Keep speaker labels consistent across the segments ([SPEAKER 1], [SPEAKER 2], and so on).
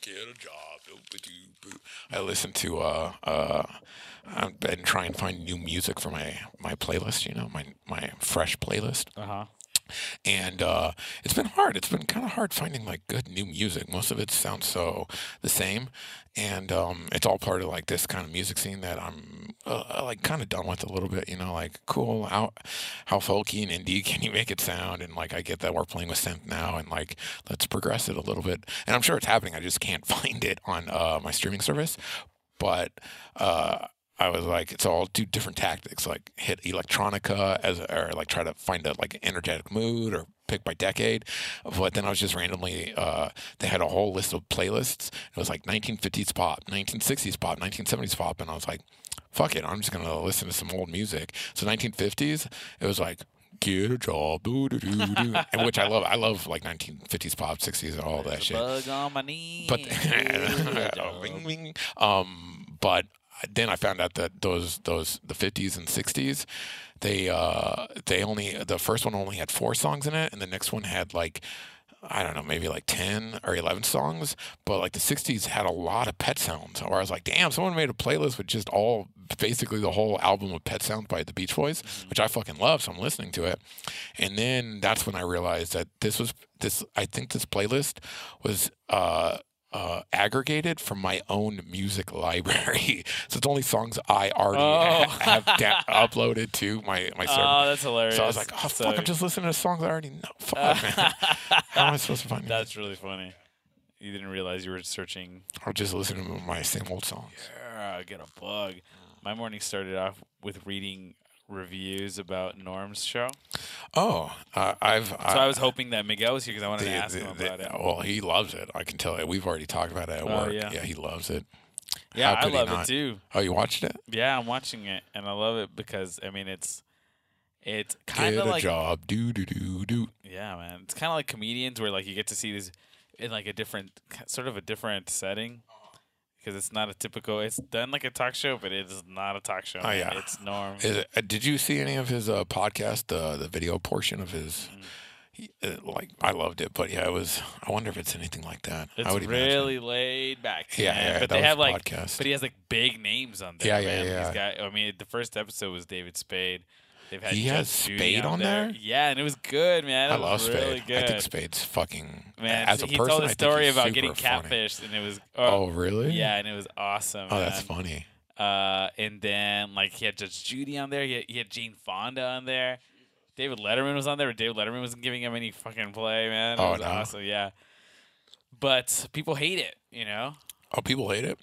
[SPEAKER 1] get a job. I listen to uh uh I've been trying to find new music for my my playlist, you know, my my fresh playlist.
[SPEAKER 2] Uh huh.
[SPEAKER 1] And uh it's been hard. It's been kind of hard finding like good new music. Most of it sounds so the same and um it's all part of like this kind of music scene that I'm uh, like kind of done with a little bit, you know, like cool how how folky and indie can you make it sound and like I get that we're playing with synth now and like let's progress it a little bit. And I'm sure it's happening. I just can't find it on uh my streaming service. But uh I was like, it's all do different tactics, like hit electronica as or like try to find a like energetic mood or pick by decade. But then I was just randomly, uh, they had a whole list of playlists. It was like 1950s pop, 1960s pop, 1970s pop, and I was like, fuck it, I'm just gonna listen to some old music. So 1950s, it was like. Get a job, doo doo doo doo, and which I love. I love like 1950s pop, 60s, and all that
[SPEAKER 2] There's a
[SPEAKER 1] shit.
[SPEAKER 2] Bug on my knee.
[SPEAKER 1] But
[SPEAKER 2] Good job.
[SPEAKER 1] Wing, wing. Um, but then I found out that those those the 50s and 60s, they uh, they only the first one only had four songs in it, and the next one had like. I don't know, maybe like 10 or 11 songs, but like the 60s had a lot of pet sounds. Where I was like, damn, someone made a playlist with just all basically the whole album of pet sounds by the Beach Boys,
[SPEAKER 2] Mm-hmm.
[SPEAKER 1] which I fucking love. So I'm listening to it. And then that's when I realized that this was this, I think this playlist was, uh, uh, aggregated from my own music library, so it's only songs I already
[SPEAKER 2] Oh.
[SPEAKER 1] ha- have da- uploaded to my my server.
[SPEAKER 2] oh, that's hilarious.
[SPEAKER 1] so I was like, "Oh
[SPEAKER 2] So-
[SPEAKER 1] fuck! I'm just listening to songs I already know." Fuck, man. How am I supposed to find music?
[SPEAKER 2] That's really funny. You didn't realize you were searching.
[SPEAKER 1] I'll just listen to my same old songs.
[SPEAKER 2] "Argh, Get a bug. My morning started off with reading reviews about Norm's show.
[SPEAKER 1] Oh, uh, I've.
[SPEAKER 2] So I was hoping that Miguel was here because I wanted to ask him
[SPEAKER 1] the-
[SPEAKER 2] about it.
[SPEAKER 1] Well, he loves it. I can tell. We've already talked about it at
[SPEAKER 2] Oh,
[SPEAKER 1] work.
[SPEAKER 2] yeah.
[SPEAKER 1] he loves it.
[SPEAKER 2] Yeah,
[SPEAKER 1] how
[SPEAKER 2] I
[SPEAKER 1] could he
[SPEAKER 2] love it
[SPEAKER 1] not?
[SPEAKER 2] too.
[SPEAKER 1] Oh, you watched it?
[SPEAKER 2] Yeah, I'm watching it and I love it because I mean it's it's kind
[SPEAKER 1] Get
[SPEAKER 2] of
[SPEAKER 1] a
[SPEAKER 2] like Mm-hmm.
[SPEAKER 1] job. Do do do do.
[SPEAKER 2] yeah, man. It's kind of like comedians where like you get to see these in like a different sort of a different setting
[SPEAKER 1] Uh-huh.
[SPEAKER 2] because it's not a typical. It's done like a talk show, but it is not a talk show.
[SPEAKER 1] Oh,
[SPEAKER 2] man.
[SPEAKER 1] yeah.
[SPEAKER 2] it's Norm.
[SPEAKER 1] Is it, uh, did you see any of his uh, podcast, uh, the video portion of his?
[SPEAKER 2] Mm-hmm.
[SPEAKER 1] He, uh, like I loved it, but yeah, it was. I wonder if it's anything like that. I
[SPEAKER 2] It's
[SPEAKER 1] would imagine.
[SPEAKER 2] really laid back.
[SPEAKER 1] Yeah,
[SPEAKER 2] man.
[SPEAKER 1] yeah,
[SPEAKER 2] but
[SPEAKER 1] that
[SPEAKER 2] they
[SPEAKER 1] was
[SPEAKER 2] have like,
[SPEAKER 1] podcast.
[SPEAKER 2] but he has like big names on there.
[SPEAKER 1] Yeah, yeah,
[SPEAKER 2] man. He's
[SPEAKER 1] yeah.
[SPEAKER 2] got. I mean, the first episode was David Spade. They've had
[SPEAKER 1] He
[SPEAKER 2] Judge
[SPEAKER 1] has
[SPEAKER 2] Judy
[SPEAKER 1] Spade on there?
[SPEAKER 2] Yeah, and it was good, man.
[SPEAKER 1] I
[SPEAKER 2] It was
[SPEAKER 1] love
[SPEAKER 2] really
[SPEAKER 1] Spade.
[SPEAKER 2] Good.
[SPEAKER 1] I think Spade's fucking
[SPEAKER 2] Man,
[SPEAKER 1] as a
[SPEAKER 2] he
[SPEAKER 1] person.
[SPEAKER 2] told
[SPEAKER 1] I
[SPEAKER 2] a
[SPEAKER 1] think
[SPEAKER 2] story
[SPEAKER 1] he's
[SPEAKER 2] about
[SPEAKER 1] super
[SPEAKER 2] getting
[SPEAKER 1] funny.
[SPEAKER 2] catfished, and it was
[SPEAKER 1] Oh,
[SPEAKER 2] oh,
[SPEAKER 1] really?
[SPEAKER 2] yeah, and it was awesome.
[SPEAKER 1] Oh, that's
[SPEAKER 2] man.
[SPEAKER 1] funny.
[SPEAKER 2] Uh, and then like he had Judge Judy on there. He had, he had Jane Fonda on there. David Letterman was on there, but David Letterman wasn't giving him any fucking play, man. It
[SPEAKER 1] Oh,
[SPEAKER 2] was
[SPEAKER 1] no.
[SPEAKER 2] awesome, yeah. But people hate it, you know.
[SPEAKER 1] Oh, people hate it.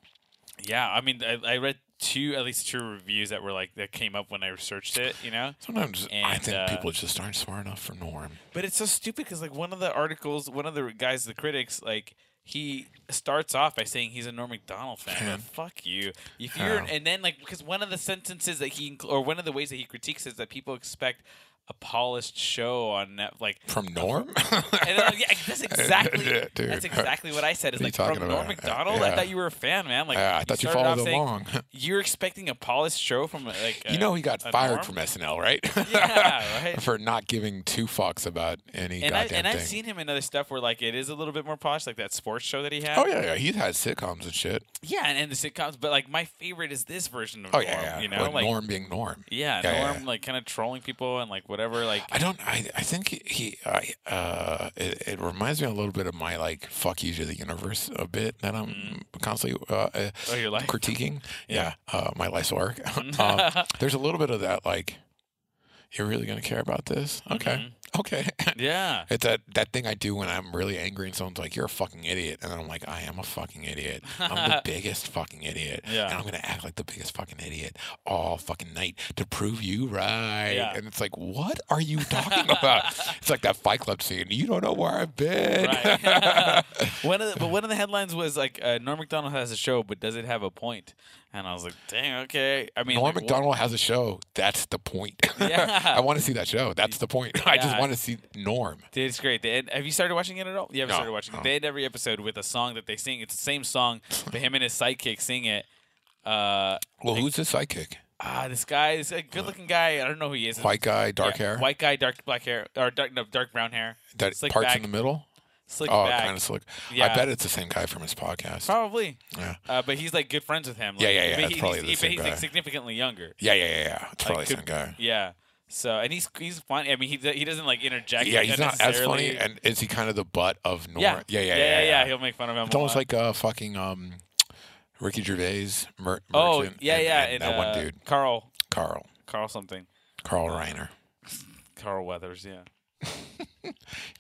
[SPEAKER 2] Yeah, I mean, I, I read two at least two reviews that were like that came up when I researched it, you know.
[SPEAKER 1] Sometimes I
[SPEAKER 2] And,
[SPEAKER 1] think
[SPEAKER 2] uh,
[SPEAKER 1] people just aren't smart enough for Norm.
[SPEAKER 2] But it's so stupid because like one of the articles, one of the guys, the critics, like he starts off by saying he's a Norm Macdonald fan.
[SPEAKER 1] Man.
[SPEAKER 2] But fuck you. If you're
[SPEAKER 1] How?
[SPEAKER 2] and then like because one of the sentences that he incl- or one of the ways that he critiques is that people expect a polished show on net, like.
[SPEAKER 1] From Norm?
[SPEAKER 2] And then, yeah, that's exactly
[SPEAKER 1] Dude.
[SPEAKER 2] that's exactly what I said. Is
[SPEAKER 1] What are you
[SPEAKER 2] like from
[SPEAKER 1] talking about?
[SPEAKER 2] Norm
[SPEAKER 1] Uh,
[SPEAKER 2] Macdonald.
[SPEAKER 1] yeah.
[SPEAKER 2] I thought you were a fan, man. Like
[SPEAKER 1] yeah, I thought you,
[SPEAKER 2] started off
[SPEAKER 1] followed
[SPEAKER 2] saying,
[SPEAKER 1] along.
[SPEAKER 2] You're expecting a polished show from like
[SPEAKER 1] you
[SPEAKER 2] a-
[SPEAKER 1] know he got
[SPEAKER 2] a
[SPEAKER 1] fired
[SPEAKER 2] norm?
[SPEAKER 1] from SNL, right?
[SPEAKER 2] Yeah, right.
[SPEAKER 1] for not giving two fucks about any
[SPEAKER 2] and I,
[SPEAKER 1] goddamn
[SPEAKER 2] and
[SPEAKER 1] thing.
[SPEAKER 2] I've seen him in other stuff where like it is a little bit more polished, like that sports show that he had.
[SPEAKER 1] oh yeah, yeah, he's had sitcoms and shit.
[SPEAKER 2] yeah, and, and the sitcoms. But like my favorite is this version of
[SPEAKER 1] Oh
[SPEAKER 2] Norm.
[SPEAKER 1] yeah, yeah.
[SPEAKER 2] You know,
[SPEAKER 1] With
[SPEAKER 2] like
[SPEAKER 1] Norm being Norm.
[SPEAKER 2] yeah,
[SPEAKER 1] Yeah, yeah,
[SPEAKER 2] Norm like kind of trolling people and like whatever. Like
[SPEAKER 1] I don't. I, I think he. I. Uh. It, it reminds me a little bit of my like "fuck you to the universe" a bit that I'm constantly uh, uh,
[SPEAKER 2] oh, your life.
[SPEAKER 1] critiquing.
[SPEAKER 2] Mm-hmm. Yeah. Mm-hmm.
[SPEAKER 1] Yeah. Uh, my life's work. um, there's a little bit of that. Like, you're really gonna care about this? Okay.
[SPEAKER 2] Mm-hmm.
[SPEAKER 1] Okay.
[SPEAKER 2] yeah,
[SPEAKER 1] It's that, that thing I do when I'm really angry and someone's like, you're a fucking idiot. And then I'm like, I am a fucking idiot. I'm the biggest fucking idiot.
[SPEAKER 2] Yeah.
[SPEAKER 1] And I'm going to act like the biggest fucking idiot all fucking night to prove you right.
[SPEAKER 2] Yeah.
[SPEAKER 1] And it's like, what are you talking about? it's like that Fight Club scene. You don't know where I've been.
[SPEAKER 2] right. one of the, but one of the headlines was like uh, Norm Macdonald has a show, but does it have a point? And I was like, dang, okay. I mean,
[SPEAKER 1] Norm
[SPEAKER 2] like, wh-
[SPEAKER 1] McDonald has a show. That's the point.
[SPEAKER 2] Yeah.
[SPEAKER 1] I want to see that show. That's the point. I just
[SPEAKER 2] Yeah.
[SPEAKER 1] want to see Norm.
[SPEAKER 2] It's great. They end, have you started watching it at all? You haven't
[SPEAKER 1] No,
[SPEAKER 2] started watching
[SPEAKER 1] no.
[SPEAKER 2] it. They end every episode with a song that they sing. It's the same song, but him and his sidekick sing it. Uh,
[SPEAKER 1] Well, who's the sidekick?
[SPEAKER 2] ah, this guy is a good-looking guy. I don't know who he is.
[SPEAKER 1] White guy, dark
[SPEAKER 2] Yeah,
[SPEAKER 1] hair?
[SPEAKER 2] White guy, dark black hair, or dark no, dark brown hair.
[SPEAKER 1] that
[SPEAKER 2] slick
[SPEAKER 1] parts
[SPEAKER 2] back.
[SPEAKER 1] in the middle?
[SPEAKER 2] Slick
[SPEAKER 1] oh,
[SPEAKER 2] back.
[SPEAKER 1] kind of slick.
[SPEAKER 2] Yeah.
[SPEAKER 1] I bet it's the same guy from his podcast.
[SPEAKER 2] Probably.
[SPEAKER 1] Yeah.
[SPEAKER 2] Uh, but he's like good friends with him. Like,
[SPEAKER 1] Yeah, yeah, yeah,
[SPEAKER 2] but
[SPEAKER 1] it's
[SPEAKER 2] he-
[SPEAKER 1] probably
[SPEAKER 2] he's,
[SPEAKER 1] the
[SPEAKER 2] but
[SPEAKER 1] same
[SPEAKER 2] he's
[SPEAKER 1] guy.
[SPEAKER 2] like significantly younger.
[SPEAKER 1] Yeah, yeah, yeah, yeah. It's probably the
[SPEAKER 2] could-
[SPEAKER 1] same guy.
[SPEAKER 2] Yeah. So and he's he's funny. I mean, he he doesn't like interject.
[SPEAKER 1] Yeah,
[SPEAKER 2] like
[SPEAKER 1] he's
[SPEAKER 2] that
[SPEAKER 1] not as funny.
[SPEAKER 2] necessarily.
[SPEAKER 1] And is he kind of the butt of Norm?
[SPEAKER 2] yeah.
[SPEAKER 1] yeah, yeah, yeah.
[SPEAKER 2] yeah,
[SPEAKER 1] yeah,
[SPEAKER 2] He'll make fun of him.
[SPEAKER 1] It's
[SPEAKER 2] a
[SPEAKER 1] almost
[SPEAKER 2] lot.
[SPEAKER 1] like uh, fucking um, Ricky Gervais. Mer-
[SPEAKER 2] oh
[SPEAKER 1] Merchant
[SPEAKER 2] yeah,
[SPEAKER 1] and-
[SPEAKER 2] yeah.
[SPEAKER 1] and that
[SPEAKER 2] uh,
[SPEAKER 1] one dude,
[SPEAKER 2] Carl,
[SPEAKER 1] Carl,
[SPEAKER 2] Carl something,
[SPEAKER 1] Carl Reiner.
[SPEAKER 2] Carl Weathers. Yeah.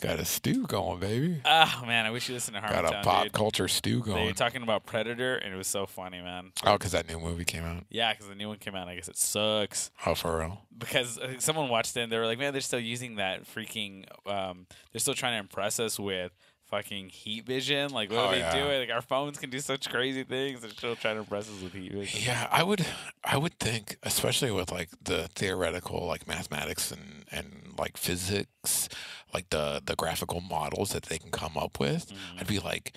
[SPEAKER 1] Got a stew going, baby.
[SPEAKER 2] Oh man, I wish you listened to
[SPEAKER 1] Got a
[SPEAKER 2] Harmontown,
[SPEAKER 1] pop
[SPEAKER 2] dude.
[SPEAKER 1] culture stew
[SPEAKER 2] They were
[SPEAKER 1] going.
[SPEAKER 2] talking about Predator, and it was so funny, man.
[SPEAKER 1] Oh, because that new movie came out.
[SPEAKER 2] Yeah, because the new one came out. I guess it sucks
[SPEAKER 1] Oh, for real.
[SPEAKER 2] because uh, someone watched it and they were like, "Man, they're still using that freaking. Um, they're still trying to impress us with fucking heat vision. Like, what
[SPEAKER 1] Oh,
[SPEAKER 2] are they
[SPEAKER 1] yeah.
[SPEAKER 2] doing? Like, our phones can do such crazy things. They're still trying to impress us with heat vision.
[SPEAKER 1] Yeah, I would I would think, especially with like the theoretical like mathematics and, and like physics, like the the graphical models that they can come up with,
[SPEAKER 2] Mhm.
[SPEAKER 1] I'd be like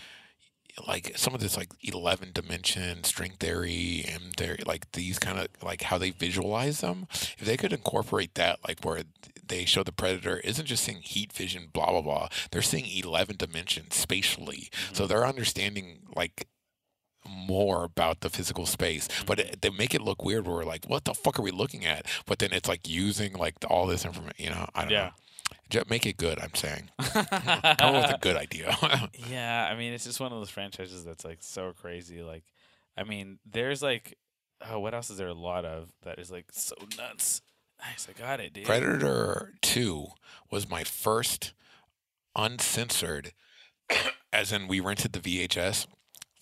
[SPEAKER 1] like some of this like 11 dimension string theory and theory like these kind of like how they visualize them if they could incorporate that like where they show the predator isn't just seeing heat vision blah blah blah they're seeing 11 dimensions spatially so they're understanding like more about the physical space, but it, they make it look weird. Where we're like, what the fuck are we looking at? But then it's like using like all this information. You know, I don't
[SPEAKER 2] Yeah.
[SPEAKER 1] know. Just make it good. I'm saying, come up with a good idea.
[SPEAKER 2] Yeah, I mean, it's just one of those franchises that's like so crazy. Like, I mean, there's like, oh, what else is there a lot of that is like so nuts? Nice, I got it, dude.
[SPEAKER 1] Predator Two was my first uncensored, as in we rented the VHS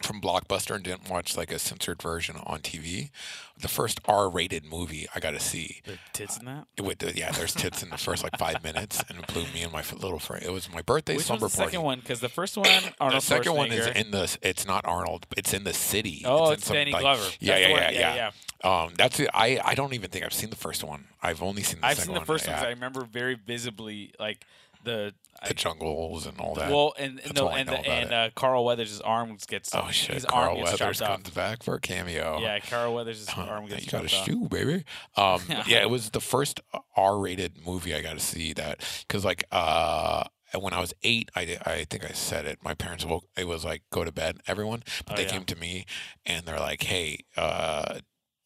[SPEAKER 1] from Blockbuster and didn't watch like a censored version on TV. The first R-rated movie I got to see.
[SPEAKER 2] The tits in that.
[SPEAKER 1] With the, yeah, there's tits in the first like five minutes, and it blew me and my f- little friend. It was my birthday
[SPEAKER 2] Which one's
[SPEAKER 1] slumber
[SPEAKER 2] the
[SPEAKER 1] party.
[SPEAKER 2] second one? Because the first one,
[SPEAKER 1] the
[SPEAKER 2] Arnold
[SPEAKER 1] second one is
[SPEAKER 2] Schwarzenegger.
[SPEAKER 1] in the. It's not Arnold. It's in the city.
[SPEAKER 2] oh,
[SPEAKER 1] in
[SPEAKER 2] it's
[SPEAKER 1] some,
[SPEAKER 2] Danny
[SPEAKER 1] like-
[SPEAKER 2] Glover.
[SPEAKER 1] Yeah,
[SPEAKER 2] That's
[SPEAKER 1] yeah,
[SPEAKER 2] the one.
[SPEAKER 1] yeah, yeah, Um, that's it. I. I don't even think I've seen the first one. I've only seen. the
[SPEAKER 2] I've
[SPEAKER 1] second
[SPEAKER 2] seen the first one.
[SPEAKER 1] one.
[SPEAKER 2] 'cause I
[SPEAKER 1] yeah.
[SPEAKER 2] remember very visibly, like the. I,
[SPEAKER 1] the jungles and all that.
[SPEAKER 2] well, and and
[SPEAKER 1] that's
[SPEAKER 2] the,
[SPEAKER 1] all I
[SPEAKER 2] and,
[SPEAKER 1] know
[SPEAKER 2] the,
[SPEAKER 1] about
[SPEAKER 2] and uh, Carl Weathers' arm gets.
[SPEAKER 1] oh shit!
[SPEAKER 2] his arm
[SPEAKER 1] Carl
[SPEAKER 2] gets
[SPEAKER 1] Weathers
[SPEAKER 2] chopped off.
[SPEAKER 1] comes back for a cameo.
[SPEAKER 2] Yeah, Carl Weathers'
[SPEAKER 1] Huh,
[SPEAKER 2] arm gets.
[SPEAKER 1] Oh, you got a
[SPEAKER 2] chopped off.
[SPEAKER 1] shoe, baby. Um, but yeah, it was the first R-rated movie I got to see that because like uh, when I was eight, I did- I think I said it. My parents woke. It was like go to bed, everyone. But
[SPEAKER 2] Oh,
[SPEAKER 1] they
[SPEAKER 2] yeah.
[SPEAKER 1] came to me and they're like, hey. Uh,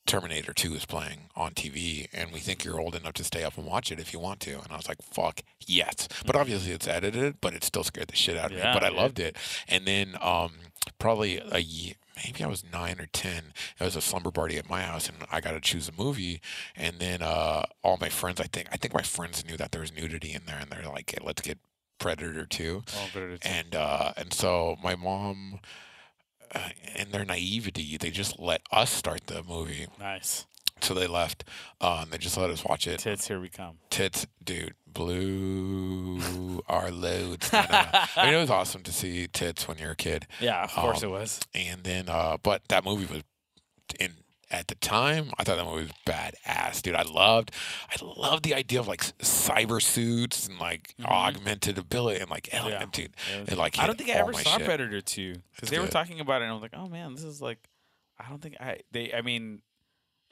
[SPEAKER 1] Terminator 2 is playing on TV, and we think you're old enough to stay up and watch it if you want to. And I was like, fuck, yes. But obviously, it's edited, but it still scared the shit out of
[SPEAKER 2] Hmm. Yeah,
[SPEAKER 1] me. But I
[SPEAKER 2] dude.
[SPEAKER 1] loved it. And then, um, probably a year, maybe I was nine or 10, it was a slumber party at my house and I got to choose a movie and then uh, all my friends I think I think my friends knew that there was nudity in there and they're like hey, let's get Predator 2
[SPEAKER 2] Oh, but it's-
[SPEAKER 1] and uh, and so my mom uh, in their naivety they just let us start the movie
[SPEAKER 2] nice.
[SPEAKER 1] so they left uh, and they just let us watch it
[SPEAKER 2] Tits, here we come.
[SPEAKER 1] tits dude blew our loads No, no, no. I mean it was awesome to see tits when you're a kid
[SPEAKER 2] Yeah, of course
[SPEAKER 1] Um,
[SPEAKER 2] it was.
[SPEAKER 1] and then uh but that movie was in at the time i thought that movie was badass dude i loved i loved the idea of like s- cyber suits and like
[SPEAKER 2] Mhm.
[SPEAKER 1] augmented ability and like alien
[SPEAKER 2] Yeah.
[SPEAKER 1] dude
[SPEAKER 2] It was-
[SPEAKER 1] it like
[SPEAKER 2] I
[SPEAKER 1] hit
[SPEAKER 2] don't think I
[SPEAKER 1] all
[SPEAKER 2] ever
[SPEAKER 1] my
[SPEAKER 2] saw
[SPEAKER 1] shit.
[SPEAKER 2] Predator two because
[SPEAKER 1] It's
[SPEAKER 2] they were
[SPEAKER 1] good.
[SPEAKER 2] talking about it, and I was like, oh man, this is like, I don't think I they. I mean,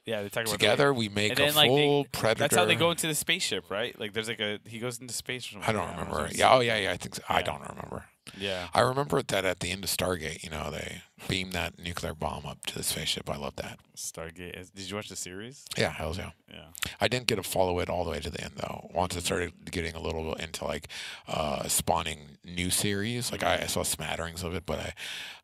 [SPEAKER 2] yeah, they talk about
[SPEAKER 1] together we make
[SPEAKER 2] then,
[SPEAKER 1] a
[SPEAKER 2] like, they-
[SPEAKER 1] full
[SPEAKER 2] Like,
[SPEAKER 1] predator
[SPEAKER 2] that's how they go into the spaceship, right? Like, there's like a he goes into space. Or something
[SPEAKER 1] i don't
[SPEAKER 2] like that.
[SPEAKER 1] remember
[SPEAKER 2] It's-
[SPEAKER 1] yeah oh yeah yeah i think so. i
[SPEAKER 2] Yeah.
[SPEAKER 1] don't remember
[SPEAKER 2] yeah.
[SPEAKER 1] i remember that at the end of stargate you know they beam that nuclear bomb up to the spaceship i love that
[SPEAKER 2] Stargate. Is- Did you watch the series?
[SPEAKER 1] yeah hell yeah
[SPEAKER 2] Yeah.
[SPEAKER 1] I didn't get to follow it all the way to the end though. Once it started getting a little into like uh, spawning new series, like I, I saw smatterings of it, but I,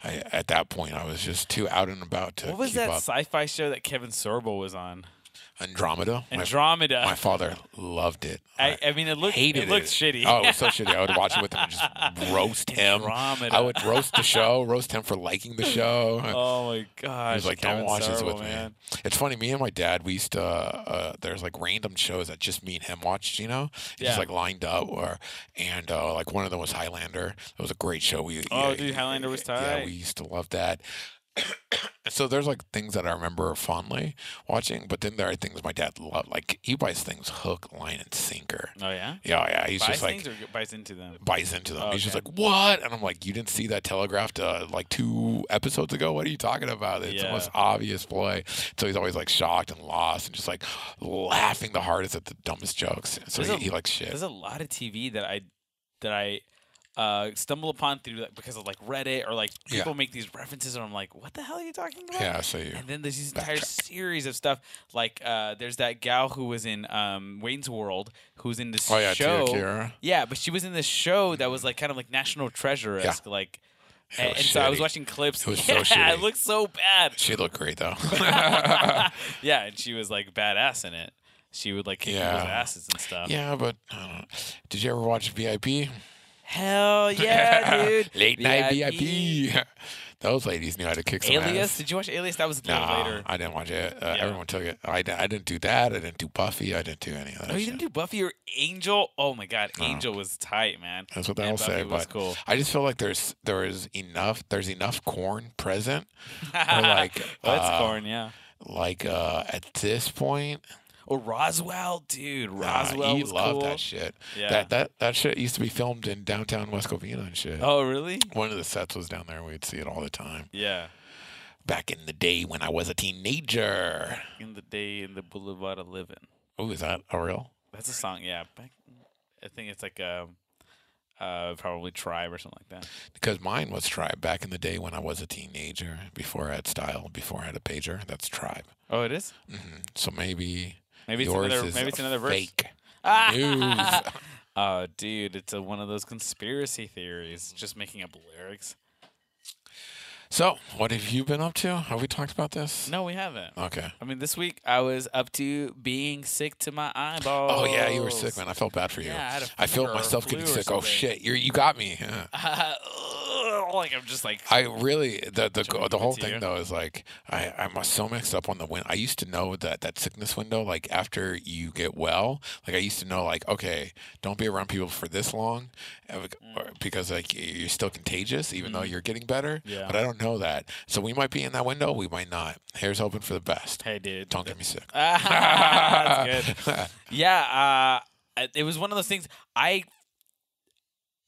[SPEAKER 1] I at that point I was just too out and about to
[SPEAKER 2] What was
[SPEAKER 1] keep
[SPEAKER 2] that
[SPEAKER 1] up.
[SPEAKER 2] sci-fi show that Kevin Sorbo was on?
[SPEAKER 1] Andromeda. my-
[SPEAKER 2] Andromeda.
[SPEAKER 1] My, father loved it.
[SPEAKER 2] I, I mean, it looked
[SPEAKER 1] hated
[SPEAKER 2] it looked shitty.
[SPEAKER 1] Oh, it was so shitty. I would watch it with him and just roast him.
[SPEAKER 2] Andromeda.
[SPEAKER 1] I would roast the show, roast him for liking the show.
[SPEAKER 2] Oh my gosh.
[SPEAKER 1] He was like,
[SPEAKER 2] Kevin
[SPEAKER 1] "Don't watch this
[SPEAKER 2] Sorbo,
[SPEAKER 1] with
[SPEAKER 2] man.
[SPEAKER 1] me." It's funny. Me and my dad, we used to. Uh, there's like random shows that just me and him watched. You know, It's
[SPEAKER 2] Yeah.
[SPEAKER 1] just like lined up. Or and uh, like one of them was Highlander. It was a great show. We
[SPEAKER 2] Oh, dude, Highlander was
[SPEAKER 1] Yeah,
[SPEAKER 2] tight.
[SPEAKER 1] we used to love that. so there's like things that I remember fondly watching, but then there are things my dad loved. Like he buys things hook, line, and sinker.
[SPEAKER 2] Oh yeah.
[SPEAKER 1] Yeah, yeah. He's
[SPEAKER 2] Buys
[SPEAKER 1] just like
[SPEAKER 2] things or buys into them.
[SPEAKER 1] buys into them.
[SPEAKER 2] Oh,
[SPEAKER 1] He's just
[SPEAKER 2] okay.
[SPEAKER 1] like, "What?" And I'm like, "You didn't see that telegraphed uh, like two episodes ago? What are you talking about? It's the
[SPEAKER 2] Yeah.
[SPEAKER 1] most obvious play." So he's always like shocked and lost, and just like laughing the hardest at the dumbest jokes. So
[SPEAKER 2] There's
[SPEAKER 1] he,
[SPEAKER 2] a-
[SPEAKER 1] he likes shit.
[SPEAKER 2] There's a lot of TV that I that I uh, stumble upon through like because of like Reddit or like
[SPEAKER 1] Yeah.
[SPEAKER 2] people make these references and I'm like, what the hell are you talking about?
[SPEAKER 1] Yeah, so you.
[SPEAKER 2] And then there's these entire
[SPEAKER 1] Backtrack.
[SPEAKER 2] series of stuff. Like uh, there's that gal who was in um, Wayne's World, who's in this
[SPEAKER 1] Oh yeah,
[SPEAKER 2] show.
[SPEAKER 1] Tia Kira.
[SPEAKER 2] Yeah, but she was in this show that was like kind of like National Treasure esque. Like,
[SPEAKER 1] It
[SPEAKER 2] and,
[SPEAKER 1] was
[SPEAKER 2] and so I was
[SPEAKER 1] shitty.
[SPEAKER 2] watching clips.
[SPEAKER 1] It was so
[SPEAKER 2] yeah, it
[SPEAKER 1] shitty.
[SPEAKER 2] looked so bad.
[SPEAKER 1] She looked great though.
[SPEAKER 2] yeah, and she was like badass in it. She would like kick
[SPEAKER 1] Yeah.
[SPEAKER 2] people's asses and stuff.
[SPEAKER 1] yeah, but I don't know. Did you ever watch VIP?
[SPEAKER 2] Hell yeah, dude.
[SPEAKER 1] Late night
[SPEAKER 2] VIP.
[SPEAKER 1] VIP. Those ladies knew how to kick some
[SPEAKER 2] Alias?
[SPEAKER 1] ass.
[SPEAKER 2] Did you watch Alias? That was a little
[SPEAKER 1] Nah,
[SPEAKER 2] later.
[SPEAKER 1] I didn't watch it. Uh,
[SPEAKER 2] Yeah.
[SPEAKER 1] Everyone took it. I, di- I didn't do that. I didn't do Buffy. I didn't do any of that.
[SPEAKER 2] Oh, you
[SPEAKER 1] shit.
[SPEAKER 2] didn't do Buffy or Angel? Oh my God,
[SPEAKER 1] No.
[SPEAKER 2] Angel was tight, man.
[SPEAKER 1] That's what
[SPEAKER 2] And
[SPEAKER 1] they'll say.
[SPEAKER 2] Buffy was
[SPEAKER 1] But
[SPEAKER 2] cool.
[SPEAKER 1] I just feel like there's there is enough there's enough corn present. Or like
[SPEAKER 2] Well, that's
[SPEAKER 1] uh,
[SPEAKER 2] corn, yeah.
[SPEAKER 1] Like uh, at this point,
[SPEAKER 2] Or Roswell, dude.
[SPEAKER 1] nah,
[SPEAKER 2] Roswell
[SPEAKER 1] you
[SPEAKER 2] was
[SPEAKER 1] love
[SPEAKER 2] cool.
[SPEAKER 1] that shit.
[SPEAKER 2] yeah.
[SPEAKER 1] That that that shit used to be filmed in downtown West Covina and shit.
[SPEAKER 2] oh, really?
[SPEAKER 1] One of the sets was down there. We'd see it all the time.
[SPEAKER 2] Yeah.
[SPEAKER 1] Back in the day when I was a teenager.
[SPEAKER 2] In the day in the Boulevard of Living.
[SPEAKER 1] Oh, is that a real?
[SPEAKER 2] That's a song, yeah. Back, I think it's like um, uh, probably Tribe or something like that.
[SPEAKER 1] Because mine was Tribe back in the day when I was a teenager, before I had style, before I had a pager. That's Tribe.
[SPEAKER 2] Oh, it is.
[SPEAKER 1] hmm So maybe
[SPEAKER 2] Maybe it's
[SPEAKER 1] yours
[SPEAKER 2] another.
[SPEAKER 1] is
[SPEAKER 2] Maybe it's another verse.
[SPEAKER 1] fake. news.
[SPEAKER 2] oh, dude, it's a, one of those conspiracy theories, just making up lyrics.
[SPEAKER 1] So, what have you been up to? Have we talked about this?
[SPEAKER 2] No, we haven't.
[SPEAKER 1] Okay.
[SPEAKER 2] I mean, this week I was up to being sick to my eyeballs.
[SPEAKER 1] Oh yeah, you were sick, man. I felt bad for you.
[SPEAKER 2] Yeah, I had a
[SPEAKER 1] I felt
[SPEAKER 2] fever or
[SPEAKER 1] myself getting
[SPEAKER 2] flu or
[SPEAKER 1] sick. Oh
[SPEAKER 2] something.
[SPEAKER 1] shit, you you got me. Yeah.
[SPEAKER 2] like I'm just like
[SPEAKER 1] I really the
[SPEAKER 2] Should
[SPEAKER 1] the,
[SPEAKER 2] we give
[SPEAKER 1] the
[SPEAKER 2] it
[SPEAKER 1] whole
[SPEAKER 2] to
[SPEAKER 1] thing
[SPEAKER 2] you?
[SPEAKER 1] though is like I I'm so mixed up on the win. I used to know that that sickness window like after you get well, like I used to know like okay, don't be around people for this long, uh, bec-
[SPEAKER 2] Mm.
[SPEAKER 1] or- because like y- you're still contagious even though you're getting better.
[SPEAKER 2] Mm-hmm. Yeah.
[SPEAKER 1] But I don't know that, so we might be in that window, we might not. Here's hoping for the best.
[SPEAKER 2] hey, dude.
[SPEAKER 1] Don't get me sick.
[SPEAKER 2] That's good. Yeah, uh, it was one of those things I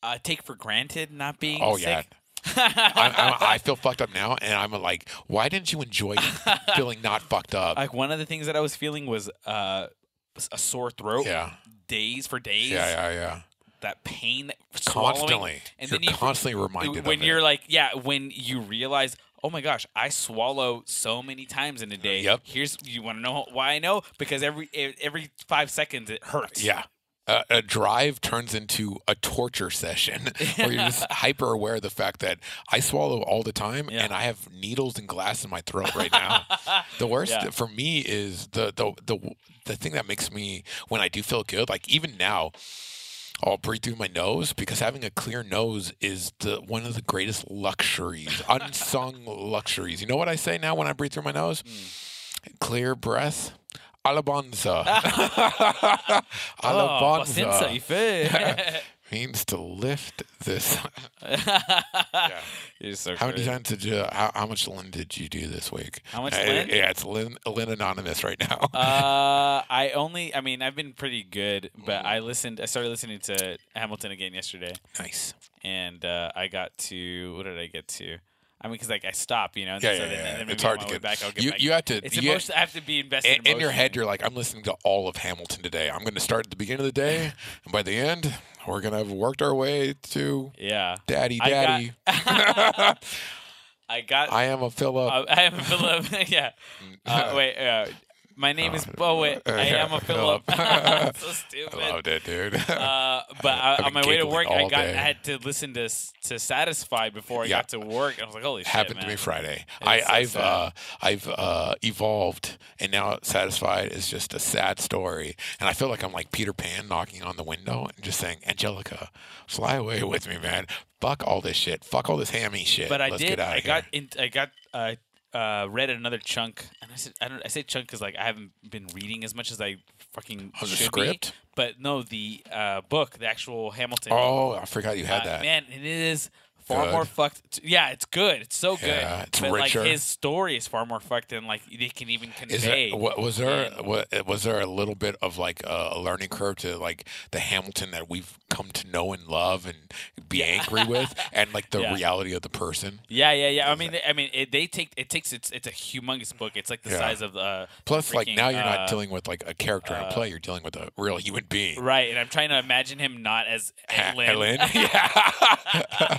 [SPEAKER 2] uh, take for granted not being.
[SPEAKER 1] oh yeah.
[SPEAKER 2] sick.
[SPEAKER 1] I'm, I'm, I feel fucked up now, and I'm like, why didn't you enjoy feeling not fucked up?
[SPEAKER 2] like one of the things that I was feeling was uh, s- a sore throat.
[SPEAKER 1] yeah,
[SPEAKER 2] Days for days.
[SPEAKER 1] yeah, yeah, yeah.
[SPEAKER 2] That pain. That swallowing.
[SPEAKER 1] Constantly,
[SPEAKER 2] And
[SPEAKER 1] you're
[SPEAKER 2] then you
[SPEAKER 1] constantly reminded
[SPEAKER 2] when
[SPEAKER 1] of
[SPEAKER 2] you're
[SPEAKER 1] it.
[SPEAKER 2] like, yeah, when you realize, oh my gosh, I swallow so many times in a day.
[SPEAKER 1] Yep.
[SPEAKER 2] Here's you want to know why I know because every e- every five seconds it hurts.
[SPEAKER 1] Yeah. A, a drive turns into a torture session where you're just hyper aware of the fact that I swallow all the time
[SPEAKER 2] Yeah.
[SPEAKER 1] and I have needles and glass in my throat right now. the worst
[SPEAKER 2] Yeah.
[SPEAKER 1] for me is the, the the the thing that makes me when I do feel good, like even now, I'll breathe through my nose because having a clear nose is the one of the greatest luxuries, unsung luxuries. You know what I say now when I breathe through my nose?
[SPEAKER 2] Mm.
[SPEAKER 1] Clear breath. Alabanza.
[SPEAKER 2] Oh, pasenza,
[SPEAKER 1] Alabanza
[SPEAKER 2] you feel?
[SPEAKER 1] means to lift this.
[SPEAKER 2] You're so
[SPEAKER 1] How many
[SPEAKER 2] crazy.
[SPEAKER 1] times did you, how, how much Lynn did you do this week?
[SPEAKER 2] How much
[SPEAKER 1] Uh,
[SPEAKER 2] Lynn?
[SPEAKER 1] Yeah, it's Lynn, Lynn Anonymous right now.
[SPEAKER 2] Uh, I only, I mean, I've been pretty good, but
[SPEAKER 1] Mm.
[SPEAKER 2] I listened, I started listening to Hamilton again yesterday,
[SPEAKER 1] nice.
[SPEAKER 2] and uh, I got to, what did I get to? I mean, because like I stop, you know, and
[SPEAKER 1] Yeah,
[SPEAKER 2] so
[SPEAKER 1] yeah,
[SPEAKER 2] then-
[SPEAKER 1] yeah.
[SPEAKER 2] and then
[SPEAKER 1] It's
[SPEAKER 2] maybe on
[SPEAKER 1] hard to
[SPEAKER 2] my way
[SPEAKER 1] get.
[SPEAKER 2] back. I'll get
[SPEAKER 1] you
[SPEAKER 2] back.
[SPEAKER 1] you have to.
[SPEAKER 2] It's
[SPEAKER 1] you-
[SPEAKER 2] emotion. I have to be invested
[SPEAKER 1] in, in your head,
[SPEAKER 2] emotionally.
[SPEAKER 1] you're like, I'm listening to all of Hamilton today. I'm going to start at the beginning of the day, and by the end, we're going to have worked our way to
[SPEAKER 2] yeah.
[SPEAKER 1] Daddy,
[SPEAKER 2] I got-
[SPEAKER 1] Daddy.
[SPEAKER 2] I got.
[SPEAKER 1] I Mm. am a Philip.
[SPEAKER 2] Uh, I am a Philip. yeah. Uh, wait. Uh, my name is. Oh wait.
[SPEAKER 1] Uh,
[SPEAKER 2] I am a Philip. so stupid.
[SPEAKER 1] Oh, I loved it, dude.
[SPEAKER 2] Uh, but
[SPEAKER 1] I've
[SPEAKER 2] I, on
[SPEAKER 1] been
[SPEAKER 2] my way to
[SPEAKER 1] giggling
[SPEAKER 2] work, I
[SPEAKER 1] all
[SPEAKER 2] got
[SPEAKER 1] day.
[SPEAKER 2] I had to listen to s- to Satisfy before I
[SPEAKER 1] Yeah.
[SPEAKER 2] got to work. and I was like, holy shit,
[SPEAKER 1] happened
[SPEAKER 2] man.
[SPEAKER 1] to me Friday.
[SPEAKER 2] It
[SPEAKER 1] I,
[SPEAKER 2] is so
[SPEAKER 1] I've
[SPEAKER 2] sad.
[SPEAKER 1] uh, I've uh, evolved, and now satisfied is just a sad story. And I feel like I'm like Peter Pan knocking on the window and just saying, "Angelica, fly away with me, man. Fuck all this shit. Fuck all this hammy shit.
[SPEAKER 2] but I
[SPEAKER 1] Let's
[SPEAKER 2] did.
[SPEAKER 1] Get out
[SPEAKER 2] I
[SPEAKER 1] of
[SPEAKER 2] got
[SPEAKER 1] here.
[SPEAKER 2] in, I got uh, uh, read another chunk, and I said I don't. I say chunk because like I haven't been reading as much as I fucking
[SPEAKER 1] Oh, the
[SPEAKER 2] should
[SPEAKER 1] script?
[SPEAKER 2] Be. But no, the uh, book, the actual Hamilton.
[SPEAKER 1] Oh, I forgot you had
[SPEAKER 2] Uh,
[SPEAKER 1] that.
[SPEAKER 2] Man, and it is far
[SPEAKER 1] good.
[SPEAKER 2] more fucked. Yeah, it's good. It's so good.
[SPEAKER 1] Yeah, it's
[SPEAKER 2] but
[SPEAKER 1] richer.
[SPEAKER 2] like his story is far more fucked than like they can even
[SPEAKER 1] Is there,
[SPEAKER 2] convey.
[SPEAKER 1] what, was there
[SPEAKER 2] and-
[SPEAKER 1] what, was there a little bit of like a, a learning curve to like the Hamilton that we've come to know and love and be
[SPEAKER 2] Yeah.
[SPEAKER 1] angry with, and like the
[SPEAKER 2] Yeah.
[SPEAKER 1] reality of the person?
[SPEAKER 2] yeah, yeah, yeah. I
[SPEAKER 1] Is
[SPEAKER 2] mean, I mean, it, they take it takes it's it's a humongous book. It's like the
[SPEAKER 1] Yeah.
[SPEAKER 2] size of the uh,
[SPEAKER 1] Plus, like
[SPEAKER 2] Freaking,
[SPEAKER 1] now you're not
[SPEAKER 2] uh,
[SPEAKER 1] dealing with like a character in a
[SPEAKER 2] uh,
[SPEAKER 1] play; you're dealing with a real human being.
[SPEAKER 2] right. And I'm trying to imagine him not as
[SPEAKER 1] Ha-
[SPEAKER 2] Lin.
[SPEAKER 1] Helen? yeah,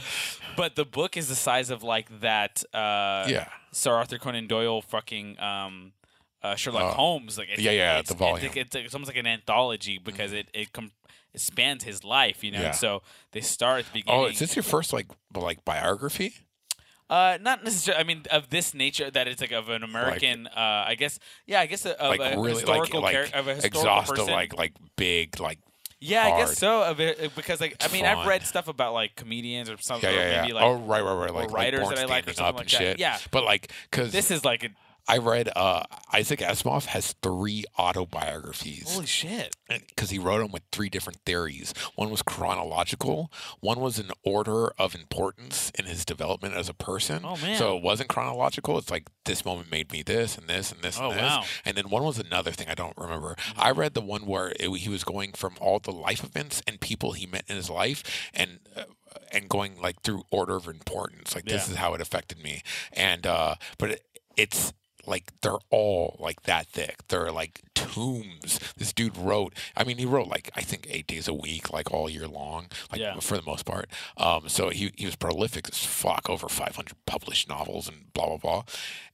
[SPEAKER 2] but the book is the size of like that. Uh,
[SPEAKER 1] yeah,
[SPEAKER 2] Sir Arthur Conan Doyle fucking um, uh, Sherlock
[SPEAKER 1] Oh.
[SPEAKER 2] Holmes. Like it's,
[SPEAKER 1] Yeah, yeah,
[SPEAKER 2] it's,
[SPEAKER 1] the volume.
[SPEAKER 2] It's, it's, it's almost like an anthology because it it, com- it spans his life, you know.
[SPEAKER 1] Yeah.
[SPEAKER 2] And so they start at the beginning.
[SPEAKER 1] Oh, is this your first like b- like biography?
[SPEAKER 2] uh, not necessarily. I mean, of this nature that it's like of an American. uh, I guess. Yeah, I guess uh, of
[SPEAKER 1] Like
[SPEAKER 2] a
[SPEAKER 1] really like
[SPEAKER 2] historical
[SPEAKER 1] like
[SPEAKER 2] character of a historical
[SPEAKER 1] exhaustive
[SPEAKER 2] person.
[SPEAKER 1] like like big like
[SPEAKER 2] yeah, I
[SPEAKER 1] hard.
[SPEAKER 2] guess so. Of it, uh, because like I
[SPEAKER 1] It's
[SPEAKER 2] mean, I've
[SPEAKER 1] fun.
[SPEAKER 2] read stuff about like comedians or something.
[SPEAKER 1] yeah
[SPEAKER 2] or
[SPEAKER 1] yeah
[SPEAKER 2] maybe
[SPEAKER 1] yeah.
[SPEAKER 2] like
[SPEAKER 1] oh right right right like,
[SPEAKER 2] writers
[SPEAKER 1] like Born
[SPEAKER 2] that I like or
[SPEAKER 1] Standing
[SPEAKER 2] something
[SPEAKER 1] up
[SPEAKER 2] like
[SPEAKER 1] and
[SPEAKER 2] that.
[SPEAKER 1] shit.
[SPEAKER 2] Yeah.
[SPEAKER 1] but like because
[SPEAKER 2] this is like a
[SPEAKER 1] I read uh, Isaac Asimov has three autobiographies
[SPEAKER 2] holy shit.
[SPEAKER 1] because he wrote them with three different theories. One was chronological, one was an order of importance in his development as a person.
[SPEAKER 2] Oh, man.
[SPEAKER 1] So it wasn't chronological. It's like this moment made me this and this and this
[SPEAKER 2] Oh,
[SPEAKER 1] and this.
[SPEAKER 2] wow.
[SPEAKER 1] And then one was another thing I don't remember.
[SPEAKER 2] Mm-hmm.
[SPEAKER 1] I read the one where it, he was going from all the life events and people he met in his life and uh, and going like through order of importance. Like this
[SPEAKER 2] Yeah.
[SPEAKER 1] is how it affected me. And uh but it, it's like they're all like that thick. They're like tombs. This dude wrote. I mean, he wrote like I think eight days a week, like all year long, like
[SPEAKER 2] Yeah.
[SPEAKER 1] for the most part. Um, so he he was prolific as fuck, over 500 published novels and blah blah blah,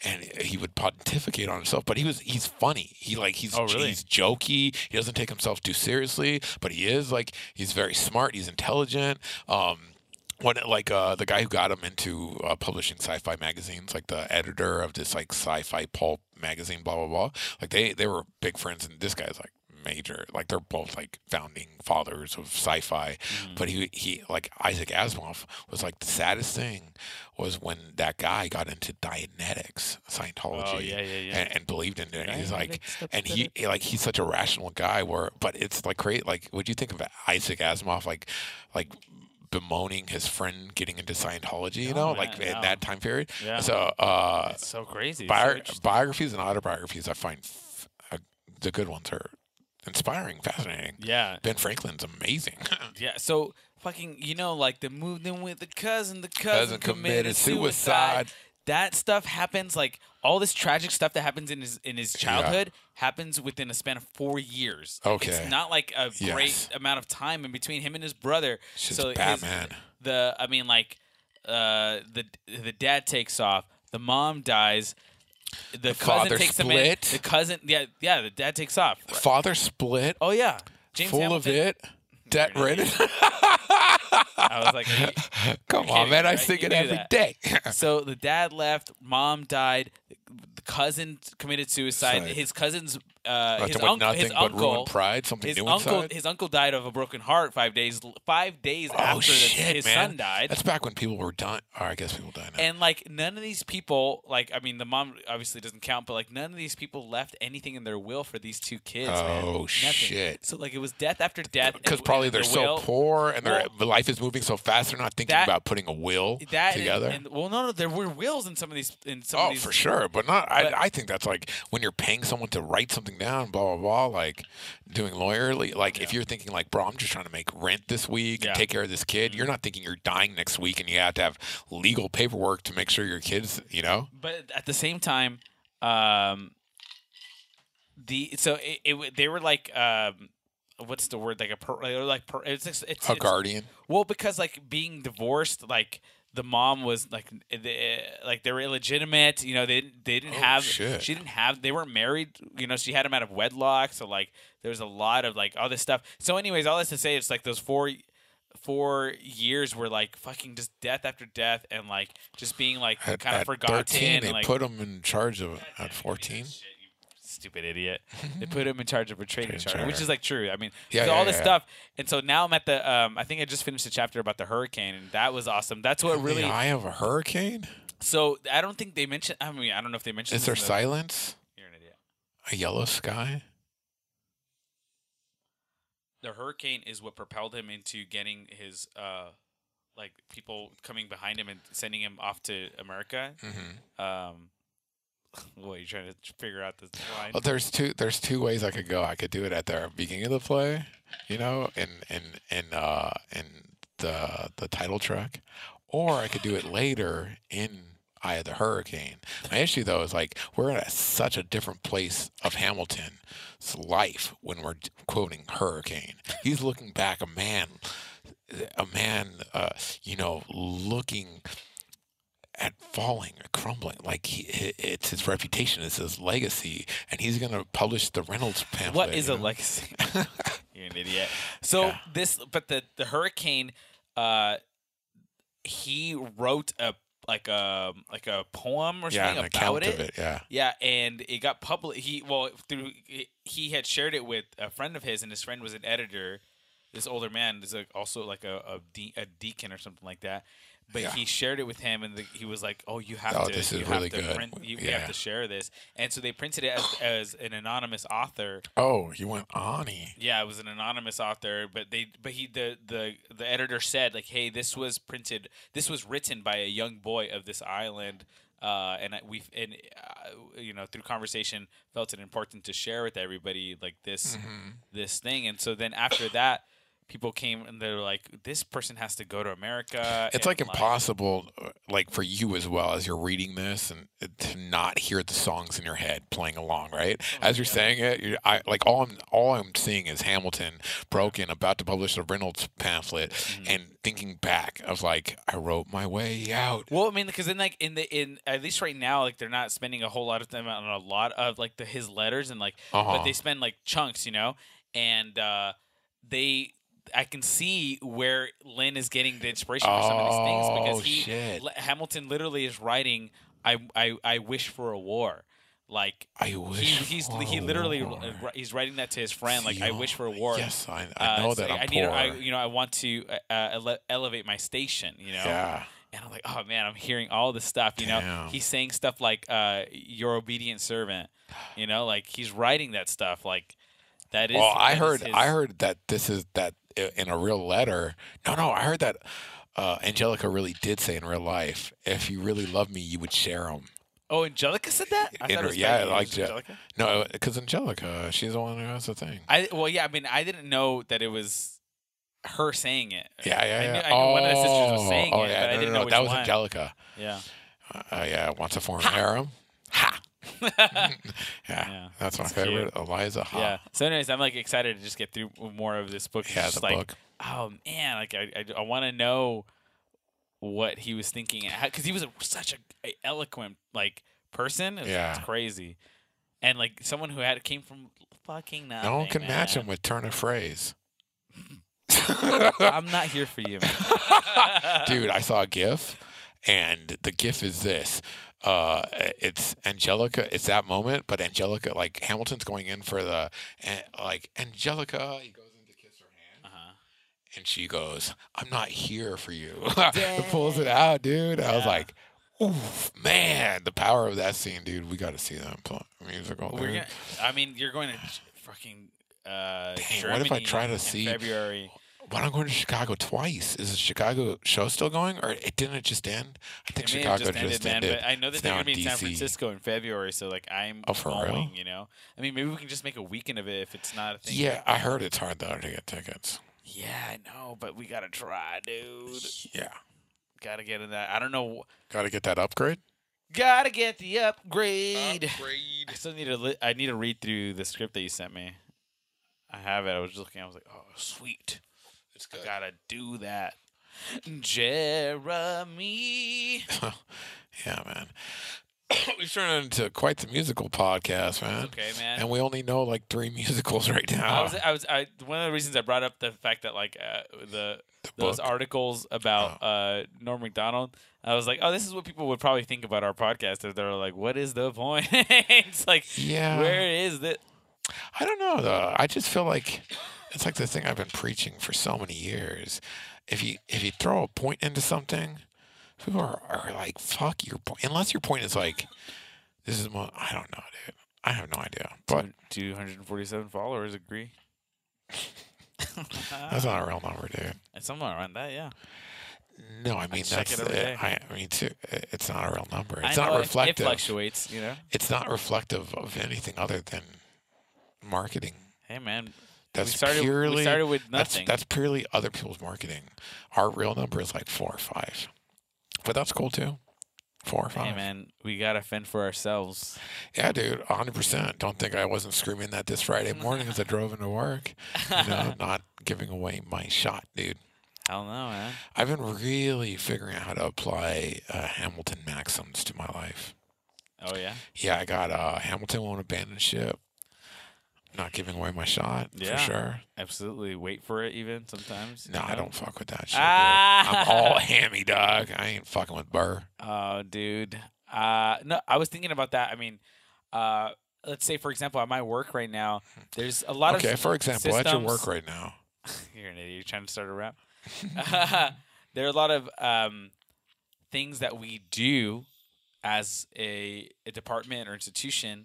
[SPEAKER 1] and he would pontificate on himself. But he was he's funny. He like he's
[SPEAKER 2] Oh, really?
[SPEAKER 1] he's jokey. He doesn't take himself too seriously, but he is like he's very smart. He's intelligent. Um, when like uh, the guy who got him into uh, publishing sci-fi magazines, like the editor of this like sci-fi pulp magazine, blah blah blah. Like they they were big friends, and this guy's like major. Like they're both like founding fathers of sci-fi.
[SPEAKER 2] Hmm.
[SPEAKER 1] But he he like Isaac Asimov was like the saddest thing was when that guy got into Dianetics, Scientology,
[SPEAKER 2] Oh yeah, yeah, yeah.
[SPEAKER 1] and, and believed in it. And he's like, and he he, like he's such a rational guy where but it's like great like what do you think of Isaac Asimov like like bemoaning his friend getting into Scientology, you know,
[SPEAKER 2] No,
[SPEAKER 1] like
[SPEAKER 2] man,
[SPEAKER 1] in
[SPEAKER 2] Oh, no.
[SPEAKER 1] that time period.
[SPEAKER 2] yeah.
[SPEAKER 1] So uh
[SPEAKER 2] It's so crazy. It's so
[SPEAKER 1] bio-
[SPEAKER 2] interesting.
[SPEAKER 1] biographies and autobiographies I find f- uh, the good ones are inspiring, fascinating.
[SPEAKER 2] yeah.
[SPEAKER 1] Ben Franklin's amazing.
[SPEAKER 2] Yeah. So fucking, you know, like the moved in with the cousin, the cousin,
[SPEAKER 1] Cousin
[SPEAKER 2] committed suicide. That stuff happens like all this tragic stuff that happens in his in his childhood happens within a span of four years.
[SPEAKER 1] Okay.
[SPEAKER 2] It's not like a
[SPEAKER 1] Yes.
[SPEAKER 2] great amount of time in between him and his brother.
[SPEAKER 1] Shit's
[SPEAKER 2] so his-
[SPEAKER 1] Batman.
[SPEAKER 2] the I mean like uh the the dad takes off, the mom dies, the, cousin
[SPEAKER 1] father
[SPEAKER 2] takes him in,
[SPEAKER 1] split.
[SPEAKER 2] the cousin yeah yeah the dad takes off.
[SPEAKER 1] Father split,
[SPEAKER 2] Oh yeah, James
[SPEAKER 1] full
[SPEAKER 2] Hamilton.
[SPEAKER 1] of it, debt ridden.
[SPEAKER 2] I was like, are you-
[SPEAKER 1] Come
[SPEAKER 2] You're
[SPEAKER 1] on,
[SPEAKER 2] kidding,
[SPEAKER 1] man! I
[SPEAKER 2] right?
[SPEAKER 1] sing
[SPEAKER 2] You
[SPEAKER 1] it
[SPEAKER 2] knew
[SPEAKER 1] every
[SPEAKER 2] that.
[SPEAKER 1] day.
[SPEAKER 2] so the dad left, mom died, the cousin committed suicide.
[SPEAKER 1] Suicide.
[SPEAKER 2] His cousin's uh,
[SPEAKER 1] Left
[SPEAKER 2] his,
[SPEAKER 1] him with
[SPEAKER 2] unc-
[SPEAKER 1] nothing
[SPEAKER 2] his
[SPEAKER 1] but
[SPEAKER 2] uncle,
[SPEAKER 1] ruined pride. Something
[SPEAKER 2] his
[SPEAKER 1] new
[SPEAKER 2] uncle,
[SPEAKER 1] inside.
[SPEAKER 2] his uncle died of a broken heart five days five days
[SPEAKER 1] oh
[SPEAKER 2] after
[SPEAKER 1] shit,
[SPEAKER 2] the, his
[SPEAKER 1] man!
[SPEAKER 2] son died.
[SPEAKER 1] That's back when people were dying. Oh, I guess people die now.
[SPEAKER 2] and like none of these people, like I mean, the mom obviously doesn't count, but like none of these people left anything in their will for these two kids. man.
[SPEAKER 1] Oh,
[SPEAKER 2] Nothing.
[SPEAKER 1] shit.
[SPEAKER 2] So like it was death after death and-
[SPEAKER 1] Because probably
[SPEAKER 2] and
[SPEAKER 1] they're
[SPEAKER 2] the
[SPEAKER 1] so
[SPEAKER 2] will-
[SPEAKER 1] poor and their life is moving so fast. They're not thinking
[SPEAKER 2] that-
[SPEAKER 1] about putting a will
[SPEAKER 2] That and-
[SPEAKER 1] together.
[SPEAKER 2] And, well, no, no, there were wills in some of these. In some of
[SPEAKER 1] oh,
[SPEAKER 2] these
[SPEAKER 1] for sure, but not.
[SPEAKER 2] but-
[SPEAKER 1] I, I think that's like when you're paying someone to write something down, blah blah blah. Like doing lawyerly. Like if
[SPEAKER 2] Yeah.
[SPEAKER 1] you're thinking like, bro, I'm just trying to make rent this week
[SPEAKER 2] Yeah. Mm-hmm.
[SPEAKER 1] and take care of this kid. You're not thinking you're dying next week and you have to have legal paperwork to make sure your kids, you know.
[SPEAKER 2] but at the same time, um, the so it, it w- they were like um, what's the word like a per, they were like per, it's, it's it's
[SPEAKER 1] a guardian.
[SPEAKER 2] well because like being divorced like the mom was like the, like they were illegitimate you know they didn't they didn't
[SPEAKER 1] Oh,
[SPEAKER 2] have
[SPEAKER 1] shit.
[SPEAKER 2] she didn't have they weren't married you know she had him out of wedlock so like there was a lot of like all this stuff so anyways all this to say it's like those four four years were like fucking just death after death and like just being like
[SPEAKER 1] At,
[SPEAKER 2] kind of
[SPEAKER 1] at
[SPEAKER 2] forgotten
[SPEAKER 1] 13, they
[SPEAKER 2] like
[SPEAKER 1] put him in charge of at 14.
[SPEAKER 2] Shit, you Stupid idiot. They put him in charge of a trading
[SPEAKER 1] Trading
[SPEAKER 2] charter, which
[SPEAKER 1] charter.
[SPEAKER 2] is like true. I mean,
[SPEAKER 1] Yeah,
[SPEAKER 2] so all
[SPEAKER 1] yeah,
[SPEAKER 2] this
[SPEAKER 1] yeah.
[SPEAKER 2] stuff. And so now I'm at the, um, I think I just finished a chapter about the hurricane, and that was awesome. That's what
[SPEAKER 1] In
[SPEAKER 2] really,
[SPEAKER 1] the eye of a hurricane?
[SPEAKER 2] so I don't think they mentioned, I mean, I don't know if they mentioned
[SPEAKER 1] Is there
[SPEAKER 2] this in the-
[SPEAKER 1] silence?
[SPEAKER 2] You're an idiot.
[SPEAKER 1] A yellow sky?
[SPEAKER 2] The hurricane is what propelled him into getting his uh, like people coming behind him and sending him off to America.
[SPEAKER 1] hmm
[SPEAKER 2] Um, what you're trying to figure out this line?
[SPEAKER 1] Well, Oh, there's two there's two ways I could go. I could do it at the beginning of the play, you know, and and and uh and the the title track, or I could do it later in Eye of the Hurricane. My issue though is like we're at such a different place of Hamilton's life when we're quoting Hurricane. He's looking back, a man, a man, uh, you know, looking at falling or crumbling. Like he, i- it's his reputation, it's his legacy, and he's gonna publish the Reynolds pamphlet.
[SPEAKER 2] What is
[SPEAKER 1] you
[SPEAKER 2] a
[SPEAKER 1] know?
[SPEAKER 2] legacy? You're an idiot. So
[SPEAKER 1] Yeah.
[SPEAKER 2] this, but the the hurricane, uh, he wrote a like a like a poem or
[SPEAKER 1] Yeah, an
[SPEAKER 2] something about
[SPEAKER 1] account
[SPEAKER 2] it.
[SPEAKER 1] of it. Yeah,
[SPEAKER 2] Yeah, and it got public. He well through he- he had shared it with a friend of his, and his friend was an editor. This older man is like also like a a, de- a deacon or something like that. But
[SPEAKER 1] Yeah.
[SPEAKER 2] he shared it with him, and the, he was like, "Oh, you have
[SPEAKER 1] Oh,
[SPEAKER 2] to,
[SPEAKER 1] this is
[SPEAKER 2] you
[SPEAKER 1] really
[SPEAKER 2] have to
[SPEAKER 1] good.
[SPEAKER 2] print, you, we
[SPEAKER 1] Yeah.
[SPEAKER 2] have to share this." And so they printed it as, as an anonymous author.
[SPEAKER 1] Oh, you went Ani.
[SPEAKER 2] Yeah, it was an anonymous author, but they but he the the the editor said like, "Hey, this was printed. This was written by a young boy of this island." Uh, and we and uh, you know through conversation felt it important to share with everybody like this
[SPEAKER 1] Mm-hmm.
[SPEAKER 2] this thing and so then after that people came and they're like this person has to go to America
[SPEAKER 1] It's
[SPEAKER 2] and,
[SPEAKER 1] like impossible, uh, like for you as well as you're reading this, and uh, to not hear the songs in your head playing along, right?
[SPEAKER 2] oh
[SPEAKER 1] As you're saying it, you're, I like all I'm all I'm seeing is Hamilton broken, about to publish the Reynolds pamphlet,
[SPEAKER 2] Mm-hmm.
[SPEAKER 1] and thinking back of like I wrote my way out.
[SPEAKER 2] Well, I mean, because then like in the in at least right now, like they're not spending a whole lot of time on a lot of like the his letters and like,
[SPEAKER 1] Uh-huh.
[SPEAKER 2] but they spend like chunks, you know, and uh they. I can see where Lynn is getting the inspiration for some of these things
[SPEAKER 1] Oh,
[SPEAKER 2] because he
[SPEAKER 1] shit.
[SPEAKER 2] L- Hamilton literally is writing, "I I I wish for a war," like
[SPEAKER 1] I
[SPEAKER 2] he,
[SPEAKER 1] wish
[SPEAKER 2] he's
[SPEAKER 1] for a
[SPEAKER 2] he literally
[SPEAKER 1] war.
[SPEAKER 2] uh, wri- he's writing that to his friend, like "I wish for a war."
[SPEAKER 1] Yes, I,
[SPEAKER 2] Uh,
[SPEAKER 1] I know
[SPEAKER 2] it's
[SPEAKER 1] that
[SPEAKER 2] like,
[SPEAKER 1] I'm
[SPEAKER 2] I
[SPEAKER 1] poor.
[SPEAKER 2] need, I, you know, I want to uh, uh, ele- elevate my station. You know,
[SPEAKER 1] Yeah.
[SPEAKER 2] and I'm like, oh man, I'm hearing all this stuff. You know,
[SPEAKER 1] Damn.
[SPEAKER 2] he's saying stuff like, uh, "Your obedient servant." You know, like he's writing that stuff. Like that is.
[SPEAKER 1] Well, I
[SPEAKER 2] that is
[SPEAKER 1] heard
[SPEAKER 2] his-
[SPEAKER 1] I heard that this is that i- in a real letter. No, no, I heard that uh, Angelica really did say in real life, if you really love me, you would share them.
[SPEAKER 2] Oh, Angelica said that. I
[SPEAKER 1] In
[SPEAKER 2] thought it
[SPEAKER 1] her-
[SPEAKER 2] was
[SPEAKER 1] yeah,
[SPEAKER 2] Peggy. It
[SPEAKER 1] like
[SPEAKER 2] was
[SPEAKER 1] Ja-
[SPEAKER 2] Angelica.
[SPEAKER 1] No, because Angelica, she's the one who has the thing.
[SPEAKER 2] I well, yeah. I mean, I didn't know that it was her saying it.
[SPEAKER 1] Yeah, yeah,
[SPEAKER 2] I knew,
[SPEAKER 1] yeah.
[SPEAKER 2] I knew one of the sisters was
[SPEAKER 1] Oh,
[SPEAKER 2] saying
[SPEAKER 1] oh,
[SPEAKER 2] it,
[SPEAKER 1] yeah,
[SPEAKER 2] but I
[SPEAKER 1] no, no,
[SPEAKER 2] didn't know
[SPEAKER 1] no,
[SPEAKER 2] which
[SPEAKER 1] that was
[SPEAKER 2] one.
[SPEAKER 1] Angelica.
[SPEAKER 2] Yeah.
[SPEAKER 1] Uh, yeah, wants to form an harem. Ha. Yeah,
[SPEAKER 2] Yeah,
[SPEAKER 1] that's my
[SPEAKER 2] that's cute.
[SPEAKER 1] favorite. Eliza Ha.
[SPEAKER 2] Yeah. So, anyways, I'm like excited to just get through more of this book. It's
[SPEAKER 1] Yeah,
[SPEAKER 2] just
[SPEAKER 1] the
[SPEAKER 2] like,
[SPEAKER 1] book.
[SPEAKER 2] oh man, like I, I, I want to know what he was thinking because he was a, such a, a eloquent like person. It's,
[SPEAKER 1] Yeah.
[SPEAKER 2] it's crazy, and like someone who had came from fucking nothing.
[SPEAKER 1] No one can match
[SPEAKER 2] man.
[SPEAKER 1] him with turn of phrase.
[SPEAKER 2] I'm not here for you, man.
[SPEAKER 1] dude i saw a gif and the gif is this uh it's angelica it's that moment but angelica like hamilton's going in for the and, like angelica he goes in to kiss her hand
[SPEAKER 2] Uh-huh.
[SPEAKER 1] and she goes i'm not here for you It pulls it out dude i was
[SPEAKER 2] Yeah.
[SPEAKER 1] like Oof, man, the power of that scene, dude. We got to see that pl- musical.
[SPEAKER 2] We're
[SPEAKER 1] Oh, dude.
[SPEAKER 2] gonna, I mean, you're going to j- fucking
[SPEAKER 1] Dang,
[SPEAKER 2] uh, Germany
[SPEAKER 1] what if I try to
[SPEAKER 2] in
[SPEAKER 1] see-
[SPEAKER 2] February?
[SPEAKER 1] Why not going to Chicago twice? Is the Chicago show still going, or it didn't it just end? I think
[SPEAKER 2] It may
[SPEAKER 1] Chicago
[SPEAKER 2] have just ended, man, but I know that
[SPEAKER 1] It's
[SPEAKER 2] they're
[SPEAKER 1] now
[SPEAKER 2] gonna be in San
[SPEAKER 1] DC.
[SPEAKER 2] Francisco in February, so like I'm
[SPEAKER 1] Oh, for real?
[SPEAKER 2] going. You know, I mean, maybe we can just make a weekend of it if it's not a thing.
[SPEAKER 1] Yeah, I heard it's hard though to get tickets.
[SPEAKER 2] Yeah, I know, but we gotta try, dude.
[SPEAKER 1] Yeah.
[SPEAKER 2] Gotta get in that. I don't know.
[SPEAKER 1] Got to get that upgrade.
[SPEAKER 2] Gotta get the upgrade. I still need to. Li- I need to read through the script that you sent me. I have it. I was just looking. I was like, oh, sweet.
[SPEAKER 1] It's
[SPEAKER 2] I gotta do that. Jeremy.
[SPEAKER 1] yeah, man. We've turned it into quite the musical podcast, man.
[SPEAKER 2] Okay, man.
[SPEAKER 1] And uh, we only know like three musicals right now.
[SPEAKER 2] I was, I was, I, one of the reasons I brought up the fact that like uh, the, those
[SPEAKER 1] book. Oh.
[SPEAKER 2] articles about uh, Norm Macdonald, I was like, oh, this is what people would probably think about our podcast. If they're like, what is the point? it's like,
[SPEAKER 1] Yeah.
[SPEAKER 2] where is it?
[SPEAKER 1] I don't know though. I just feel like it's like the thing I've been preaching for so many years. If you if you throw a point into something, people are, are like, "Fuck your point." Unless your point is like, "This is my," I don't know, dude. I have no idea. But
[SPEAKER 2] 247 followers agree.
[SPEAKER 1] that's not a real number, dude.
[SPEAKER 2] It's somewhere around that, yeah.
[SPEAKER 1] No, I mean
[SPEAKER 2] check
[SPEAKER 1] that's
[SPEAKER 2] it every
[SPEAKER 1] uh,
[SPEAKER 2] day.
[SPEAKER 1] I, I mean too, it's not a real number.
[SPEAKER 2] I
[SPEAKER 1] It's
[SPEAKER 2] know
[SPEAKER 1] not
[SPEAKER 2] it- It
[SPEAKER 1] reflective.
[SPEAKER 2] fluctuates, you know.
[SPEAKER 1] it's not reflective of anything other than marketing.
[SPEAKER 2] Hey man,
[SPEAKER 1] That's
[SPEAKER 2] we started.
[SPEAKER 1] purely
[SPEAKER 2] we started with nothing.
[SPEAKER 1] That's, that's purely other people's marketing. Our real number is like four or five, but that's cool too. Four or five.
[SPEAKER 2] hey man, we gotta fend for ourselves.
[SPEAKER 1] Yeah, dude, 100%. Don't think I wasn't screaming that this Friday morning as I drove into work. You know, not giving away my shot, dude.
[SPEAKER 2] Hell no, man.
[SPEAKER 1] I've been really figuring out how to apply uh, Hamilton maxims to my life.
[SPEAKER 2] Oh yeah.
[SPEAKER 1] Yeah, I got uh, Hamilton won't abandon ship. Not giving away my shot
[SPEAKER 2] Yeah.
[SPEAKER 1] for sure.
[SPEAKER 2] Absolutely. Wait for it even sometimes.
[SPEAKER 1] No,
[SPEAKER 2] you
[SPEAKER 1] I
[SPEAKER 2] know?
[SPEAKER 1] don't fuck with that shit. dude.
[SPEAKER 2] Ah.
[SPEAKER 1] I'm all hammy, dog. I ain't fucking with Burr.
[SPEAKER 2] Oh, dude. Uh, no, I was thinking about that. I mean, uh, let's say for example, at my work right now, there's a lot
[SPEAKER 1] Okay,
[SPEAKER 2] of.
[SPEAKER 1] for example, at your work
[SPEAKER 2] systems-
[SPEAKER 1] right now.
[SPEAKER 2] You're an idiot. You're trying to start a rap. there are a lot of um, things that we do as a, a department or institution,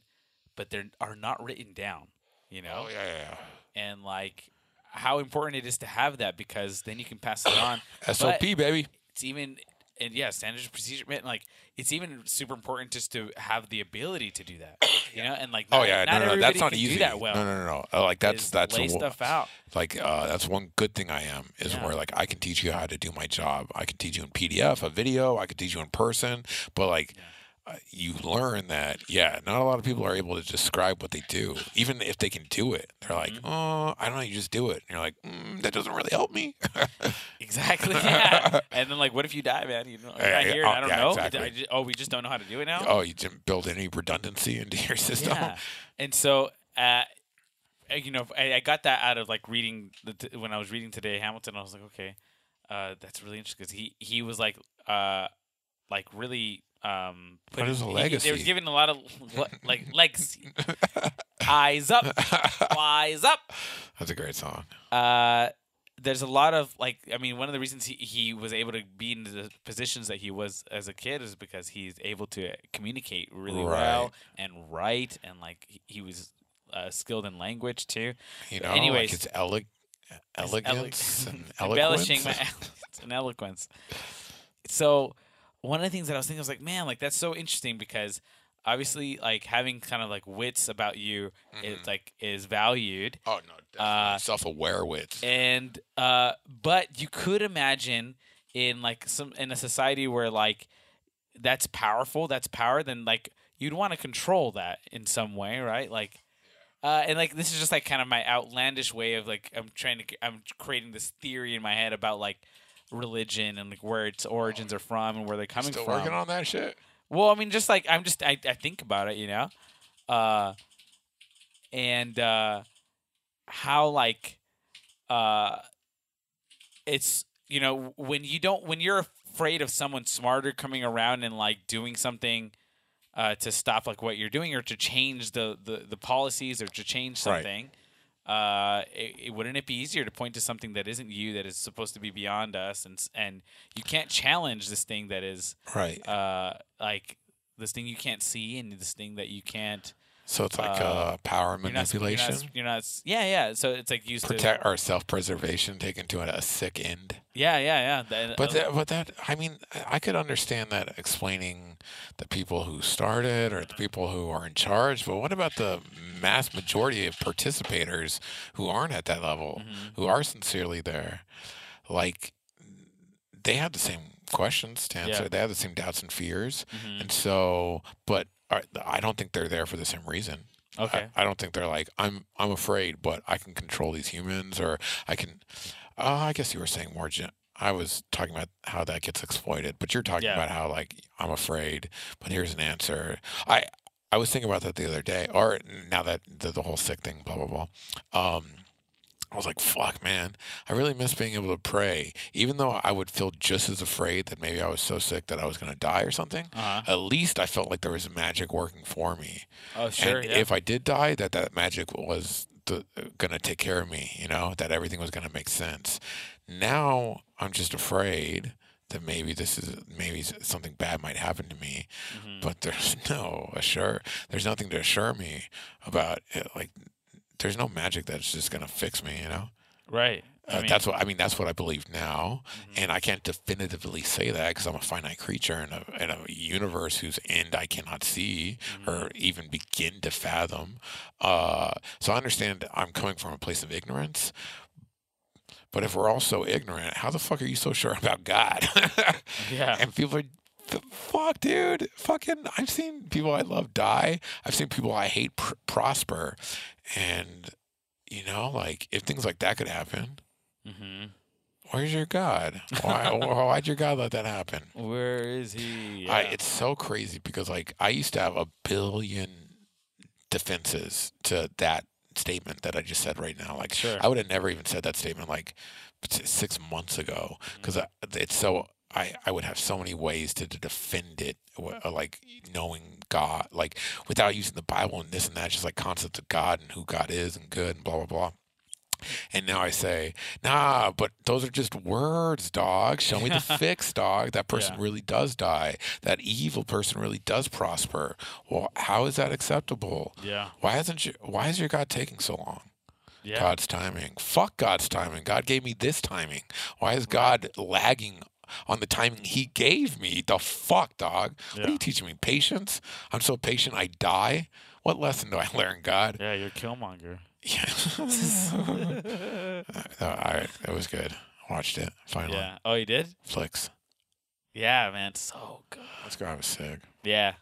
[SPEAKER 2] but they are not written down. You know,
[SPEAKER 1] Oh, yeah, yeah,
[SPEAKER 2] and like how important it is to have that because then you can pass it on.
[SPEAKER 1] yeah. SOP, baby.
[SPEAKER 2] it's even and yeah, standards of procedure man, like it's even super important just to have the ability to do that. You know, and like
[SPEAKER 1] Oh
[SPEAKER 2] not-
[SPEAKER 1] yeah,
[SPEAKER 2] not
[SPEAKER 1] no, no, no,
[SPEAKER 2] everybody
[SPEAKER 1] that's not
[SPEAKER 2] can
[SPEAKER 1] easy.
[SPEAKER 2] do that well.
[SPEAKER 1] No, no, no, no. Uh, Like that's
[SPEAKER 2] is
[SPEAKER 1] that's
[SPEAKER 2] lay
[SPEAKER 1] a, wo-
[SPEAKER 2] stuff out.
[SPEAKER 1] like uh, that's one good thing I am is
[SPEAKER 2] Yeah.
[SPEAKER 1] where like I can teach you how to do my job. I can teach you in PDF, a video. I can teach you in person. But like uh, you learn that yeah, not a lot of people are able to describe what they do, even if they can do it. They're like,
[SPEAKER 2] Mm-hmm.
[SPEAKER 1] oh, I don't know, you just do it. And you're like, mm, that doesn't really help me.
[SPEAKER 2] Exactly. Yeah. and then like what if you die, man? You know, you're
[SPEAKER 1] Yeah,
[SPEAKER 2] not
[SPEAKER 1] yeah,
[SPEAKER 2] here and
[SPEAKER 1] oh,
[SPEAKER 2] I don't
[SPEAKER 1] yeah,
[SPEAKER 2] know.
[SPEAKER 1] exactly.
[SPEAKER 2] I ju- oh, we just don't know how to do it now.
[SPEAKER 1] oh, you didn't build any redundancy into your system.
[SPEAKER 2] Yeah. And so, uh, uh, you know, I, I got that out of like reading the t- when I was reading today Hamilton. I was like, okay, uh, that's really interesting because he he was like, uh, like really. Um,
[SPEAKER 1] But it was a
[SPEAKER 2] he- he- They
[SPEAKER 1] legacy.
[SPEAKER 2] was giving a lot of le- like legs, eyes up, eyes up.
[SPEAKER 1] That's a great song.
[SPEAKER 2] Uh, there's a lot of like, I mean, one of the reasons he, he was able to be in the positions that he was as a kid is because he's able to communicate really
[SPEAKER 1] Right.
[SPEAKER 2] well and write, and like he- he was uh, skilled in language too.
[SPEAKER 1] You
[SPEAKER 2] But
[SPEAKER 1] know,
[SPEAKER 2] anyways,
[SPEAKER 1] like it's eleg-
[SPEAKER 2] His ele-
[SPEAKER 1] elegance and eloquence.
[SPEAKER 2] embellishing my eloquence and eloquence. So one of the things that I was thinking I was like, man, like that's so interesting because obviously, like having kind of like wits about you,
[SPEAKER 1] Mhm.
[SPEAKER 2] it's like is valued.
[SPEAKER 1] Oh no,
[SPEAKER 2] Uh,
[SPEAKER 1] self-aware wits.
[SPEAKER 2] and uh but you could imagine in like some in a society where like that's powerful that's power then like you'd want to control that in some way right like uh, and like this is just like kind of my outlandish way of like I'm trying to I'm creating this theory in my head about like religion and like where its origins are from and where they're coming
[SPEAKER 1] Still
[SPEAKER 2] from.
[SPEAKER 1] working on that shit.
[SPEAKER 2] Well, I mean, just like I'm just I, I think about it, you know, uh, and uh, how like uh, it's you know when you don't when you're afraid of someone smarter coming around and like doing something uh, to stop like what you're doing or to change the the, the policies or to change
[SPEAKER 1] Right.
[SPEAKER 2] something. Uh, it, it, wouldn't it be easier to point to something that isn't you, that is supposed to be beyond us, and s- and you can't challenge this thing that is
[SPEAKER 1] Right.
[SPEAKER 2] uh, like this thing you can't see and this thing that you can't
[SPEAKER 1] So it's like
[SPEAKER 2] uh,
[SPEAKER 1] uh, power
[SPEAKER 2] you're not- you're not-
[SPEAKER 1] manipulation,
[SPEAKER 2] You're not, yeah, yeah. So it's like used
[SPEAKER 1] protect or self-preservation taken to a sick end.
[SPEAKER 2] to yeah, yeah, yeah. Th-
[SPEAKER 1] But
[SPEAKER 2] uh,
[SPEAKER 1] that, but that, I mean, I- I could understand that explaining the people who started or the people who are in charge. But what about the mass majority of participators who aren't at that level,
[SPEAKER 2] Mhm.
[SPEAKER 1] who are sincerely there? Like, they have the same questions to answer. They have the same doubts and fears.
[SPEAKER 2] mhm.
[SPEAKER 1] And so, but I, I don't think they're there for the same reason.
[SPEAKER 2] okay,
[SPEAKER 1] I, I don't think they're like I'm. I'm afraid, but I can control these humans, or I can. Uh, I guess you were saying more. Gen- I was talking about how that gets exploited, but you're talking
[SPEAKER 2] Yeah.
[SPEAKER 1] about how like I'm afraid, but here's an answer. I I was thinking about that the other day, or now that the, the whole sick thing, blah blah blah. Um, I was like, fuck, man. I really miss being able to pray, even though I would feel just as afraid that maybe I was so sick that I was gonna die or something.
[SPEAKER 2] uh-huh.
[SPEAKER 1] At least I felt like there was magic working for me
[SPEAKER 2] oh sure,
[SPEAKER 1] and
[SPEAKER 2] yeah.
[SPEAKER 1] if I did die, that that magic was the, gonna take care of me. You know that everything was gonna make sense. Now I'm just afraid that maybe this is maybe s- something bad might happen to me.
[SPEAKER 2] Mhm.
[SPEAKER 1] But there's no assure. There's nothing to assure me about it. Like there's no magic that's just gonna fix me. You know.
[SPEAKER 2] right,
[SPEAKER 1] Uh,
[SPEAKER 2] mean-
[SPEAKER 1] that's what I mean. That's what I believe now,
[SPEAKER 2] Mhm.
[SPEAKER 1] and I can't definitively say that because I'm a finite creature in a in a universe whose end I cannot see
[SPEAKER 2] mm-hmm.
[SPEAKER 1] or even begin to fathom. Uh, so I understand I'm coming from a place of ignorance. But if we're all so ignorant, how the fuck are you so sure about God?
[SPEAKER 2] yeah.
[SPEAKER 1] and people are f- fuck dude fucking i've seen people i love die i've seen people i hate pr- prosper and you know like if things like that could happen
[SPEAKER 2] hmm
[SPEAKER 1] where's your god why why'd your god let that happen
[SPEAKER 2] Where is he?
[SPEAKER 1] I,
[SPEAKER 2] Yeah.
[SPEAKER 1] it's so crazy because like i used to have a billion defenses to that statement that i just said right now like
[SPEAKER 2] Sure.
[SPEAKER 1] i would have never even said that statement like s- six months ago
[SPEAKER 2] Mm.
[SPEAKER 1] because it's so I, I would have so many ways to, to defend it wh- uh, like knowing god like without using the bible and this and that just like concepts of god and who god is and good and blah blah blah and now i say nah but those are just words dog show me the fix dog that person
[SPEAKER 2] Yeah.
[SPEAKER 1] really does die that evil person really does prosper well how is that acceptable
[SPEAKER 2] yeah.
[SPEAKER 1] why hasn't you why is your god taking so long
[SPEAKER 2] Yeah.
[SPEAKER 1] God's timing. Fuck God's timing. God gave me this timing. Why is God lagging on the timing He gave me? The fuck, dog. What are
[SPEAKER 2] Yeah.
[SPEAKER 1] you teaching me? Patience? I'm so patient I die. What lesson do I learn, God?
[SPEAKER 2] Yeah, you're Killmonger.
[SPEAKER 1] Yeah. no, all right, it was good. I watched it finally.
[SPEAKER 2] yeah. Oh, you did?
[SPEAKER 1] Flicks.
[SPEAKER 2] Yeah, man. So good.
[SPEAKER 1] Let's go. I was sick.
[SPEAKER 2] Yeah.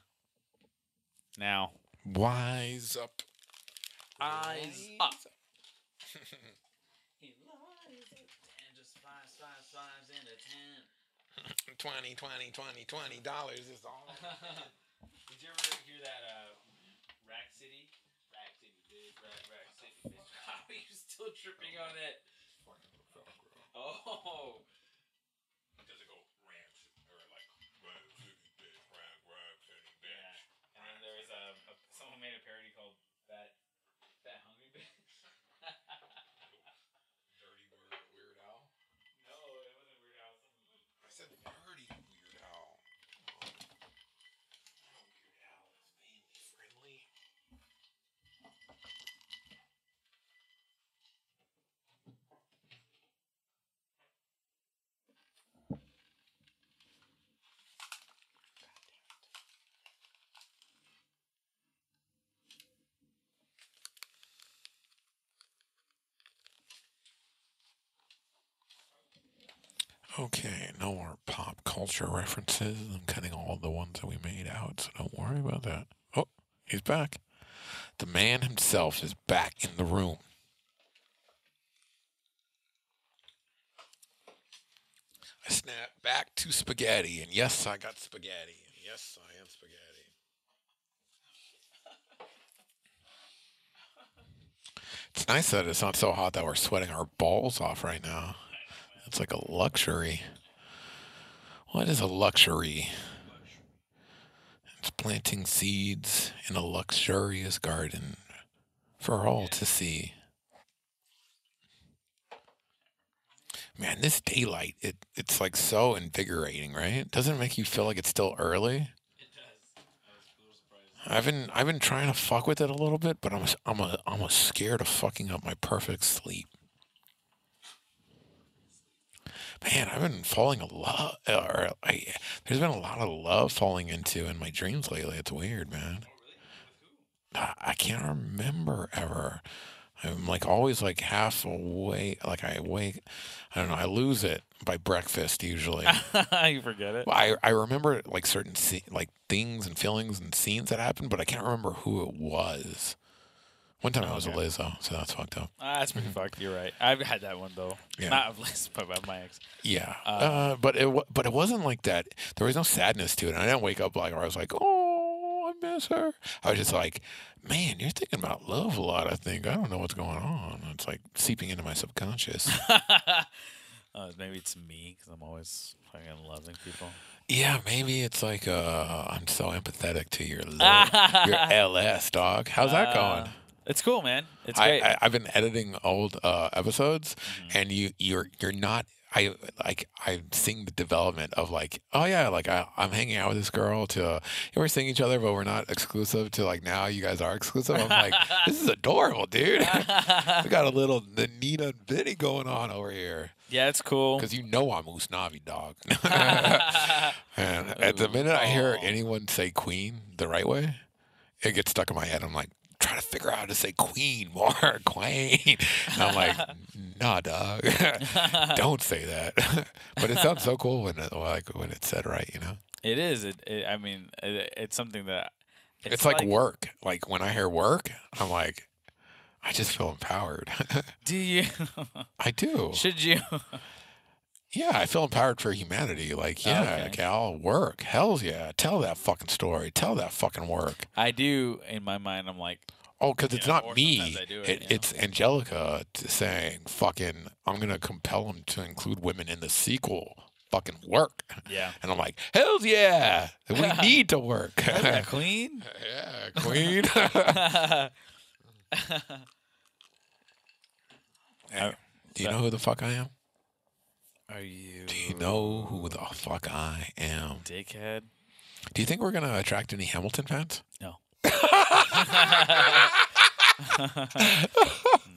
[SPEAKER 2] Now.
[SPEAKER 1] Wise up.
[SPEAKER 2] Eyes up.
[SPEAKER 1] Twenty, twenty, twenty, twenty dollars is all.
[SPEAKER 2] Did you ever hear that uh, Rack City? Rack City, dude. Rack, Rack City. bitch. How are you still tripping on it? Oh. Yeah. And then there was um, a, someone made a parody called Fat, Fat Hungry Bitch. no, it wasn't Weird Al.
[SPEAKER 1] Okay, no more pop culture references. I'm cutting all the ones that we made out, so don't worry about that. Oh, he's back. The man himself is back in the room. I snap back to spaghetti, and yes, I got spaghetti, and yes, I am spaghetti. It's nice that it's not so hot that we're sweating our balls off right now. It's like a luxury. What is a luxury? It's planting seeds in a luxurious garden for all to see. Man, this daylight, it, it's like so invigorating, right? Doesn't it make you feel like it's still early?
[SPEAKER 2] It does. I was a little surprised.
[SPEAKER 1] I've been I've been trying to fuck with it a little bit, but I'm I'm a, I'm a scared of fucking up my perfect sleep. Man, I've been falling a lot. Or I, there's been a lot of love falling into in my dreams lately. It's weird, man. I, I can't remember ever. I'm like always like half awake. Like I wake. I don't know. I lose it by breakfast usually.
[SPEAKER 2] you forget it?
[SPEAKER 1] Well, I I remember like certain sce- like things and feelings and scenes that happened, but I can't remember who it was. One time I was a
[SPEAKER 2] Okay.
[SPEAKER 1] Lizzo, so that's fucked up.
[SPEAKER 2] Ah, that's pretty fucked. You're right. I've had that one though.
[SPEAKER 1] Mm-hmm. Yeah.
[SPEAKER 2] Not of less, but about my ex.
[SPEAKER 1] Yeah, uh,
[SPEAKER 2] Uh,
[SPEAKER 1] but it wa- but it wasn't like that. There was no sadness to it. I didn't wake up like where I was like, oh, I miss her. I was just like, man, you're thinking about love a lot. I think I don't know what's going on. It's like seeping into my subconscious.
[SPEAKER 2] uh, maybe it's me because I'm always fucking loving people.
[SPEAKER 1] yeah, maybe it's like uh, I'm so empathetic to your love, your LS dog. How's that
[SPEAKER 2] Uh,
[SPEAKER 1] going?
[SPEAKER 2] It's cool, man. It's
[SPEAKER 1] I,
[SPEAKER 2] great. Mm-hmm.
[SPEAKER 1] I, I've been editing old uh, episodes, and you you're you're not. I- I like I'm seeing the development of like, oh yeah, like I, I'm hanging out with this girl to we're seeing each other, but we're not exclusive to like now you guys are exclusive. I'm like, this is adorable, dude. we got a little Nina and Vinny going on over here
[SPEAKER 2] yeah, it's cool.
[SPEAKER 1] because you know I'm Usnavi dog.
[SPEAKER 2] yeah,
[SPEAKER 1] And at the
[SPEAKER 2] Ooh.
[SPEAKER 1] minute I hear
[SPEAKER 2] Oh.
[SPEAKER 1] anyone say queen the right way, it gets stuck in my head. I'm like, try to figure out how to say queen more, queen. And I'm like, nah, dog, don't say that. but it sounds so cool when it, like when it's said right, you know.
[SPEAKER 2] it is. It, it, I mean, it, it's something that
[SPEAKER 1] It's, like, work. Like when I hear work, I'm like, I just feel empowered.
[SPEAKER 2] Do you?
[SPEAKER 1] I do.
[SPEAKER 2] should you?
[SPEAKER 1] Yeah, I feel empowered for humanity. Like,
[SPEAKER 2] Oh,
[SPEAKER 1] yeah,
[SPEAKER 2] okay.
[SPEAKER 1] okay, I'll work. Hell's yeah. Tell that fucking story. Tell that fucking work.
[SPEAKER 2] I do. In my mind, I'm like,
[SPEAKER 1] Oh, because
[SPEAKER 2] you
[SPEAKER 1] it's
[SPEAKER 2] know,
[SPEAKER 1] not
[SPEAKER 2] or
[SPEAKER 1] me.
[SPEAKER 2] sometimes I do
[SPEAKER 1] It,
[SPEAKER 2] it, you know.
[SPEAKER 1] it's Angelica t- saying, "Fucking, I'm gonna compel him to include women in the sequel." Fucking work,
[SPEAKER 2] yeah.
[SPEAKER 1] and I'm like, "Hell yeah, we need to work."
[SPEAKER 2] How's that
[SPEAKER 1] yeah,
[SPEAKER 2] clean?
[SPEAKER 1] queen. Hey, do you know who the fuck I am?
[SPEAKER 2] Are you?
[SPEAKER 1] Do you know who the fuck I am?
[SPEAKER 2] Dickhead.
[SPEAKER 1] Do you think we're gonna attract any Hamilton fans?
[SPEAKER 2] No.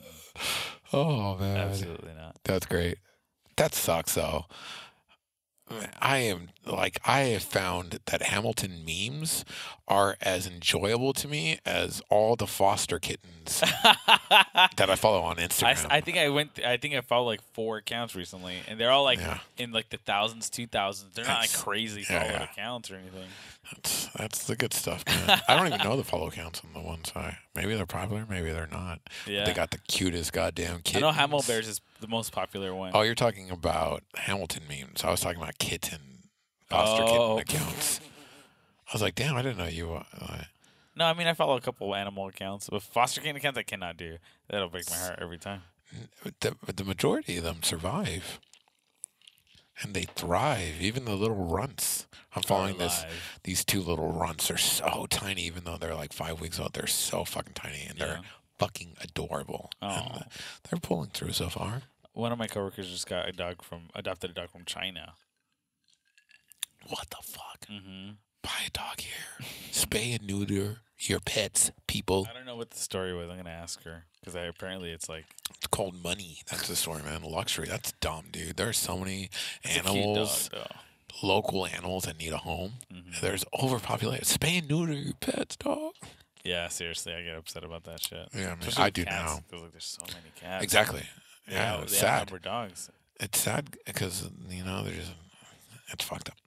[SPEAKER 1] Oh man,
[SPEAKER 2] Absolutely not.
[SPEAKER 1] that's great. That sucks though. I am like I have found that Hamilton memes are as enjoyable to me as all the foster kittens that I follow on Instagram.
[SPEAKER 2] I, s- I think I went. I think I followed like four accounts recently, and they're all like
[SPEAKER 1] Yeah.
[SPEAKER 2] in like the thousands, two thousands. They're not like
[SPEAKER 1] That's-
[SPEAKER 2] crazy
[SPEAKER 1] yeah,
[SPEAKER 2] followed
[SPEAKER 1] yeah.
[SPEAKER 2] accounts or anything.
[SPEAKER 1] That's, that's the good stuff, man. I don't even know the follow counts on the ones I. Maybe they're popular, maybe they're not.
[SPEAKER 2] Yeah,
[SPEAKER 1] They got the cutest goddamn
[SPEAKER 2] I
[SPEAKER 1] kittens.
[SPEAKER 2] know Hamel Bears is the most popular one.
[SPEAKER 1] Oh, you're talking about Hamilton memes. I was talking about kitten, foster
[SPEAKER 2] Oh.
[SPEAKER 1] kitten accounts. I was like, damn, I didn't know you. were- Uh,
[SPEAKER 2] No, I mean I follow a couple animal accounts, but foster king accounts I cannot do. That'll break my heart every time.
[SPEAKER 1] the, the majority of them survive and they thrive even the little runts i'm following this
[SPEAKER 2] Alive.
[SPEAKER 1] these two little runts are so tiny even though they're like five weeks old they're so fucking tiny and they're
[SPEAKER 2] Yeah.
[SPEAKER 1] fucking adorable and
[SPEAKER 2] Aw.
[SPEAKER 1] uh, they're pulling through so far
[SPEAKER 2] One of my coworkers just got a dog from adopted a dog from China.
[SPEAKER 1] what the fuck
[SPEAKER 2] Mm-hmm.
[SPEAKER 1] buy a dog here spay and neuter your pets people
[SPEAKER 2] I don't know what the story was. I'm gonna ask her because I apparently it's like
[SPEAKER 1] it's called money that's the story man luxury that's dumb dude there are so many
[SPEAKER 2] it's a cute
[SPEAKER 1] animals
[SPEAKER 2] dog, though.
[SPEAKER 1] local animals that need a home
[SPEAKER 2] Mhm.
[SPEAKER 1] There's overpopulation. Spay and neuter your pets, dog.
[SPEAKER 2] Yeah, seriously, I get upset about that shit.
[SPEAKER 1] Yeah, I mean,
[SPEAKER 2] Especially
[SPEAKER 1] I
[SPEAKER 2] with
[SPEAKER 1] do
[SPEAKER 2] cats,
[SPEAKER 1] now.
[SPEAKER 2] 'cause, like, there's so many cats.
[SPEAKER 1] Exactly.
[SPEAKER 2] They
[SPEAKER 1] Yeah,
[SPEAKER 2] out-
[SPEAKER 1] it's
[SPEAKER 2] they
[SPEAKER 1] sad.
[SPEAKER 2] outnumber dogs.
[SPEAKER 1] It's sad because you know they're just it's fucked up.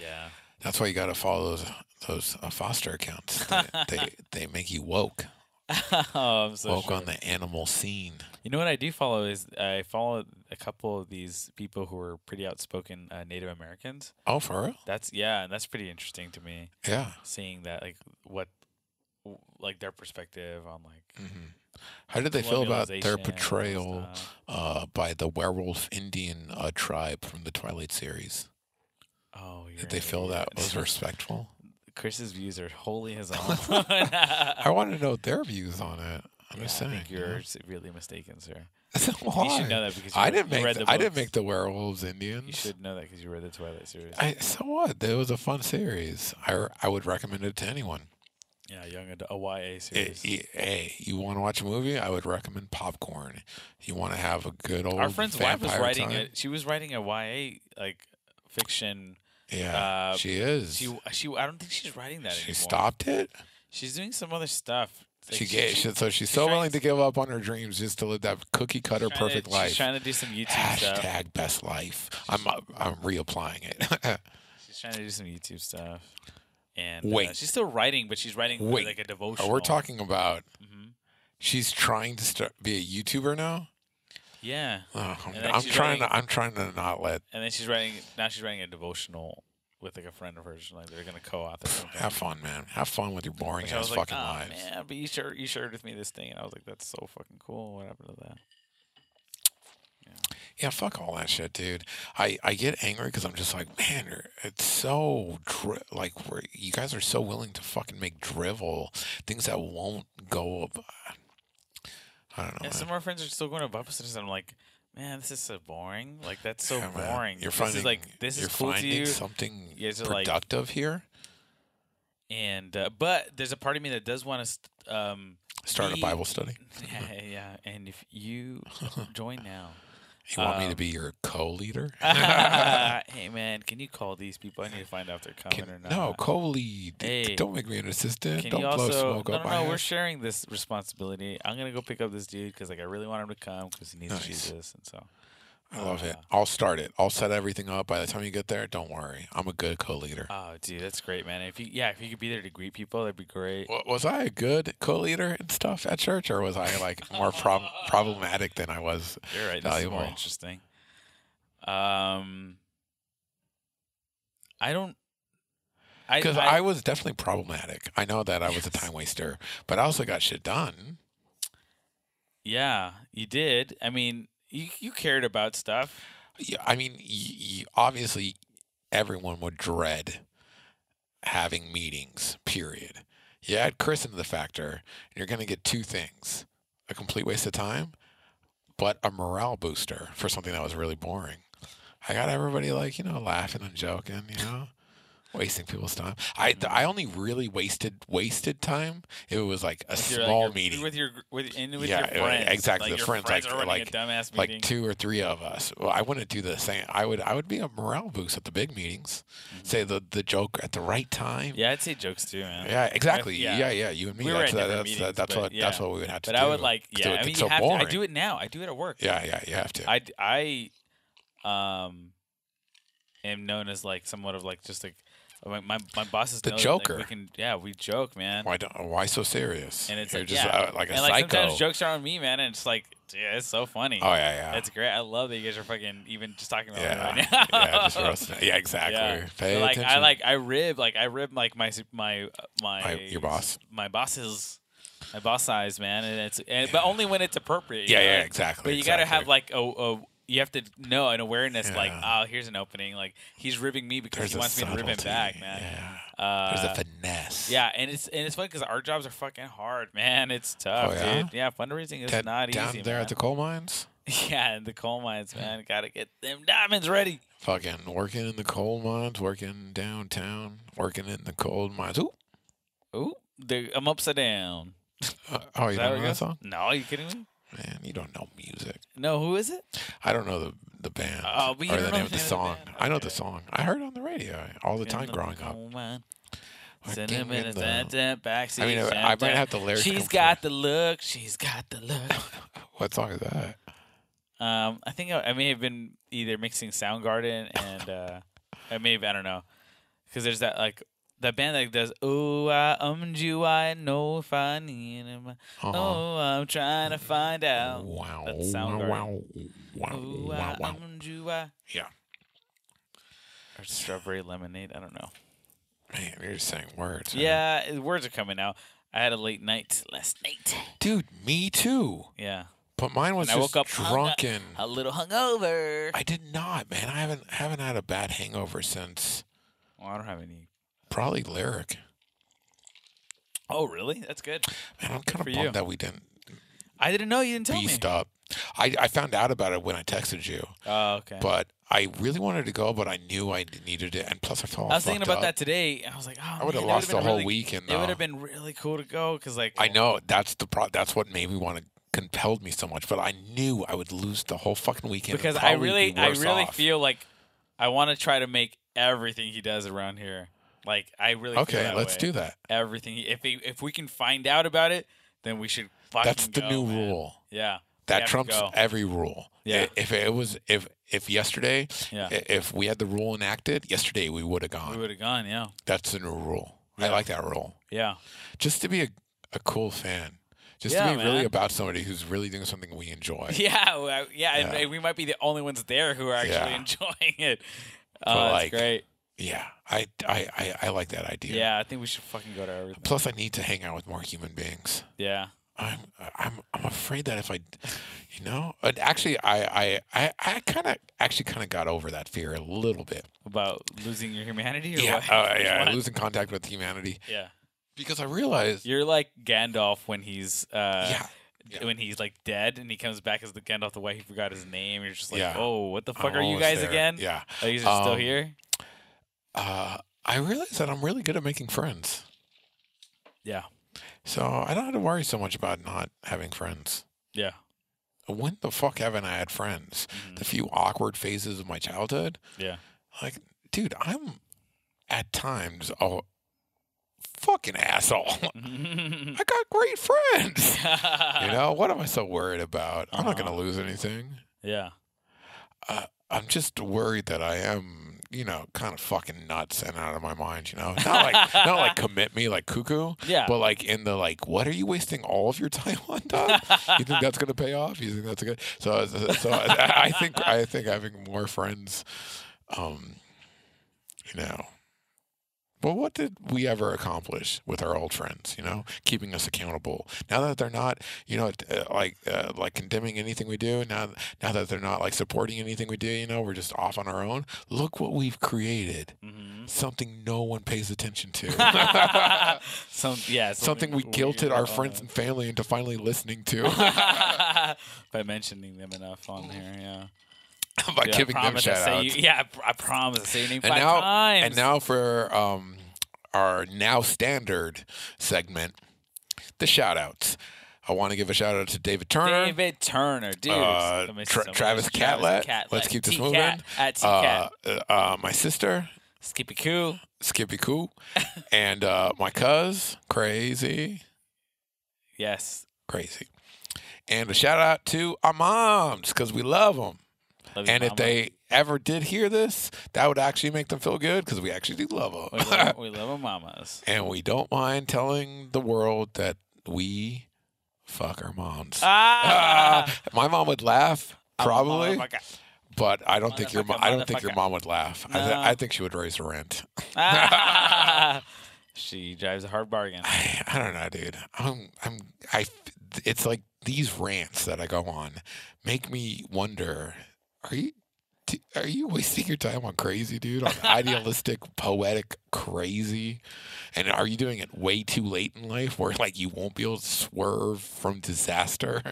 [SPEAKER 2] Yeah.
[SPEAKER 1] That's why you got to follow those those uh, foster accounts. They, they they make you woke,
[SPEAKER 2] oh, I'm so
[SPEAKER 1] woke
[SPEAKER 2] sure.
[SPEAKER 1] on the animal scene.
[SPEAKER 2] You know what I do follow is I follow a couple of these people who are pretty outspoken uh, Native Americans.
[SPEAKER 1] Oh, for real?
[SPEAKER 2] That's yeah, and that's pretty interesting to me
[SPEAKER 1] Yeah.
[SPEAKER 2] seeing that like what w- like their perspective on like
[SPEAKER 1] hmm How did they feel about
[SPEAKER 2] colonialization
[SPEAKER 1] their
[SPEAKER 2] and
[SPEAKER 1] portrayal
[SPEAKER 2] stuff.
[SPEAKER 1] uh, by the werewolf Indian uh, tribe from the Twilight series?
[SPEAKER 2] Oh, you're
[SPEAKER 1] Did they
[SPEAKER 2] an
[SPEAKER 1] feel that
[SPEAKER 2] idiot.
[SPEAKER 1] was respectful?
[SPEAKER 2] Chris's views are wholly his own. I
[SPEAKER 1] I want to know their views on it. I'm just saying.
[SPEAKER 2] I think
[SPEAKER 1] you
[SPEAKER 2] you're
[SPEAKER 1] know?
[SPEAKER 2] s- really mistaken, sir. You
[SPEAKER 1] Why?
[SPEAKER 2] should know that because you
[SPEAKER 1] I
[SPEAKER 2] read-
[SPEAKER 1] didn't
[SPEAKER 2] you
[SPEAKER 1] make.
[SPEAKER 2] read
[SPEAKER 1] The,
[SPEAKER 2] the
[SPEAKER 1] I didn't
[SPEAKER 2] books.
[SPEAKER 1] make the werewolves Indians.
[SPEAKER 2] You should know that because you read the Twilight series.
[SPEAKER 1] I, so what? It was a fun series. I, I would recommend it to anyone.
[SPEAKER 2] yeah, young adult, a YA
[SPEAKER 1] I-
[SPEAKER 2] series.
[SPEAKER 1] I- hey, you want to watch a movie? I would recommend popcorn. You want to have a good old.
[SPEAKER 2] Our friend's wife was
[SPEAKER 1] vampire
[SPEAKER 2] writing
[SPEAKER 1] time?
[SPEAKER 2] a she was writing a YA like fiction.
[SPEAKER 1] Yeah,
[SPEAKER 2] uh,
[SPEAKER 1] she is. She,
[SPEAKER 2] She she I don't think she's writing that anymore.
[SPEAKER 1] stopped it.
[SPEAKER 2] She's doing some other stuff. Like,
[SPEAKER 1] she gave. She, so she's
[SPEAKER 2] she
[SPEAKER 1] so
[SPEAKER 2] tried-
[SPEAKER 1] willing to give up on her dreams just to live that cookie cutter
[SPEAKER 2] she's trying to-
[SPEAKER 1] perfect life.
[SPEAKER 2] She's trying to do some YouTube stuff.
[SPEAKER 1] Hashtag best life. I'm I'm reapplying it.
[SPEAKER 2] She's trying to do some YouTube stuff. And uh,
[SPEAKER 1] Wait.
[SPEAKER 2] she's still writing, but she's writing
[SPEAKER 1] Wait.
[SPEAKER 2] like a
[SPEAKER 1] Oh,
[SPEAKER 2] devotional.
[SPEAKER 1] We're talking about
[SPEAKER 2] Mhm.
[SPEAKER 1] she's trying to start, be a YouTuber now.
[SPEAKER 2] Yeah,
[SPEAKER 1] Oh, I'm,
[SPEAKER 2] And then
[SPEAKER 1] I'm
[SPEAKER 2] she's
[SPEAKER 1] trying
[SPEAKER 2] writing-
[SPEAKER 1] to. I'm trying to not let
[SPEAKER 2] and then she's writing now. She's writing a devotional with like a friend of hers. Like they're gonna co-author something.
[SPEAKER 1] have fun, man. Have fun with your boring
[SPEAKER 2] Which I
[SPEAKER 1] ass
[SPEAKER 2] was like,
[SPEAKER 1] fucking
[SPEAKER 2] oh,
[SPEAKER 1] lives.
[SPEAKER 2] man, but you shared you shared with me this thing, and I was like, that's so fucking cool. What happened to
[SPEAKER 1] Oh,
[SPEAKER 2] that?
[SPEAKER 1] Yeah, fuck all that shit, dude. I I get angry because I'm just like, man, you're- it's so dri- like we're, you guys are so willing to fucking make drivel things that won't go up. I don't know.
[SPEAKER 2] Yeah,
[SPEAKER 1] man.
[SPEAKER 2] some of our friends are still going to Bible studies, and I'm like, man, this is so boring. Like that's so
[SPEAKER 1] Yeah, man.
[SPEAKER 2] boring.
[SPEAKER 1] You're
[SPEAKER 2] this
[SPEAKER 1] finding
[SPEAKER 2] is like this
[SPEAKER 1] you're
[SPEAKER 2] is cool to
[SPEAKER 1] finding
[SPEAKER 2] you.
[SPEAKER 1] something
[SPEAKER 2] You guys are, like-
[SPEAKER 1] productive here.
[SPEAKER 2] and uh, but there's a part of me that does want to st- um
[SPEAKER 1] Start a
[SPEAKER 2] Ye-
[SPEAKER 1] Bible study.
[SPEAKER 2] yeah, yeah and if you join now
[SPEAKER 1] You want me to
[SPEAKER 2] Um,
[SPEAKER 1] be your co-leader?
[SPEAKER 2] hey man can you call these people i need to find out if they're coming
[SPEAKER 1] Can-
[SPEAKER 2] or not
[SPEAKER 1] no, co-lead. D-
[SPEAKER 2] Hey.
[SPEAKER 1] Don't make me an assistant.
[SPEAKER 2] can
[SPEAKER 1] Don't
[SPEAKER 2] you
[SPEAKER 1] blow
[SPEAKER 2] also
[SPEAKER 1] smoke
[SPEAKER 2] no
[SPEAKER 1] up
[SPEAKER 2] no,
[SPEAKER 1] my
[SPEAKER 2] no we're
[SPEAKER 1] ass.
[SPEAKER 2] sharing this responsibility i'm gonna go pick up this dude because like i really want him to come because he needs
[SPEAKER 1] Nice.
[SPEAKER 2] jesus and so
[SPEAKER 1] I love it.
[SPEAKER 2] uh,
[SPEAKER 1] I'll start it. I'll set everything up. By the time you get there, don't worry. I'm a good co-leader.
[SPEAKER 2] oh dude that's great man if you yeah if you could be there to greet people that'd be great
[SPEAKER 1] Wa- was I a good co-leader and stuff at church, or was I like more prob- problematic than I was?
[SPEAKER 2] you're right this is
[SPEAKER 1] valuable.
[SPEAKER 2] more interesting um i don't I,
[SPEAKER 1] Because
[SPEAKER 2] I
[SPEAKER 1] I, was definitely problematic. I know that I was a time waster, but I also got shit done.
[SPEAKER 2] Yeah, you did. I mean, you you cared about stuff.
[SPEAKER 1] Yeah, I mean, y- y- obviously, everyone would dread having meetings. Period. You add Chris into the factor, and you're going to get two things: a complete waste of time, but a morale booster for something that was really boring. I got everybody like you know laughing and joking, you know, wasting people's time. I I only really wasted wasted time. if It was like a
[SPEAKER 2] With your, like,
[SPEAKER 1] small
[SPEAKER 2] your-
[SPEAKER 1] meeting.
[SPEAKER 2] with your with and with
[SPEAKER 1] Yeah,
[SPEAKER 2] your
[SPEAKER 1] uh,
[SPEAKER 2] friends.
[SPEAKER 1] exactly,
[SPEAKER 2] Like
[SPEAKER 1] the
[SPEAKER 2] your
[SPEAKER 1] friends,
[SPEAKER 2] friends
[SPEAKER 1] like-
[SPEAKER 2] are running
[SPEAKER 1] like-
[SPEAKER 2] a dumbass meeting.
[SPEAKER 1] like two or three of us. Well, I wouldn't do the same. I would I would be a morale boost at the big meetings. Say the the joke at the right time.
[SPEAKER 2] Mm-hmm. yeah, I'd say jokes too, man.
[SPEAKER 1] Yeah, exactly.
[SPEAKER 2] yeah.
[SPEAKER 1] Yeah, yeah. You and me.
[SPEAKER 2] We were
[SPEAKER 1] that's
[SPEAKER 2] at
[SPEAKER 1] that-
[SPEAKER 2] different
[SPEAKER 1] that's that-
[SPEAKER 2] meetings,
[SPEAKER 1] that's
[SPEAKER 2] but
[SPEAKER 1] what that's
[SPEAKER 2] yeah.
[SPEAKER 1] what we would have to
[SPEAKER 2] But
[SPEAKER 1] do.
[SPEAKER 2] I would like, yeah.
[SPEAKER 1] it
[SPEAKER 2] I
[SPEAKER 1] gets
[SPEAKER 2] mean, you
[SPEAKER 1] so
[SPEAKER 2] have to. I
[SPEAKER 1] boring.
[SPEAKER 2] do it now. I do it at work.
[SPEAKER 1] Yeah, yeah. You have to.
[SPEAKER 2] I d- I um am known as like somewhat of like just like uh, my my, my bosses.
[SPEAKER 1] The
[SPEAKER 2] know that, like,
[SPEAKER 1] joker.
[SPEAKER 2] we can yeah we joke man.
[SPEAKER 1] why don't? Why so serious?
[SPEAKER 2] And it's
[SPEAKER 1] You're
[SPEAKER 2] like,
[SPEAKER 1] just
[SPEAKER 2] yeah.
[SPEAKER 1] uh, like a
[SPEAKER 2] and like
[SPEAKER 1] psycho.
[SPEAKER 2] sometimes jokes are on me man, and it's like dude, it's so funny.
[SPEAKER 1] oh yeah, yeah.
[SPEAKER 2] That's great. I love that you guys are fucking even just talking about
[SPEAKER 1] yeah,
[SPEAKER 2] it right now.
[SPEAKER 1] yeah, just roasting. it. Yeah, exactly.
[SPEAKER 2] Yeah.
[SPEAKER 1] Pay
[SPEAKER 2] But, like
[SPEAKER 1] attention.
[SPEAKER 2] I like I rib like I rib like my su- my uh, my,
[SPEAKER 1] My- your boss.
[SPEAKER 2] my boss's my boss size man and it's and, but only when it's appropriate. you
[SPEAKER 1] Yeah,
[SPEAKER 2] know?
[SPEAKER 1] yeah,
[SPEAKER 2] Like,
[SPEAKER 1] exactly.
[SPEAKER 2] But you gotta have like a, a you have to know an awareness like
[SPEAKER 1] Yeah.
[SPEAKER 2] oh here's an opening like he's ribbing me
[SPEAKER 1] There's
[SPEAKER 2] because he
[SPEAKER 1] a
[SPEAKER 2] wants me to rib him
[SPEAKER 1] subtlety,
[SPEAKER 2] back man.
[SPEAKER 1] Yeah.
[SPEAKER 2] Uh,
[SPEAKER 1] There's a finesse.
[SPEAKER 2] yeah, and it's and it's funny because our jobs are fucking hard, man. It's tough,
[SPEAKER 1] Oh, yeah?
[SPEAKER 2] dude. Yeah, fundraising is
[SPEAKER 1] That-
[SPEAKER 2] not
[SPEAKER 1] down
[SPEAKER 2] easy.
[SPEAKER 1] there
[SPEAKER 2] man.
[SPEAKER 1] at the coal mines.
[SPEAKER 2] Yeah, in the coal mines, man. Gotta get them diamonds ready.
[SPEAKER 1] Fucking working in the coal mines, working downtown, working in the coal mines. Ooh.
[SPEAKER 2] Ooh, the, I'm upside down.
[SPEAKER 1] Uh, oh, you
[SPEAKER 2] Is that
[SPEAKER 1] don't
[SPEAKER 2] what
[SPEAKER 1] know
[SPEAKER 2] it
[SPEAKER 1] that
[SPEAKER 2] goes?
[SPEAKER 1] song?
[SPEAKER 2] No, are you kidding me?
[SPEAKER 1] Man, you don't know music.
[SPEAKER 2] No, who is it?
[SPEAKER 1] I don't know the the band
[SPEAKER 2] Oh, but you
[SPEAKER 1] or
[SPEAKER 2] don't
[SPEAKER 1] the
[SPEAKER 2] know
[SPEAKER 1] name of the
[SPEAKER 2] the name of the
[SPEAKER 1] song.
[SPEAKER 2] band.
[SPEAKER 1] I know
[SPEAKER 2] Okay.
[SPEAKER 1] the song. I heard it on the radio all the time growing up.
[SPEAKER 2] Coal mine.
[SPEAKER 1] Working in
[SPEAKER 2] Cinnamon
[SPEAKER 1] the-
[SPEAKER 2] and that backseat.
[SPEAKER 1] I mean, I, I might have the lyrics.
[SPEAKER 2] She's
[SPEAKER 1] confused.
[SPEAKER 2] got the look. She's got the look.
[SPEAKER 1] What song is that?
[SPEAKER 2] Um, I think I, I may have been either mixing Soundgarden and uh, I may have I don't know, because there's that like that band that does oh I ummed you I know if I need him
[SPEAKER 1] Uh-huh.
[SPEAKER 2] oh I'm trying to find out
[SPEAKER 1] wow.
[SPEAKER 2] that's Soundgarden.
[SPEAKER 1] Wow. Wow.
[SPEAKER 2] oh
[SPEAKER 1] Wow.
[SPEAKER 2] I
[SPEAKER 1] Wow.
[SPEAKER 2] ummed you I
[SPEAKER 1] Yeah.
[SPEAKER 2] or strawberry lemonade I don't know.
[SPEAKER 1] Uh-huh. Man, you're just saying words. man.
[SPEAKER 2] Yeah, the words are coming out. I had a late night last night.
[SPEAKER 1] Dude, me too.
[SPEAKER 2] Yeah,
[SPEAKER 1] But mine was
[SPEAKER 2] And I
[SPEAKER 1] just
[SPEAKER 2] woke up hung up.
[SPEAKER 1] drunken.
[SPEAKER 2] a little hungover.
[SPEAKER 1] I did not, man. I haven't haven't had a bad hangover since
[SPEAKER 2] Well, I don't have any.
[SPEAKER 1] probably lyric.
[SPEAKER 2] Oh, really? That's good.
[SPEAKER 1] Man, I'm kind of
[SPEAKER 2] For you.
[SPEAKER 1] bummed that we didn't
[SPEAKER 2] I didn't know you didn't tell me.
[SPEAKER 1] beast up. I, I found out about it when I texted you,
[SPEAKER 2] Oh, okay.
[SPEAKER 1] but I really wanted to go, but I knew I needed it, and plus I felt all
[SPEAKER 2] I was thinking
[SPEAKER 1] fucked
[SPEAKER 2] about
[SPEAKER 1] up.
[SPEAKER 2] that today. and I was like, oh,
[SPEAKER 1] I would have
[SPEAKER 2] man, that
[SPEAKER 1] lost
[SPEAKER 2] been
[SPEAKER 1] the whole
[SPEAKER 2] really,
[SPEAKER 1] weekend.
[SPEAKER 2] It would
[SPEAKER 1] though.
[SPEAKER 2] have been really cool to go because, like,
[SPEAKER 1] I know that's the pro. That's what made me want to compelled me so much, but I knew I would lose the whole fucking weekend. and
[SPEAKER 2] because I
[SPEAKER 1] probably
[SPEAKER 2] really,
[SPEAKER 1] be
[SPEAKER 2] I
[SPEAKER 1] worse
[SPEAKER 2] really
[SPEAKER 1] off.
[SPEAKER 2] feel like I want to try to make everything he does around here. Like, I really feel
[SPEAKER 1] Okay,
[SPEAKER 2] that
[SPEAKER 1] let's
[SPEAKER 2] way.
[SPEAKER 1] do that.
[SPEAKER 2] everything. he- If he, if we can find out about it, then we should. Fucking
[SPEAKER 1] That's the
[SPEAKER 2] go,
[SPEAKER 1] new
[SPEAKER 2] man.
[SPEAKER 1] rule.
[SPEAKER 2] Yeah. have
[SPEAKER 1] That
[SPEAKER 2] to
[SPEAKER 1] trumps
[SPEAKER 2] go.
[SPEAKER 1] every rule.
[SPEAKER 2] Yeah.
[SPEAKER 1] I- If it was if if yesterday,
[SPEAKER 2] Yeah.
[SPEAKER 1] i- if we had the rule enacted yesterday, we would have
[SPEAKER 2] We
[SPEAKER 1] gone.
[SPEAKER 2] would have gone. Yeah.
[SPEAKER 1] That's the new rule. I
[SPEAKER 2] Yeah.
[SPEAKER 1] like that rule.
[SPEAKER 2] Yeah.
[SPEAKER 1] Just to be a, a cool fan. Just
[SPEAKER 2] Yeah,
[SPEAKER 1] to be really
[SPEAKER 2] man.
[SPEAKER 1] about somebody who's really doing something we enjoy.
[SPEAKER 2] Yeah, well, yeah, and-
[SPEAKER 1] Yeah.
[SPEAKER 2] and we might be the only ones there who are actually
[SPEAKER 1] Yeah.
[SPEAKER 2] enjoying it.
[SPEAKER 1] But,
[SPEAKER 2] Oh,
[SPEAKER 1] like,
[SPEAKER 2] that's great.
[SPEAKER 1] Yeah, I, I I I like that idea.
[SPEAKER 2] Yeah, I think we should fucking go to everything.
[SPEAKER 1] Plus, I need to hang out with more human beings.
[SPEAKER 2] yeah,
[SPEAKER 1] I'm I'm I'm afraid that if I, you know, and actually I I I, I kind of actually kind of got over that fear a little bit.
[SPEAKER 2] about losing your humanity or
[SPEAKER 1] Yeah,
[SPEAKER 2] what?
[SPEAKER 1] uh, yeah,
[SPEAKER 2] What?
[SPEAKER 1] losing contact with humanity
[SPEAKER 2] yeah.
[SPEAKER 1] because I realized
[SPEAKER 2] You're like Gandalf when he's uh,
[SPEAKER 1] yeah, Yeah.
[SPEAKER 2] when he's like dead and he comes back as the Gandalf the White, he forgot his name. You're just like,
[SPEAKER 1] Yeah.
[SPEAKER 2] oh, what the fuck
[SPEAKER 1] I'm
[SPEAKER 2] are you
[SPEAKER 1] almost
[SPEAKER 2] guys
[SPEAKER 1] there.
[SPEAKER 2] again?
[SPEAKER 1] Yeah.
[SPEAKER 2] Are you guys still
[SPEAKER 1] Um,
[SPEAKER 2] here?
[SPEAKER 1] Uh, I realize that I'm really good at making friends.
[SPEAKER 2] Yeah,
[SPEAKER 1] So I don't have to worry so much about not having friends.
[SPEAKER 2] yeah.
[SPEAKER 1] When the fuck haven't I had friends?
[SPEAKER 2] Mhm.
[SPEAKER 1] The few awkward phases of my childhood.
[SPEAKER 2] Yeah.
[SPEAKER 1] Like, dude, I'm at times a fucking asshole. I got great friends. You know, what am I so worried about? I'm not going to lose anything.
[SPEAKER 2] Yeah.
[SPEAKER 1] I'm just worried that I am, you know, kind of fucking nuts and out of my mind, you know? Not like, not like commit me like cuckoo,
[SPEAKER 2] Yeah.
[SPEAKER 1] but like in the like, what are you wasting all of your time on, dog? you think that's going to pay off? You think that's good? So, so so I I think I think having more friends, um, you know. Well, what did we ever accomplish with our old friends? You know, keeping us accountable. Now that they're not, you know, uh, like uh, like condemning anything we do. Now, now that they're not like supporting anything we do. You know, we're just off on our own. Look what we've created.
[SPEAKER 2] Mhm.
[SPEAKER 1] Something no one pays attention to.
[SPEAKER 2] Some yeah.
[SPEAKER 1] Something we guilted
[SPEAKER 2] weird
[SPEAKER 1] our
[SPEAKER 2] about
[SPEAKER 1] friends and family into finally listening to.
[SPEAKER 2] it. by mentioning them enough on here. Yeah.
[SPEAKER 1] by
[SPEAKER 2] Yeah, I
[SPEAKER 1] giving them
[SPEAKER 2] promise I
[SPEAKER 1] shout
[SPEAKER 2] say
[SPEAKER 1] outs.
[SPEAKER 2] you- yeah, I pr- I promise. I say your name
[SPEAKER 1] and
[SPEAKER 2] five
[SPEAKER 1] now,
[SPEAKER 2] times.
[SPEAKER 1] and now for um, our now standard segment, the shout outs. I want to give a shout out to David Turner.
[SPEAKER 2] David Turner, dude.
[SPEAKER 1] Uh,
[SPEAKER 2] Let me see
[SPEAKER 1] Tra-
[SPEAKER 2] somebody.
[SPEAKER 1] Travis Catlett. Let's keep this
[SPEAKER 2] T-Cat
[SPEAKER 1] moving.
[SPEAKER 2] At T-Cat.
[SPEAKER 1] uh, uh, uh, my sister,
[SPEAKER 2] Skippy Coo.
[SPEAKER 1] Skippy Cool, and uh, my cuz, Crazy,
[SPEAKER 2] Yes.
[SPEAKER 1] Crazy. And a shout out to our moms because we love them.
[SPEAKER 2] Love you,
[SPEAKER 1] And if
[SPEAKER 2] Mama.
[SPEAKER 1] they ever did hear this, that would actually make them feel good because we actually do love them.
[SPEAKER 2] We love, we love our mamas.
[SPEAKER 1] and we don't mind telling the world that we fuck our moms.
[SPEAKER 2] Ah!
[SPEAKER 1] Ah, my mom would laugh
[SPEAKER 2] I'm a
[SPEAKER 1] probably,
[SPEAKER 2] motherfucker.
[SPEAKER 1] but I don't think your
[SPEAKER 2] Motherfucker,
[SPEAKER 1] mom. I don't think your
[SPEAKER 2] motherfucker.
[SPEAKER 1] mom would laugh. I, th-
[SPEAKER 2] No.
[SPEAKER 1] I think she would raise the rent.
[SPEAKER 2] Ah! she drives a hard bargain.
[SPEAKER 1] I, I don't know, dude. I'm I'm I. f- It's like these rants that I go on make me wonder. Are you? d- Are you wasting your time on crazy, dude? On idealistic, poetic crazy? And are you doing it way too late in life where, like, you won't be able to swerve from
[SPEAKER 2] Uh,
[SPEAKER 1] disaster?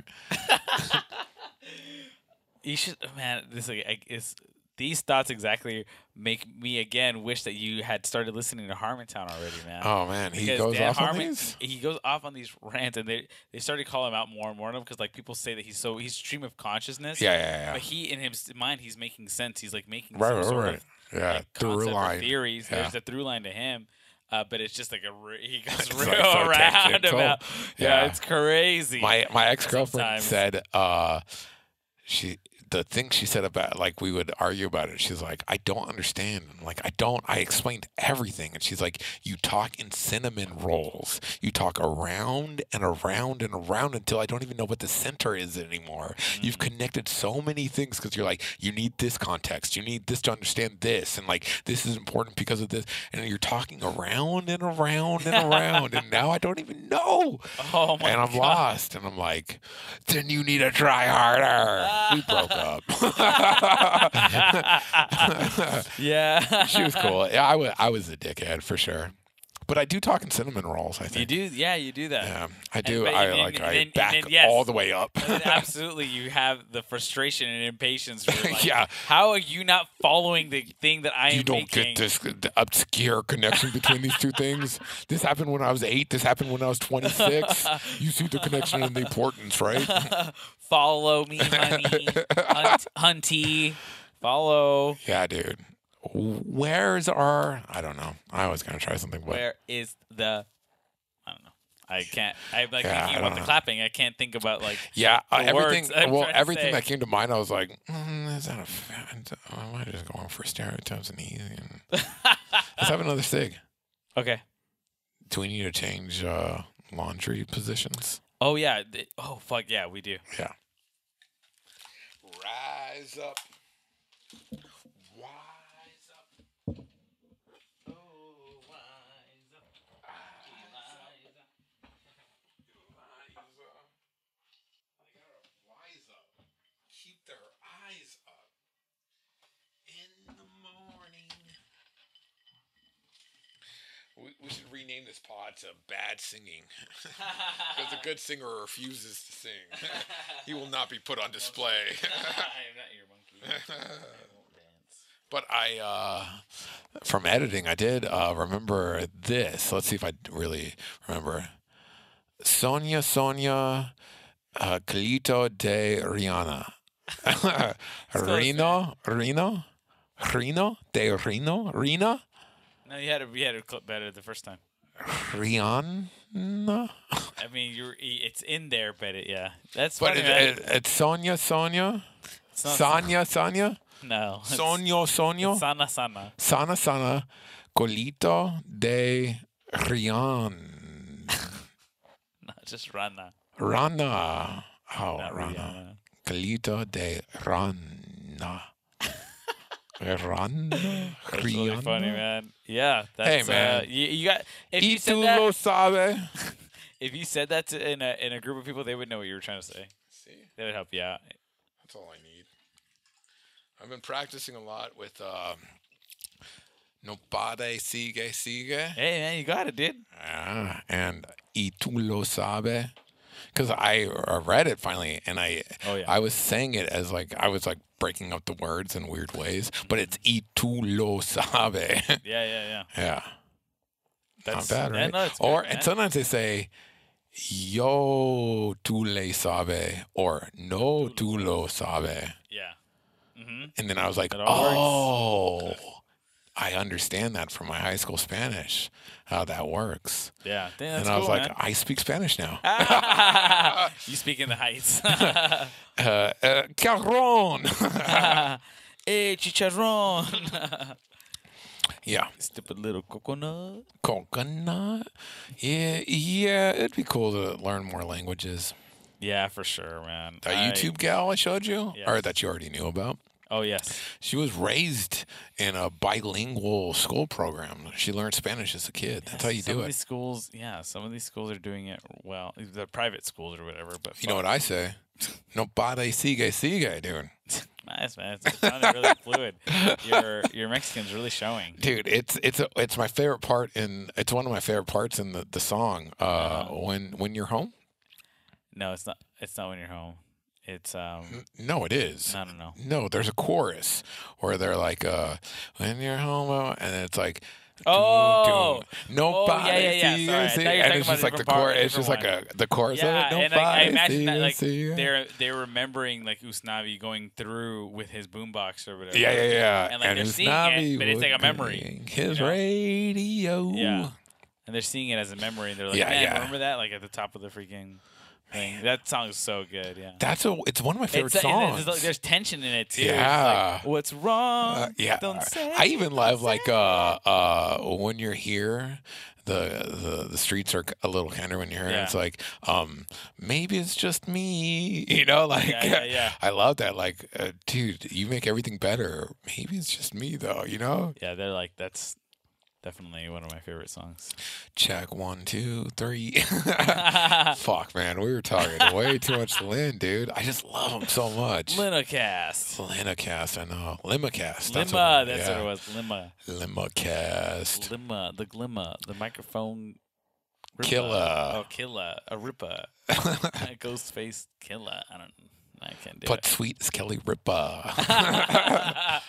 [SPEAKER 2] You should, man. This like, I- is these thoughts exactly make me again wish that you had started listening to Harmontown already, man.
[SPEAKER 1] Oh, man. He
[SPEAKER 2] Because
[SPEAKER 1] goes
[SPEAKER 2] Dan
[SPEAKER 1] off
[SPEAKER 2] Harmon-
[SPEAKER 1] on these?
[SPEAKER 2] He goes off on these rants, and they they started calling him out more and more of him because like people say that he's so he's stream of consciousness.
[SPEAKER 1] Yeah, yeah,
[SPEAKER 2] But
[SPEAKER 1] yeah.
[SPEAKER 2] he in his mind he's making sense. He's like making
[SPEAKER 1] Right,
[SPEAKER 2] some
[SPEAKER 1] right,
[SPEAKER 2] sort
[SPEAKER 1] right.
[SPEAKER 2] of
[SPEAKER 1] Yeah,
[SPEAKER 2] like,
[SPEAKER 1] through
[SPEAKER 2] concept or
[SPEAKER 1] line.
[SPEAKER 2] theories.
[SPEAKER 1] Yeah.
[SPEAKER 2] There's a through line to him. Uh, but it's just like a re- he goes
[SPEAKER 1] It's,
[SPEAKER 2] real
[SPEAKER 1] like, so
[SPEAKER 2] round
[SPEAKER 1] tangential.
[SPEAKER 2] about yeah.
[SPEAKER 1] Yeah.
[SPEAKER 2] it's crazy
[SPEAKER 1] my my ex girlfriend
[SPEAKER 2] Sometimes.
[SPEAKER 1] said uh, she the thing she said about like we would argue about it. She's like, I don't understand. I'm like, I don't. I explained everything, and she's like, you talk in cinnamon rolls. You talk around and around and around until I don't even know what the center is anymore. You've connected so many things because you're like, you need this context. You need this to understand this, and like this is important because of this. And you're talking around and around and around, and now I don't even know
[SPEAKER 2] oh my
[SPEAKER 1] and I'm
[SPEAKER 2] god
[SPEAKER 1] lost. And I'm like, then you need to try harder. we broke up.
[SPEAKER 2] yeah
[SPEAKER 1] she was cool. Yeah, I was, I was a dickhead for sure. But I do talk in cinnamon rolls, I
[SPEAKER 2] you
[SPEAKER 1] think.
[SPEAKER 2] do yeah you do that
[SPEAKER 1] Yeah, I do.
[SPEAKER 2] but
[SPEAKER 1] I
[SPEAKER 2] and
[SPEAKER 1] like
[SPEAKER 2] then-
[SPEAKER 1] I
[SPEAKER 2] then- and
[SPEAKER 1] back
[SPEAKER 2] then, yes.
[SPEAKER 1] all the way up.
[SPEAKER 2] And then absolutely you have the frustration and impatience where you're like,
[SPEAKER 1] Yeah.
[SPEAKER 2] how are you not following the thing that i am
[SPEAKER 1] you don't
[SPEAKER 2] making?
[SPEAKER 1] get this the obscure connection between these two things. This happened when I was eight. This happened when I was 26. you see the connection and the importance, right?
[SPEAKER 2] follow me honey Hunt, hunty follow
[SPEAKER 1] yeah, dude. Where's our? I don't know. I was gonna try something, but
[SPEAKER 2] where is the i don't know i can't i'm like
[SPEAKER 1] Yeah,
[SPEAKER 2] thinking
[SPEAKER 1] I
[SPEAKER 2] about
[SPEAKER 1] don't
[SPEAKER 2] the
[SPEAKER 1] know.
[SPEAKER 2] clapping i can't think about like
[SPEAKER 1] Yeah, uh,
[SPEAKER 2] the
[SPEAKER 1] everything.
[SPEAKER 2] words I'm
[SPEAKER 1] well,
[SPEAKER 2] trying to
[SPEAKER 1] everything
[SPEAKER 2] say.
[SPEAKER 1] that came to mind, I was like, mm, "Is that a fact? Am I just going for stereotypes and easy?" And... Let's have another sig.
[SPEAKER 2] okay
[SPEAKER 1] Do we need to change uh, laundry positions?
[SPEAKER 2] oh yeah th- oh fuck yeah we do
[SPEAKER 1] Yeah. Rise up. Rise up. Oh, Keep their eyes up in the morning. We, we should rename name this pod to bad singing because
[SPEAKER 2] Ah.
[SPEAKER 1] a good singer refuses to sing. he will not be put on display.
[SPEAKER 2] I am not your monkey. I won't dance.
[SPEAKER 1] But I, uh, from editing, I did uh, remember this. Let's see if I really remember. Sonia, Sonia, uh, Clito de Rihanna.
[SPEAKER 2] close,
[SPEAKER 1] Rino, Rino, Rino de Rino, Rina,
[SPEAKER 2] No, you had a you had a clip better the first time.
[SPEAKER 1] Rihanna.
[SPEAKER 2] I mean, you're it's in there, but it, yeah, that's
[SPEAKER 1] But
[SPEAKER 2] funny.
[SPEAKER 1] it,
[SPEAKER 2] man.
[SPEAKER 1] it, it's Sonia, Sonia,
[SPEAKER 2] It's not-
[SPEAKER 1] Sonia, Sonia,
[SPEAKER 2] No. it's-
[SPEAKER 1] Sonio, Sonio.
[SPEAKER 2] Sana sana.
[SPEAKER 1] Sana sana colito de rian.
[SPEAKER 2] Not just Rana. uh,
[SPEAKER 1] Rana. Oh,
[SPEAKER 2] Not
[SPEAKER 1] Rana.
[SPEAKER 2] Rihanna.
[SPEAKER 1] Colito de rana. Rana.
[SPEAKER 2] That's really funny,
[SPEAKER 1] Rihanna.
[SPEAKER 2] man. Yeah, that's
[SPEAKER 1] man.
[SPEAKER 2] Uh, you, you got if
[SPEAKER 1] Y
[SPEAKER 2] you said
[SPEAKER 1] tú
[SPEAKER 2] that,
[SPEAKER 1] lo sabes.
[SPEAKER 2] if you said that to, in a in a group of people, they would know what you were trying to say.
[SPEAKER 1] See,
[SPEAKER 2] That would help you out.
[SPEAKER 1] that's all I need. I've been practicing a lot with um, No Pare Sigue Sigue.
[SPEAKER 2] Hey, man, you got it, dude.
[SPEAKER 1] Ah, and y tú lo sabes. Because I uh, read it finally, and I
[SPEAKER 2] Oh, yeah.
[SPEAKER 1] I was saying it as like I was like breaking up the words in weird ways, but it's y tú lo sabes.
[SPEAKER 2] Yeah, yeah, yeah.
[SPEAKER 1] yeah,
[SPEAKER 2] That's
[SPEAKER 1] not bad,
[SPEAKER 2] yeah,
[SPEAKER 1] right?
[SPEAKER 2] no, it's
[SPEAKER 1] or
[SPEAKER 2] good,
[SPEAKER 1] and
[SPEAKER 2] man.
[SPEAKER 1] sometimes they say yo tú le sabe or no tú lo sabe,
[SPEAKER 2] yeah. Mm-hmm.
[SPEAKER 1] and then I was like,
[SPEAKER 2] It all
[SPEAKER 1] oh, I understand that from my high school Spanish, how that works.
[SPEAKER 2] Yeah. Dang, that's
[SPEAKER 1] and I was
[SPEAKER 2] cool,
[SPEAKER 1] like, I speak Spanish now.
[SPEAKER 2] man. you speak in the heights.
[SPEAKER 1] Uh, uh, Caron.
[SPEAKER 2] hey, chicharron.
[SPEAKER 1] yeah.
[SPEAKER 2] Stupid little coconut.
[SPEAKER 1] Coconut. Yeah, yeah. It'd be cool to learn more languages.
[SPEAKER 2] Yeah, for sure, man.
[SPEAKER 1] That
[SPEAKER 2] I-
[SPEAKER 1] YouTube gal I showed you, or
[SPEAKER 2] Yes.
[SPEAKER 1] that you already knew about,
[SPEAKER 2] Oh yes.
[SPEAKER 1] she was raised in a bilingual school program. She learned Spanish as a kid. That's how you
[SPEAKER 2] some
[SPEAKER 1] do
[SPEAKER 2] of
[SPEAKER 1] it.
[SPEAKER 2] These schools, yeah, some of these schools are doing it well. The private schools or whatever, but
[SPEAKER 1] You know what I say? No pare sigue sigue, dude.
[SPEAKER 2] nice man, it's sounded really fluid. Your your Mexican's really showing.
[SPEAKER 1] Dude, it's it's a, it's my favorite part in it's one of my favorite parts in the the song. Uh,
[SPEAKER 2] Uh-huh.
[SPEAKER 1] when when you're home.
[SPEAKER 2] No, it's not. It's not when you're home. It's um,
[SPEAKER 1] No, it is.
[SPEAKER 2] I don't know.
[SPEAKER 1] No, there's a chorus where they're like, uh, when you're home, uh, and it's like,
[SPEAKER 2] Oh.
[SPEAKER 1] no
[SPEAKER 2] Oh, yeah, yeah, yeah. Sorry. I thought you were
[SPEAKER 1] and
[SPEAKER 2] talking
[SPEAKER 1] it's just
[SPEAKER 2] about a
[SPEAKER 1] like the
[SPEAKER 2] different part,
[SPEAKER 1] chorus.
[SPEAKER 2] a
[SPEAKER 1] It's just like
[SPEAKER 2] different
[SPEAKER 1] a the chorus
[SPEAKER 2] Yeah,
[SPEAKER 1] of it. No
[SPEAKER 2] and I, I
[SPEAKER 1] body,
[SPEAKER 2] imagine that
[SPEAKER 1] see,
[SPEAKER 2] like
[SPEAKER 1] see ya.
[SPEAKER 2] they're they're remembering like Usnavi going through with his boombox or whatever.
[SPEAKER 1] yeah, yeah, yeah.
[SPEAKER 2] And, like, they're
[SPEAKER 1] his
[SPEAKER 2] seeing it,
[SPEAKER 1] Navi
[SPEAKER 2] but it's like a
[SPEAKER 1] would
[SPEAKER 2] memory,
[SPEAKER 1] ring His
[SPEAKER 2] know?
[SPEAKER 1] radio.
[SPEAKER 2] Yeah. and they're seeing it as a memory. And they're like,
[SPEAKER 1] Yeah,
[SPEAKER 2] man,
[SPEAKER 1] yeah.
[SPEAKER 2] remember that? Like at the top of the freaking thing. That song is so good. Yeah.
[SPEAKER 1] That's a. It's one of my favorite
[SPEAKER 2] it's, uh, and
[SPEAKER 1] songs.
[SPEAKER 2] there's, like, there's tension in it too. It's
[SPEAKER 1] Yeah.
[SPEAKER 2] like, What's wrong?
[SPEAKER 1] Uh, yeah,
[SPEAKER 2] Don't say.
[SPEAKER 1] I even love like uh, uh, when you're here, the, the the streets are a little kinder when you're here. and
[SPEAKER 2] Yeah.
[SPEAKER 1] It's like um, maybe it's just me, you know. Like
[SPEAKER 2] Yeah, yeah, yeah.
[SPEAKER 1] I love that. Like, uh, dude, you make everything better. Maybe it's just me though, you know.
[SPEAKER 2] Yeah, they're like that's definitely one of my favorite songs.
[SPEAKER 1] Check one, two, three.
[SPEAKER 2] Linocast.
[SPEAKER 1] Fuck, man, we were talking way too much Lynn, dude. I just love him so much. Linacast, I know. Limacast.
[SPEAKER 2] Lima,
[SPEAKER 1] That's what,
[SPEAKER 2] that's, what it
[SPEAKER 1] yeah.
[SPEAKER 2] was. Lima.
[SPEAKER 1] Limacast.
[SPEAKER 2] Lima, the glimmer, the microphone. ripper.
[SPEAKER 1] Killer.
[SPEAKER 2] Oh, killer. A ripper. a ghost face killer. I don't I can't do
[SPEAKER 1] But
[SPEAKER 2] it.
[SPEAKER 1] sweet is Kelly Ripa.
[SPEAKER 2] I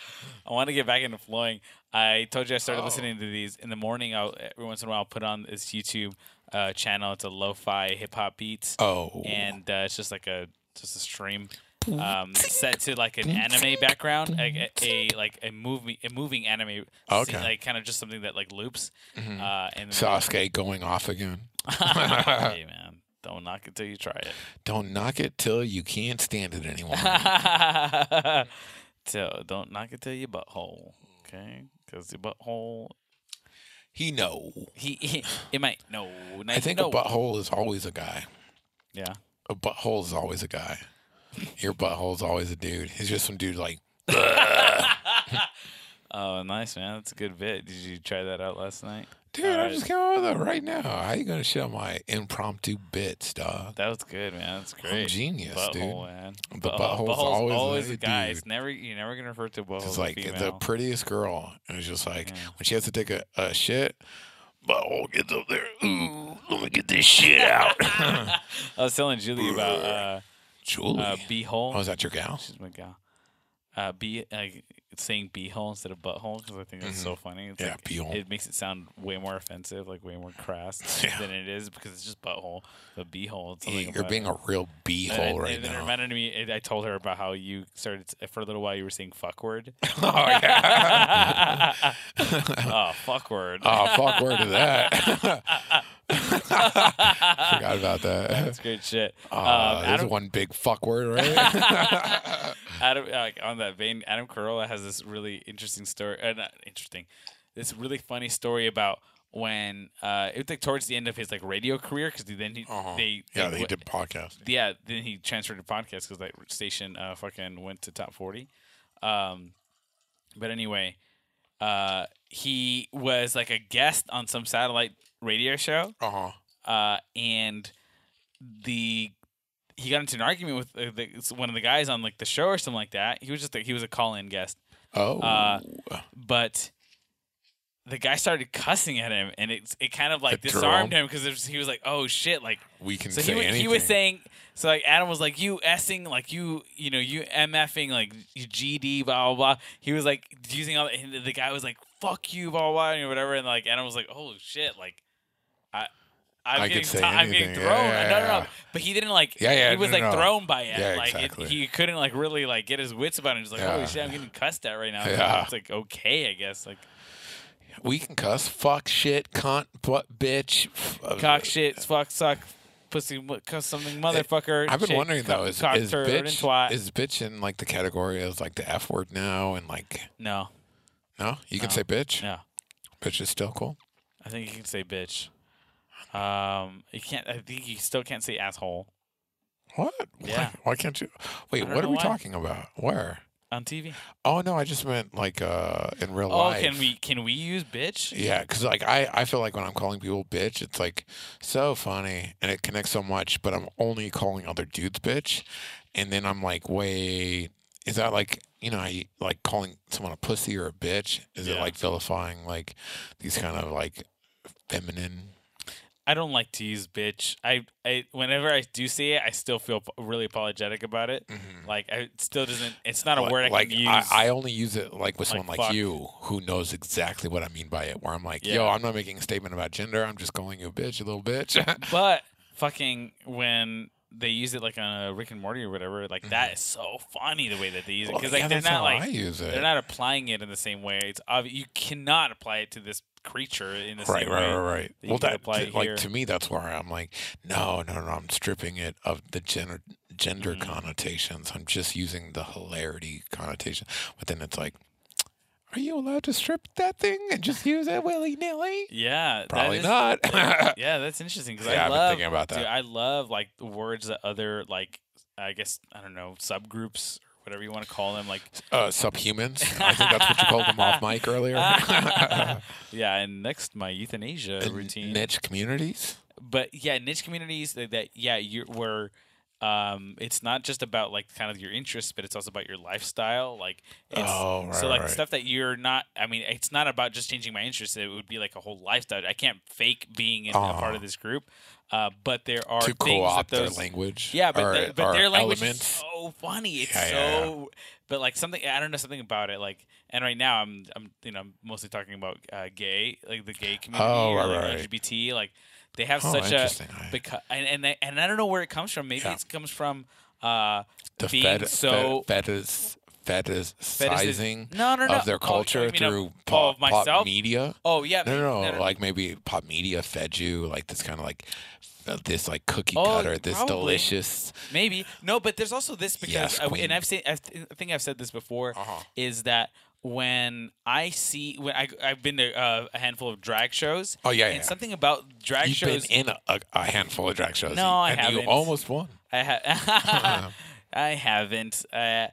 [SPEAKER 2] want to get back into flowing. I told you I started
[SPEAKER 1] Oh.
[SPEAKER 2] listening to these in the morning. I'll every once in a while I'll put on this YouTube uh, channel. It's a lo-fi hip hop beats,
[SPEAKER 1] oh.
[SPEAKER 2] and uh, it's just like a just a stream um, set to like an anime background, like a, a like a movie, a moving anime.
[SPEAKER 1] Okay. Mm.
[SPEAKER 2] scene, like kind of just something that like loops. Uh,
[SPEAKER 1] mm-hmm.
[SPEAKER 2] and
[SPEAKER 1] Sasuke going off again.
[SPEAKER 2] hey man, don't knock it till you try
[SPEAKER 1] Don't knock it till you can't stand it anymore.
[SPEAKER 2] it. so don't knock it till your butthole, okay? Because your butthole,
[SPEAKER 1] he know.
[SPEAKER 2] he, he it might no.
[SPEAKER 1] I think
[SPEAKER 2] no.
[SPEAKER 1] a butthole is always a guy.
[SPEAKER 2] yeah.
[SPEAKER 1] A butthole is always a guy. Your butthole's always a dude. He's just some dude like
[SPEAKER 2] Oh, nice man, that's a good bit. Did you try that out last night?
[SPEAKER 1] Dude, I just came up with it right now. How you gonna show my impromptu bits, dog?
[SPEAKER 2] That was good, man. That's great.
[SPEAKER 1] I'm genius,
[SPEAKER 2] butthole,
[SPEAKER 1] Oh, dude.
[SPEAKER 2] man.
[SPEAKER 1] The
[SPEAKER 2] Butthole-
[SPEAKER 1] butthole's always
[SPEAKER 2] always a
[SPEAKER 1] like,
[SPEAKER 2] guy.
[SPEAKER 1] dude.
[SPEAKER 2] It's never you're never gonna refer to a butthole.
[SPEAKER 1] It's
[SPEAKER 2] as
[SPEAKER 1] like
[SPEAKER 2] a
[SPEAKER 1] the
[SPEAKER 2] female.
[SPEAKER 1] prettiest girl, and it's just like
[SPEAKER 2] Yeah.
[SPEAKER 1] when she has to take a, a shit, my hole gets up there. Ooh, let me get this shit out.
[SPEAKER 2] I was telling Julie about
[SPEAKER 1] Julie.
[SPEAKER 2] uh, uh, beehole.
[SPEAKER 1] oh, is that your gal?
[SPEAKER 2] She's my gal. Uh, be like saying beehole instead of butthole because I think that's so funny. It's
[SPEAKER 1] Mm-hmm. Yeah,
[SPEAKER 2] like,
[SPEAKER 1] beehole.
[SPEAKER 2] It makes it sound way more offensive, like way more crass
[SPEAKER 1] Yeah.
[SPEAKER 2] than it is because it's just butthole. But beehole, it's something
[SPEAKER 1] You're
[SPEAKER 2] about
[SPEAKER 1] being
[SPEAKER 2] it.
[SPEAKER 1] a real
[SPEAKER 2] And I-
[SPEAKER 1] beehole right
[SPEAKER 2] and then It
[SPEAKER 1] now.
[SPEAKER 2] reminded me. It, I told her about how you started for a little while. You were saying fuck word.
[SPEAKER 1] oh, yeah.
[SPEAKER 2] oh, fuck word.
[SPEAKER 1] oh, fuck, word to that. Forgot about that.
[SPEAKER 2] That's great shit.
[SPEAKER 1] Oh,
[SPEAKER 2] um,
[SPEAKER 1] there's
[SPEAKER 2] Adam,
[SPEAKER 1] one big fuck word, right?
[SPEAKER 2] Adam, like on that vein, Adam Carolla has this really interesting story. Uh, not interesting. This really funny story about when uh, it was like towards the end of his like radio career because then he
[SPEAKER 1] Uh-huh.
[SPEAKER 2] they
[SPEAKER 1] yeah,
[SPEAKER 2] they
[SPEAKER 1] he
[SPEAKER 2] went-
[SPEAKER 1] did podcast.
[SPEAKER 2] yeah then he transferred to podcast because that station uh, fucking went to top forty. Um, but anyway, uh, he was like a guest on some satellite radio show.
[SPEAKER 1] Uh huh.
[SPEAKER 2] uh, and the he got into an argument with uh, the, it's one of the guys on like the show or something like that. He was just a, he was a call-in guest,
[SPEAKER 1] Oh.
[SPEAKER 2] Uh, but the guy started cussing at him, and it's it kind of like
[SPEAKER 1] It drew
[SPEAKER 2] disarmed
[SPEAKER 1] him.
[SPEAKER 2] him because he was like, "Oh shit!" Like
[SPEAKER 1] we can
[SPEAKER 2] so
[SPEAKER 1] say
[SPEAKER 2] he was,
[SPEAKER 1] anything.
[SPEAKER 2] he was saying so like Adam was like you s-ing like you you know you mfing like you GD blah blah blah. He was like using all and the guy was like fuck you blah blah, blah and whatever and like Adam was like oh shit like I I'm
[SPEAKER 1] I could
[SPEAKER 2] getting
[SPEAKER 1] say
[SPEAKER 2] t- I'm getting
[SPEAKER 1] anything.
[SPEAKER 2] thrown
[SPEAKER 1] Yeah,
[SPEAKER 2] no
[SPEAKER 1] yeah,
[SPEAKER 2] no
[SPEAKER 1] yeah.
[SPEAKER 2] no but he didn't like
[SPEAKER 1] Yeah, yeah,
[SPEAKER 2] he was
[SPEAKER 1] no,
[SPEAKER 2] like
[SPEAKER 1] no, no.
[SPEAKER 2] thrown by it
[SPEAKER 1] Yeah,
[SPEAKER 2] like
[SPEAKER 1] exactly.
[SPEAKER 2] it, he couldn't like really like get his wits about it. He's like
[SPEAKER 1] Yeah.
[SPEAKER 2] holy shit I'm getting cussed at right now.
[SPEAKER 1] Yeah.
[SPEAKER 2] It's like okay I guess like
[SPEAKER 1] we can cuss. Fuck, shit, cunt, butt, bitch. f- uh,
[SPEAKER 2] cock shit fuck suck pussy mu- cuss something motherfucker.
[SPEAKER 1] I've been
[SPEAKER 2] shit,
[SPEAKER 1] wondering though,
[SPEAKER 2] cock-
[SPEAKER 1] is,
[SPEAKER 2] cock
[SPEAKER 1] is
[SPEAKER 2] turd, and
[SPEAKER 1] bitch
[SPEAKER 2] twat.
[SPEAKER 1] is bitch in like the category as like the f word now and like
[SPEAKER 2] no
[SPEAKER 1] no, you can
[SPEAKER 2] No.
[SPEAKER 1] say bitch.
[SPEAKER 2] no.
[SPEAKER 1] Bitch is still cool.
[SPEAKER 2] I think you can say bitch. Um, you can't. I think you still can't say asshole
[SPEAKER 1] What?
[SPEAKER 2] Yeah.
[SPEAKER 1] Why, why can't you? Wait,
[SPEAKER 2] don't
[SPEAKER 1] what are
[SPEAKER 2] know
[SPEAKER 1] we
[SPEAKER 2] why.
[SPEAKER 1] talking about? Where?
[SPEAKER 2] on TV.
[SPEAKER 1] Oh no, I just meant like uh in real
[SPEAKER 2] Oh,
[SPEAKER 1] life.
[SPEAKER 2] can we can we use bitch?
[SPEAKER 1] Yeah, because like I, I feel like when I'm calling people bitch, it's like so funny and it connects so much, but I'm only calling other dudes bitch, and then I'm like, wait, is that like you know, how you, like calling someone a pussy or a bitch? Is it
[SPEAKER 2] Yeah.
[SPEAKER 1] like vilifying like these kind of like feminine?
[SPEAKER 2] I don't like to use bitch. I, I whenever I do say it, I still feel p- really apologetic about it.
[SPEAKER 1] Mm-hmm.
[SPEAKER 2] Like I it still doesn't. It's not a
[SPEAKER 1] Like,
[SPEAKER 2] word I
[SPEAKER 1] like,
[SPEAKER 2] can use.
[SPEAKER 1] I, I only use it like with
[SPEAKER 2] Like,
[SPEAKER 1] someone like
[SPEAKER 2] fuck.
[SPEAKER 1] you who knows exactly what I mean by it. Where I'm like, yo,
[SPEAKER 2] Yeah.
[SPEAKER 1] I'm not making a statement about gender. I'm just calling you a bitch, you little bitch.
[SPEAKER 2] but fucking when they use it like on a Rick and Morty or whatever, like that is so funny the way that they use it
[SPEAKER 1] Mm-hmm. Well,
[SPEAKER 2] because
[SPEAKER 1] yeah,
[SPEAKER 2] like they're
[SPEAKER 1] that's
[SPEAKER 2] not
[SPEAKER 1] how
[SPEAKER 2] like
[SPEAKER 1] I use it.
[SPEAKER 2] they're not applying it in the same way. It's obvious you cannot apply it to this creature in the
[SPEAKER 1] right,
[SPEAKER 2] same
[SPEAKER 1] right,
[SPEAKER 2] way.
[SPEAKER 1] right, right.
[SPEAKER 2] that you
[SPEAKER 1] Well,
[SPEAKER 2] could
[SPEAKER 1] that
[SPEAKER 2] apply
[SPEAKER 1] th-
[SPEAKER 2] it
[SPEAKER 1] like
[SPEAKER 2] here.
[SPEAKER 1] to me, that's where I'm like, no, no, no. I'm stripping it of the gender gender
[SPEAKER 2] Mhm.
[SPEAKER 1] connotations. I'm just using the hilarity connotation. But then it's like, are you allowed to strip that thing and just use it willy nilly?
[SPEAKER 2] Yeah, that
[SPEAKER 1] Probably
[SPEAKER 2] is-
[SPEAKER 1] not.
[SPEAKER 2] yeah, that's interesting because
[SPEAKER 1] Yeah,
[SPEAKER 2] I
[SPEAKER 1] I've been
[SPEAKER 2] love
[SPEAKER 1] thinking about
[SPEAKER 2] Dude,
[SPEAKER 1] that.
[SPEAKER 2] I love like the words that other like I guess I don't know subgroups or whatever you want to call them like
[SPEAKER 1] uh, subhumans. I think that's what you called them off mic earlier.
[SPEAKER 2] yeah, and next my euthanasia
[SPEAKER 1] The
[SPEAKER 2] routine.
[SPEAKER 1] Niche communities.
[SPEAKER 2] but yeah, niche communities that, that yeah, you were um it's not just about like kind of your interests, but it's also about your lifestyle. Like it's
[SPEAKER 1] Oh,
[SPEAKER 2] so
[SPEAKER 1] right,
[SPEAKER 2] like
[SPEAKER 1] right.
[SPEAKER 2] stuff that you're not I mean, it's not about just changing my interests. It would be like a whole lifestyle. I can't fake being in, a part
[SPEAKER 1] Uh-huh.
[SPEAKER 2] of this group. Uh, but there are
[SPEAKER 1] to
[SPEAKER 2] things that
[SPEAKER 1] co-opt their
[SPEAKER 2] those
[SPEAKER 1] language.
[SPEAKER 2] Yeah, but,
[SPEAKER 1] or-
[SPEAKER 2] their- but
[SPEAKER 1] or
[SPEAKER 2] their language
[SPEAKER 1] elements.
[SPEAKER 2] is so funny. It's
[SPEAKER 1] Yeah, yeah,
[SPEAKER 2] so, but like something I don't know something about it. Like, and right now I'm I'm you know I'm mostly talking about uh, gay, like the gay community
[SPEAKER 1] Oh,
[SPEAKER 2] or
[SPEAKER 1] right,
[SPEAKER 2] like,
[SPEAKER 1] right.
[SPEAKER 2] LGBT. Like they have
[SPEAKER 1] Oh,
[SPEAKER 2] such a
[SPEAKER 1] interesting. I-
[SPEAKER 2] because and and I, and I don't know where it comes from. Maybe
[SPEAKER 1] Yeah.
[SPEAKER 2] it comes from uh
[SPEAKER 1] the
[SPEAKER 2] being
[SPEAKER 1] fed,
[SPEAKER 2] so
[SPEAKER 1] fed, fetish, fetishizing
[SPEAKER 2] no no no
[SPEAKER 1] of their
[SPEAKER 2] Oh, you
[SPEAKER 1] culture
[SPEAKER 2] mean of-
[SPEAKER 1] through
[SPEAKER 2] oh,
[SPEAKER 1] pop, pop
[SPEAKER 2] of myself?
[SPEAKER 1] media.
[SPEAKER 2] Oh yeah,
[SPEAKER 1] No, no, no,
[SPEAKER 2] no,
[SPEAKER 1] like maybe pop media fed you like this kind of like uh, this like cookie
[SPEAKER 2] Oh,
[SPEAKER 1] cutter, this
[SPEAKER 2] probably.
[SPEAKER 1] delicious.
[SPEAKER 2] Maybe no, but there's also this because
[SPEAKER 1] Yes,
[SPEAKER 2] I,
[SPEAKER 1] queen.
[SPEAKER 2] and I've seen I've, I think I've said this before
[SPEAKER 1] Uh-huh.
[SPEAKER 2] is that when I see when I I've been to uh, a handful of drag shows.
[SPEAKER 1] Oh, yeah,
[SPEAKER 2] and
[SPEAKER 1] yeah.
[SPEAKER 2] something about drag
[SPEAKER 1] You've
[SPEAKER 2] shows.
[SPEAKER 1] been in a, a, a handful of drag shows.
[SPEAKER 2] No, I
[SPEAKER 1] and You
[SPEAKER 2] haven't.
[SPEAKER 1] almost won.
[SPEAKER 2] I ha- I haven't. Uh,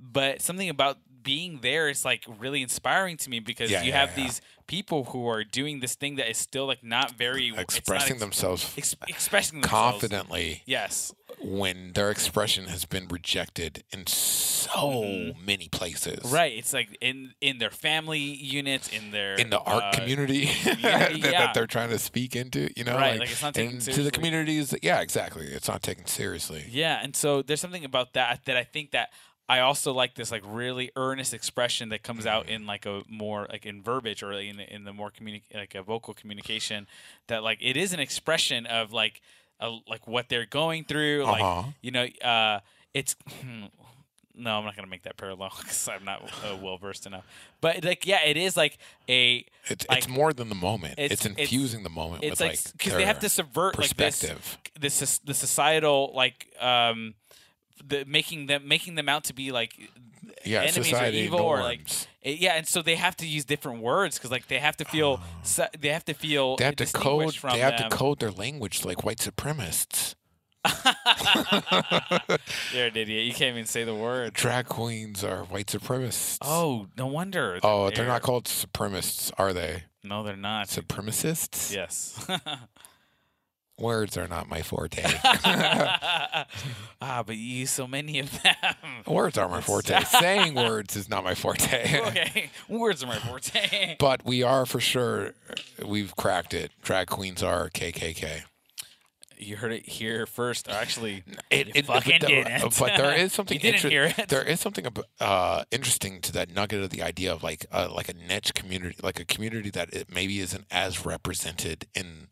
[SPEAKER 2] but something about being there is like really inspiring to me because
[SPEAKER 1] Yeah,
[SPEAKER 2] you
[SPEAKER 1] yeah,
[SPEAKER 2] have
[SPEAKER 1] yeah.
[SPEAKER 2] these people who are doing this thing that is still like not very it's not
[SPEAKER 1] expressing
[SPEAKER 2] ex-
[SPEAKER 1] themselves
[SPEAKER 2] ex- expressing themselves.
[SPEAKER 1] confidently
[SPEAKER 2] Yes.
[SPEAKER 1] when their expression has been rejected in so many places.
[SPEAKER 2] Mm-hmm. Right. It's like in in their family units, in their
[SPEAKER 1] In the art
[SPEAKER 2] uh,
[SPEAKER 1] community
[SPEAKER 2] community,
[SPEAKER 1] that,
[SPEAKER 2] yeah.
[SPEAKER 1] that they're trying to speak into, you know,
[SPEAKER 2] Right, like, it's not taken
[SPEAKER 1] and to
[SPEAKER 2] seriously.
[SPEAKER 1] the communities. that- Yeah, exactly. It's not taken seriously.
[SPEAKER 2] Yeah, and so there's something about that that I think that I also like this like really earnest expression that comes out
[SPEAKER 1] Mm-hmm.
[SPEAKER 2] in like a more like in verbiage or in in the more communi- like a vocal communication that like it is an expression of like a, like what they're going through like
[SPEAKER 1] uh-huh.
[SPEAKER 2] you know uh it's hmm, no I'm not gonna make that parallel because I'm not uh, well versed enough but like yeah it is like a
[SPEAKER 1] It's
[SPEAKER 2] like-
[SPEAKER 1] it's more than the moment.
[SPEAKER 2] it's-
[SPEAKER 1] It's,
[SPEAKER 2] it's-
[SPEAKER 1] infusing the moment with
[SPEAKER 2] it's like
[SPEAKER 1] like
[SPEAKER 2] because they have to
[SPEAKER 1] their
[SPEAKER 2] subvert like this
[SPEAKER 1] perspective.
[SPEAKER 2] this soc- the societal like um the making them making them out to be like
[SPEAKER 1] yeah,
[SPEAKER 2] enemies are
[SPEAKER 1] society
[SPEAKER 2] evil
[SPEAKER 1] norms.
[SPEAKER 2] or, like, eh, yeah and so they have to use different words because like they have to feel se- Ah. they have to feel
[SPEAKER 1] they have to code.
[SPEAKER 2] distinguished from
[SPEAKER 1] They have
[SPEAKER 2] them.
[SPEAKER 1] to code their language like white supremacists.
[SPEAKER 2] you're an idiot you can't even say the word
[SPEAKER 1] Drag queens are white supremacists.
[SPEAKER 2] oh no wonder
[SPEAKER 1] Oh, they're not called supremacists, are they?
[SPEAKER 2] no they're not
[SPEAKER 1] Supremacists?
[SPEAKER 2] yes
[SPEAKER 1] Words are not my forte.
[SPEAKER 2] ah but you use so many of them
[SPEAKER 1] words are my forte. Saying words is not my forte.
[SPEAKER 2] okay words are my forte
[SPEAKER 1] But we are for sure, we've cracked it. Drag queens are KKK.
[SPEAKER 2] you heard it here first or actually
[SPEAKER 1] It,
[SPEAKER 2] You
[SPEAKER 1] it-
[SPEAKER 2] fucking
[SPEAKER 1] but,
[SPEAKER 2] did it.
[SPEAKER 1] but there is something
[SPEAKER 2] You didn't
[SPEAKER 1] inter-
[SPEAKER 2] hear it.
[SPEAKER 1] There is something ab- uh, interesting to that nugget of the idea of like uh, like a niche community, like a community that it maybe isn't as represented in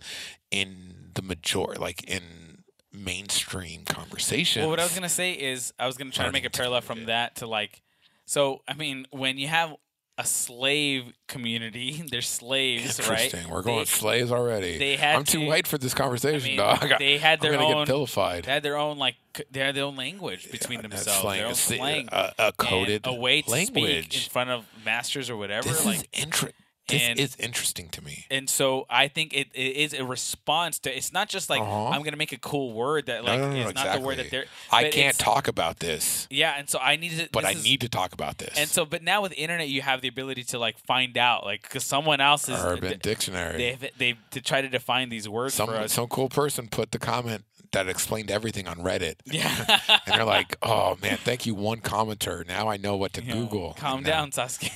[SPEAKER 1] in the major, like in mainstream conversation.
[SPEAKER 2] Well, what I was gonna say is I was gonna try to make a
[SPEAKER 1] Learning to
[SPEAKER 2] parallel from that to like, so I mean, when you have a slave community, they're slaves, right?
[SPEAKER 1] Interesting. We're going
[SPEAKER 2] They-
[SPEAKER 1] slaves already.
[SPEAKER 2] they had
[SPEAKER 1] I'm too
[SPEAKER 2] to-
[SPEAKER 1] white for this
[SPEAKER 2] I
[SPEAKER 1] conversation,
[SPEAKER 2] mean,
[SPEAKER 1] dog.
[SPEAKER 2] they had
[SPEAKER 1] I'm
[SPEAKER 2] their
[SPEAKER 1] gonna
[SPEAKER 2] own,
[SPEAKER 1] get vilified.
[SPEAKER 2] they had their own like, c- they had their own language between
[SPEAKER 1] Uh,
[SPEAKER 2] themselves, their own
[SPEAKER 1] it's the-
[SPEAKER 2] slang,
[SPEAKER 1] a, a
[SPEAKER 2] and
[SPEAKER 1] coded
[SPEAKER 2] a way to speak in
[SPEAKER 1] language.
[SPEAKER 2] front of masters or whatever,
[SPEAKER 1] This
[SPEAKER 2] like.
[SPEAKER 1] is inter- This
[SPEAKER 2] and-
[SPEAKER 1] is interesting to me.
[SPEAKER 2] and so I think it, it is a response to. It's not just like
[SPEAKER 1] Uh-huh.
[SPEAKER 2] I'm gonna make a cool word that like
[SPEAKER 1] no, no, no,
[SPEAKER 2] is not the word that
[SPEAKER 1] exactly.
[SPEAKER 2] they're.
[SPEAKER 1] I
[SPEAKER 2] but
[SPEAKER 1] can't
[SPEAKER 2] it's-
[SPEAKER 1] talk about this,
[SPEAKER 2] Yeah, and so I need to.
[SPEAKER 1] but
[SPEAKER 2] this
[SPEAKER 1] I
[SPEAKER 2] is-
[SPEAKER 1] need to talk about this.
[SPEAKER 2] And so, but now with the internet, you have the ability to like find out, like, because someone else is
[SPEAKER 1] Urban
[SPEAKER 2] they-
[SPEAKER 1] Dictionary.
[SPEAKER 2] they've they've to try to define these words
[SPEAKER 1] some
[SPEAKER 2] for us.
[SPEAKER 1] some cool person put the comment that explained everything on Reddit,
[SPEAKER 2] yeah,
[SPEAKER 1] and they're like, "Oh man, thank you, one commenter. Now I know what to
[SPEAKER 2] You know,
[SPEAKER 1] Google."
[SPEAKER 2] Calm
[SPEAKER 1] now.
[SPEAKER 2] down, Sasuke.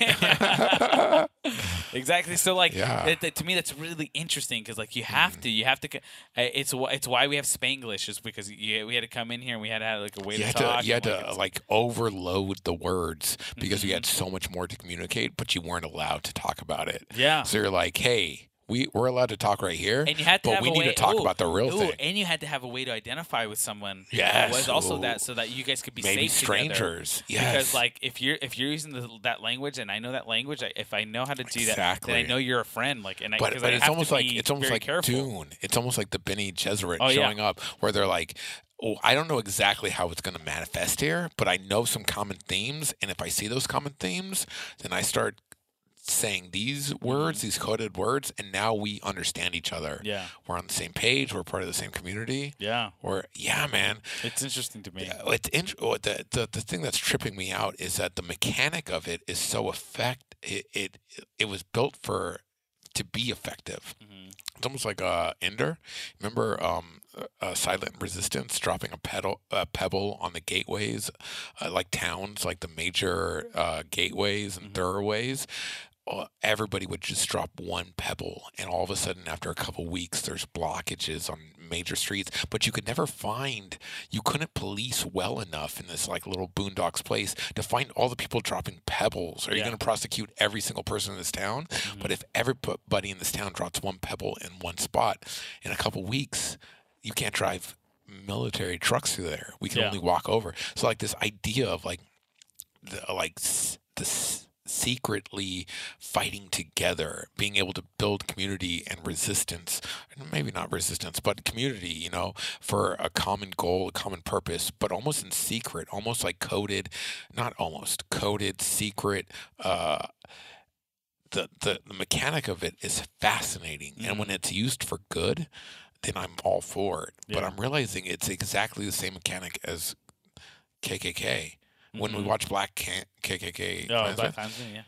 [SPEAKER 2] exactly. So, like,
[SPEAKER 1] Yeah. Mm-hmm.
[SPEAKER 2] that, that- to me, that's really interesting because, like, you have to, you have to. c- uh, It's wh- it's why we have Spanglish is because you, we had to come in here and we had to have like a way
[SPEAKER 1] you
[SPEAKER 2] to
[SPEAKER 1] had
[SPEAKER 2] talk.
[SPEAKER 1] to, you had
[SPEAKER 2] and, like,
[SPEAKER 1] to
[SPEAKER 2] it's-
[SPEAKER 1] like overload the words because you
[SPEAKER 2] Mm-hmm.
[SPEAKER 1] had so much more to communicate, but you weren't allowed to talk about it.
[SPEAKER 2] yeah.
[SPEAKER 1] So you're like, hey, we we're allowed to talk right here,
[SPEAKER 2] and you had to
[SPEAKER 1] but
[SPEAKER 2] have
[SPEAKER 1] we
[SPEAKER 2] a
[SPEAKER 1] need
[SPEAKER 2] way,
[SPEAKER 1] to talk
[SPEAKER 2] ooh,
[SPEAKER 1] about the real
[SPEAKER 2] ooh,
[SPEAKER 1] thing.
[SPEAKER 2] and you had to have a way to identify with someone.
[SPEAKER 1] Yes.
[SPEAKER 2] was also
[SPEAKER 1] Ooh.
[SPEAKER 2] that so that you guys could be
[SPEAKER 1] Maybe
[SPEAKER 2] safe together.
[SPEAKER 1] strangers, yes.
[SPEAKER 2] Because like if you're if you're using the, that language and I know that language, I, if I know how to do that, then I
[SPEAKER 1] Exactly.
[SPEAKER 2] know you're a friend. Like and I,
[SPEAKER 1] but,
[SPEAKER 2] 'cause
[SPEAKER 1] but
[SPEAKER 2] I
[SPEAKER 1] it's
[SPEAKER 2] have
[SPEAKER 1] almost
[SPEAKER 2] to
[SPEAKER 1] like
[SPEAKER 2] be
[SPEAKER 1] it's almost
[SPEAKER 2] very
[SPEAKER 1] like
[SPEAKER 2] careful.
[SPEAKER 1] Dune. It's almost like the Benny Gesserit
[SPEAKER 2] Oh, yeah.
[SPEAKER 1] showing up, where they're like, "Oh, I don't know exactly how it's going to manifest here, but I know some common themes, and if I see those common themes, then I start saying these words, these coded words, and now we understand each other.
[SPEAKER 2] Yeah,
[SPEAKER 1] We're on the same page. We're part of the same community.
[SPEAKER 2] yeah,
[SPEAKER 1] We're yeah, man.
[SPEAKER 2] it's interesting to me.
[SPEAKER 1] Yeah, It's int- oh, the, the the thing that's tripping me out is that the mechanic of it is so effect. It it it was built for to be effective.
[SPEAKER 2] Mhm.
[SPEAKER 1] It's almost like uh, Ender. Remember um, uh, uh, Silent Resistance dropping a pedal a pebble on the gateways, uh, like towns, like the major uh, gateways and
[SPEAKER 2] Mhm.
[SPEAKER 1] thoroughways. Uh, everybody would just drop one pebble, and all of a sudden, after a couple weeks, there's blockages on major streets. But you could never find, you couldn't police well enough in this like little boondocks place to find all the people dropping pebbles. Are you
[SPEAKER 2] Yeah.
[SPEAKER 1] going to prosecute every single person in this town? Mm-hmm. But if everybody in this town drops one pebble in one spot in a couple weeks, you can't drive military trucks through there. We can
[SPEAKER 2] Yeah.
[SPEAKER 1] only walk over. So like this idea of like the, like s- the s- secretly fighting together, being able to build community and resistance, and maybe not resistance, but community, you know, for a common goal, a common purpose, but almost in secret, almost like coded, not almost coded, secret, uh, the, the, the mechanic of it is fascinating. And
[SPEAKER 2] Mm.
[SPEAKER 1] when it's used for good, then I'm all for it. But
[SPEAKER 2] Yeah.
[SPEAKER 1] I'm realizing it's exactly the same mechanic as KKK. When we
[SPEAKER 2] Mhm.
[SPEAKER 1] watched Black Can- KKK,
[SPEAKER 2] Oh,
[SPEAKER 1] Klansman,
[SPEAKER 2] Black Klansman, yeah.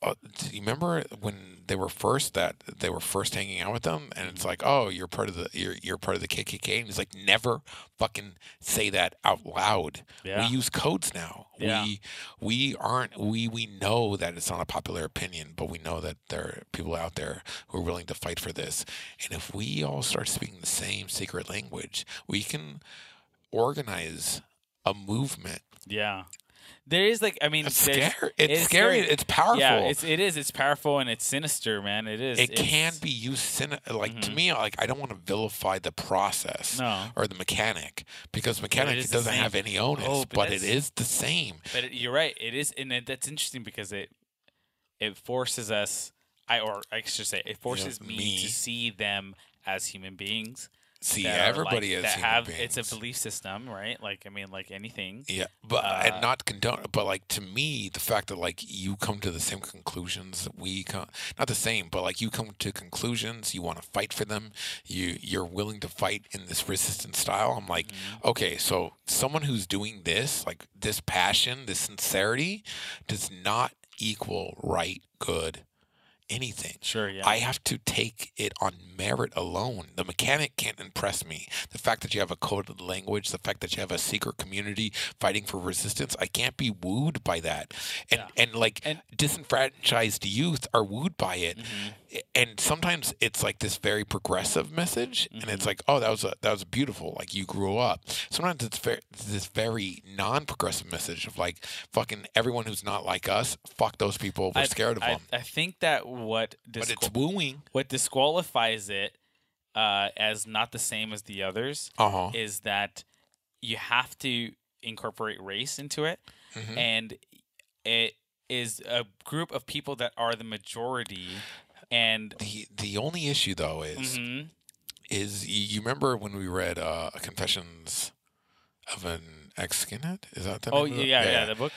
[SPEAKER 1] uh, do you remember when they were first that they were first hanging out with them, and it's like, oh, you're part of the you're you're part of the KKK, and he's like, never fucking say that out loud.
[SPEAKER 2] Yeah.
[SPEAKER 1] We use codes now.
[SPEAKER 2] Yeah.
[SPEAKER 1] We we aren't we we know that it's not a popular opinion, but we know that there are people out there who are willing to fight for this, and if we all start speaking the same secret language, we can organize a movement.
[SPEAKER 2] yeah. There is like I mean
[SPEAKER 1] It's
[SPEAKER 2] there's-
[SPEAKER 1] scary. It's,
[SPEAKER 2] it's
[SPEAKER 1] scary.
[SPEAKER 2] scary.
[SPEAKER 1] It's powerful.
[SPEAKER 2] Yeah, it's it is. It's powerful and it's sinister, man. It is.
[SPEAKER 1] it can
[SPEAKER 2] It's-
[SPEAKER 1] be used cin- like to
[SPEAKER 2] Mhm.
[SPEAKER 1] me like i don't want to vilify the process
[SPEAKER 2] No.
[SPEAKER 1] or the mechanic because mechanic
[SPEAKER 2] is
[SPEAKER 1] it
[SPEAKER 2] the
[SPEAKER 1] doesn't
[SPEAKER 2] same.
[SPEAKER 1] have any onus
[SPEAKER 2] Oh, but
[SPEAKER 1] but, it
[SPEAKER 2] that's-
[SPEAKER 1] is the same
[SPEAKER 2] But it, you're right. It is, and it, that's interesting because it it forces us. I or I should say it forces me,
[SPEAKER 1] me.
[SPEAKER 2] to see them as human beings.
[SPEAKER 1] see
[SPEAKER 2] that are, like-
[SPEAKER 1] everybody is
[SPEAKER 2] that
[SPEAKER 1] human
[SPEAKER 2] have
[SPEAKER 1] beings.
[SPEAKER 2] it's a belief system, right? Like I mean, like anything.
[SPEAKER 1] yeah but
[SPEAKER 2] uh,
[SPEAKER 1] and not condone but like to me the fact that like you come to the same conclusions that we come not the same but like you come to conclusions you want to fight for them you you're willing to fight in this resistance style i'm like
[SPEAKER 2] Mm-hmm.
[SPEAKER 1] okay so someone who's doing this like this passion this sincerity does not equal right good anything
[SPEAKER 2] Sure. Yeah.
[SPEAKER 1] I have to take it on merit alone. The mechanic can't impress me. The fact that you have a coded language, the fact that you have a secret community fighting for resistance, I can't be wooed by that. And
[SPEAKER 2] Yeah.
[SPEAKER 1] and like
[SPEAKER 2] And-
[SPEAKER 1] disenfranchised youth are wooed by it.
[SPEAKER 2] Mhm.
[SPEAKER 1] And sometimes it's like this very progressive message and
[SPEAKER 2] Mm-hmm.
[SPEAKER 1] it's like, "Oh, that was a that was beautiful. Like you grew up." Sometimes it's ver- this very non-progressive message of like fucking everyone who's not like us, fuck those people. We're
[SPEAKER 2] I-
[SPEAKER 1] scared of
[SPEAKER 2] I,
[SPEAKER 1] them.
[SPEAKER 2] I think that what
[SPEAKER 1] but
[SPEAKER 2] disqual-
[SPEAKER 1] it's wooing.
[SPEAKER 2] what disqualifies it uh, as not the same as the others
[SPEAKER 1] Uh-huh.
[SPEAKER 2] is that you have to incorporate race into it.
[SPEAKER 1] Mhm.
[SPEAKER 2] and it is a group of people that are the majority and
[SPEAKER 1] The the only issue though is
[SPEAKER 2] Mhm.
[SPEAKER 1] is y- you remember when we read uh, Confessions of an Ex Skinhead? Is that the
[SPEAKER 2] oh
[SPEAKER 1] name of
[SPEAKER 2] yeah,
[SPEAKER 1] it?
[SPEAKER 2] yeah the book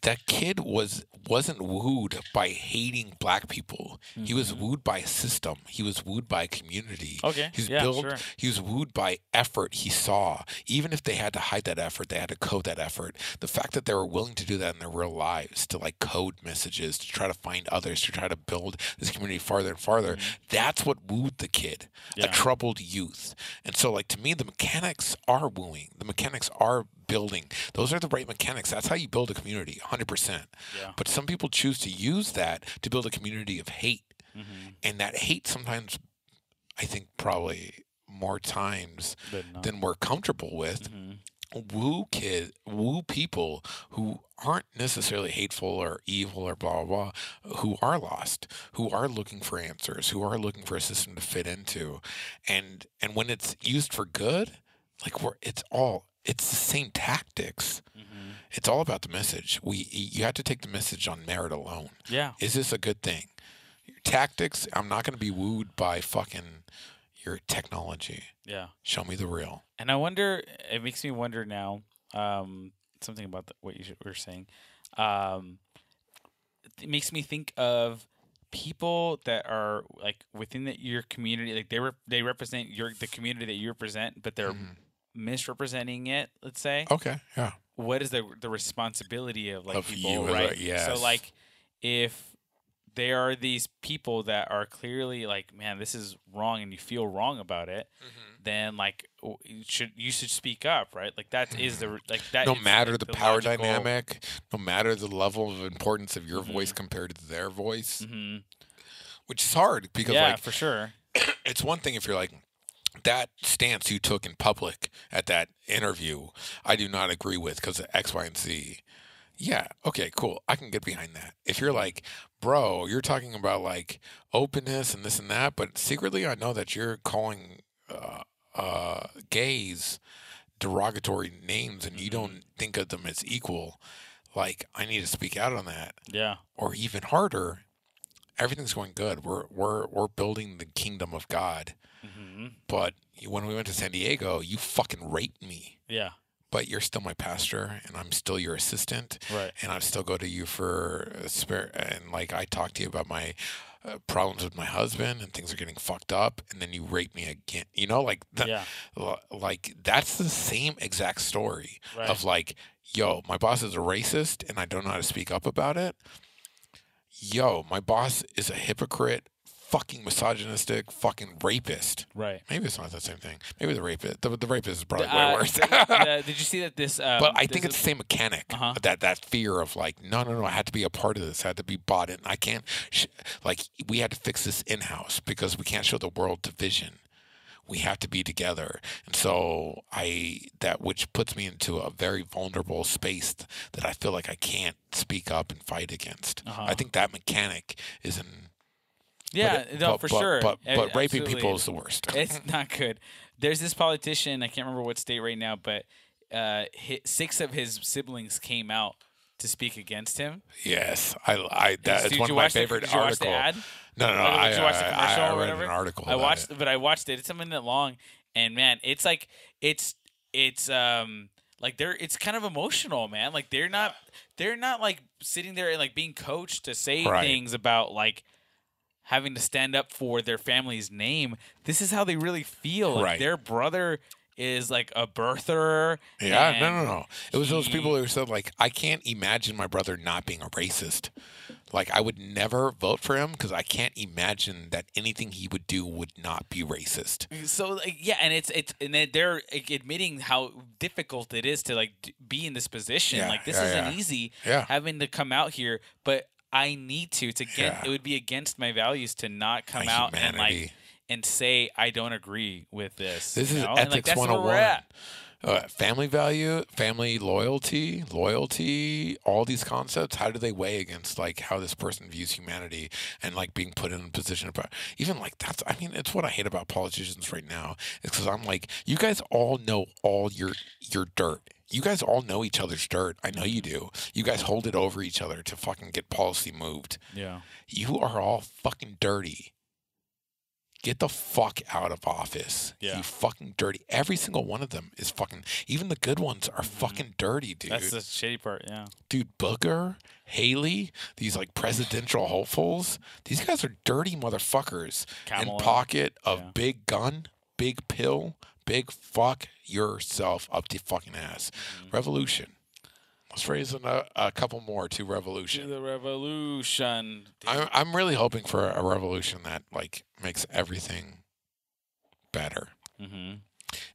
[SPEAKER 1] That kid was wasn't wooed by hating black people. He was
[SPEAKER 2] Mhm.
[SPEAKER 1] wooed by a system. He was wooed by a community.
[SPEAKER 2] okay
[SPEAKER 1] He's
[SPEAKER 2] yeah
[SPEAKER 1] built.
[SPEAKER 2] sure
[SPEAKER 1] He was wooed by effort he saw. Even if they had to hide that effort, they had to code that effort. The fact that they were willing to do that in their real lives, to like code messages, to try to find others, to try to build this community farther and farther, that's what wooed the kid,
[SPEAKER 2] Mm-hmm. Yeah.
[SPEAKER 1] a troubled youth. And so, like to me, the mechanics are wooing. The mechanics are building. Those are the right mechanics. That's how you build a community, 100%.
[SPEAKER 2] yeah
[SPEAKER 1] But some people choose to use that to build a community of hate
[SPEAKER 2] Mhm.
[SPEAKER 1] and that hate sometimes i think probably more times
[SPEAKER 2] But no.
[SPEAKER 1] than we're comfortable with
[SPEAKER 2] Mhm.
[SPEAKER 1] woo kid woo people who aren't necessarily hateful or evil or blah blah blah who are lost who are looking for answers who are looking for a system to fit into and and when it's used for good like we're it's all it's the same tactics
[SPEAKER 2] Mhm.
[SPEAKER 1] it's all about the message we you have to take the message on merit alone
[SPEAKER 2] yeah
[SPEAKER 1] is this a good thing? Your tactics, I'm not going to be wooed by fucking your technology.
[SPEAKER 2] yeah
[SPEAKER 1] Show me the real.
[SPEAKER 2] and i wonder it makes me wonder now um something about the, what you sh- were saying um it makes me think of people that are like within the, your community like they rep- they represent your the community that you represent but they're
[SPEAKER 1] Mhm.
[SPEAKER 2] misrepresenting it, let's say,
[SPEAKER 1] Okay, yeah.
[SPEAKER 2] what is the the responsibility of like
[SPEAKER 1] Of
[SPEAKER 2] people,
[SPEAKER 1] you as a-
[SPEAKER 2] right? So
[SPEAKER 1] yes.
[SPEAKER 2] like if there are these people that are clearly like, man, this is wrong and you feel wrong about it, then like w- you should you should speak up, right? Like that is the like that
[SPEAKER 1] No
[SPEAKER 2] is,
[SPEAKER 1] matter
[SPEAKER 2] like,
[SPEAKER 1] the, power
[SPEAKER 2] logical-
[SPEAKER 1] dynamic, no matter the level of importance of your
[SPEAKER 2] Mhm.
[SPEAKER 1] voice compared to their voice,
[SPEAKER 2] Mhm.
[SPEAKER 1] which is hard because
[SPEAKER 2] Yeah,
[SPEAKER 1] like
[SPEAKER 2] for sure.
[SPEAKER 1] it's one thing if you're like that stance you took in public at that interview, I do not agree with because of X, Y, and Z. Yeah, okay, cool. I can get behind that. If you're like, bro, you're talking about like openness and this and that, but secretly I know that you're calling uh, uh, gays derogatory names and you don't think of them as equal. Like, I need to speak out on that
[SPEAKER 2] Yeah.
[SPEAKER 1] or even harder, everything's going good. We're we're we're building the kingdom of God.
[SPEAKER 2] hmm
[SPEAKER 1] But you- when we went to San Diego, you fucking raped me.
[SPEAKER 2] Yeah.
[SPEAKER 1] But you're still my pastor, and I'm still your assistant,
[SPEAKER 2] Right.
[SPEAKER 1] and I still go to you for uh, spirit. And like I talk to you about my uh, problems with my husband, and things are getting fucked up, and then you rape me again. You know, like that,
[SPEAKER 2] yeah.
[SPEAKER 1] like that's the same exact story
[SPEAKER 2] Right.
[SPEAKER 1] of like yo, my boss is a racist and I don't know how to speak up about it. Yo, my boss is a hypocrite, fucking misogynistic, fucking rapist.
[SPEAKER 2] Right.
[SPEAKER 1] Maybe it's not the same thing. Maybe the rapist, the, the rapist is probably
[SPEAKER 2] Uh,
[SPEAKER 1] way worse.
[SPEAKER 2] uh, did you see that this? Um,
[SPEAKER 1] But I
[SPEAKER 2] this
[SPEAKER 1] think
[SPEAKER 2] is-
[SPEAKER 1] it's the same mechanic.
[SPEAKER 2] Uh-huh.
[SPEAKER 1] That that fear of like, no, no, no, I had to be a part of this. I had to be bought in. I can't. Sh- like, we had to fix this in house because we can't show the world division. We have to be together. And so I that which puts me into a very vulnerable space that I feel like I can't speak up and fight against.
[SPEAKER 2] Uh-huh.
[SPEAKER 1] I think that mechanic is in.
[SPEAKER 2] yeah,
[SPEAKER 1] but it-
[SPEAKER 2] no,
[SPEAKER 1] but-
[SPEAKER 2] for
[SPEAKER 1] but-
[SPEAKER 2] sure.
[SPEAKER 1] But
[SPEAKER 2] Uh,
[SPEAKER 1] but raping
[SPEAKER 2] absolutely.
[SPEAKER 1] people is the worst.
[SPEAKER 2] it's not good. There's this politician. I can't remember what state right now, but uh, hi six of his siblings came out to speak against him.
[SPEAKER 1] yes, I I that is
[SPEAKER 2] Did you
[SPEAKER 1] one of my
[SPEAKER 2] watch the-
[SPEAKER 1] favorite
[SPEAKER 2] did you watch the
[SPEAKER 1] articles.
[SPEAKER 2] ad?
[SPEAKER 1] No, no, no.
[SPEAKER 2] Like,
[SPEAKER 1] I,
[SPEAKER 2] did you watch the
[SPEAKER 1] I- I-
[SPEAKER 2] commercial
[SPEAKER 1] I
[SPEAKER 2] or
[SPEAKER 1] read
[SPEAKER 2] whatever?
[SPEAKER 1] an article.
[SPEAKER 2] I
[SPEAKER 1] about
[SPEAKER 2] watched,
[SPEAKER 1] it.
[SPEAKER 2] but I watched it. It's a minute long, and man, it's like it's it's um like they're it's kind of emotional, man. Like they're not they're not like sitting there and like being coached to say
[SPEAKER 1] Right.
[SPEAKER 2] things about like having to stand up for their family's name. This is how they really feel. Like
[SPEAKER 1] Right.
[SPEAKER 2] their brother is like a birther.
[SPEAKER 1] Yeah, no,
[SPEAKER 2] and-
[SPEAKER 1] no, no. It was those
[SPEAKER 2] he-
[SPEAKER 1] people who said like, I can't imagine my brother not being a racist. Like, I would never vote for him because I can't imagine that anything he would do would not be racist.
[SPEAKER 2] So like, yeah, and it's it's and they- they're like, admitting how difficult it is to like d- be in this position.
[SPEAKER 1] Yeah,
[SPEAKER 2] like this
[SPEAKER 1] yeah,
[SPEAKER 2] isn't
[SPEAKER 1] yeah.
[SPEAKER 2] easy
[SPEAKER 1] Yeah.
[SPEAKER 2] having to come out here, but I need to. It's again,
[SPEAKER 1] Yeah.
[SPEAKER 2] it would be against my values to not come
[SPEAKER 1] My
[SPEAKER 2] out and like
[SPEAKER 1] humanity.
[SPEAKER 2] and say I don't agree with this.
[SPEAKER 1] This
[SPEAKER 2] you
[SPEAKER 1] is
[SPEAKER 2] know? And,
[SPEAKER 1] ethics
[SPEAKER 2] like, that's where
[SPEAKER 1] 101.
[SPEAKER 2] we're at.
[SPEAKER 1] Uh, family value, family loyalty, loyalty, all these concepts, how do they weigh against like how this person views humanity and like being put in a position of power? Even like that's, I mean, it's what I hate about politicians right now is because I'm like, you guys all know all your, your dirt. You guys all know each other's dirt. I know you do. You guys hold it over each other to fucking get policy moved.
[SPEAKER 2] Yeah.
[SPEAKER 1] You are all fucking dirty. Get the fuck out of office.
[SPEAKER 2] Yeah.
[SPEAKER 1] You fucking dirty. Every single one of them is fucking, even the good ones are fucking dirty, dude.
[SPEAKER 2] Mm-hmm. That's the shitty part. Yeah.
[SPEAKER 1] dude, Booker, Haley, these like presidential hopefuls, these guys are dirty motherfuckers in
[SPEAKER 2] Kamala.
[SPEAKER 1] pocket of
[SPEAKER 2] Yeah.
[SPEAKER 1] big gun, big pill, big fuck yourself up to fucking ass.
[SPEAKER 2] Mm. Mm-hmm.
[SPEAKER 1] Revolution. Let's raise an, a, a couple more to revolution.
[SPEAKER 2] To the revolution.
[SPEAKER 1] I'm I'm really hoping for a revolution that like makes everything better.
[SPEAKER 2] Mm-hmm.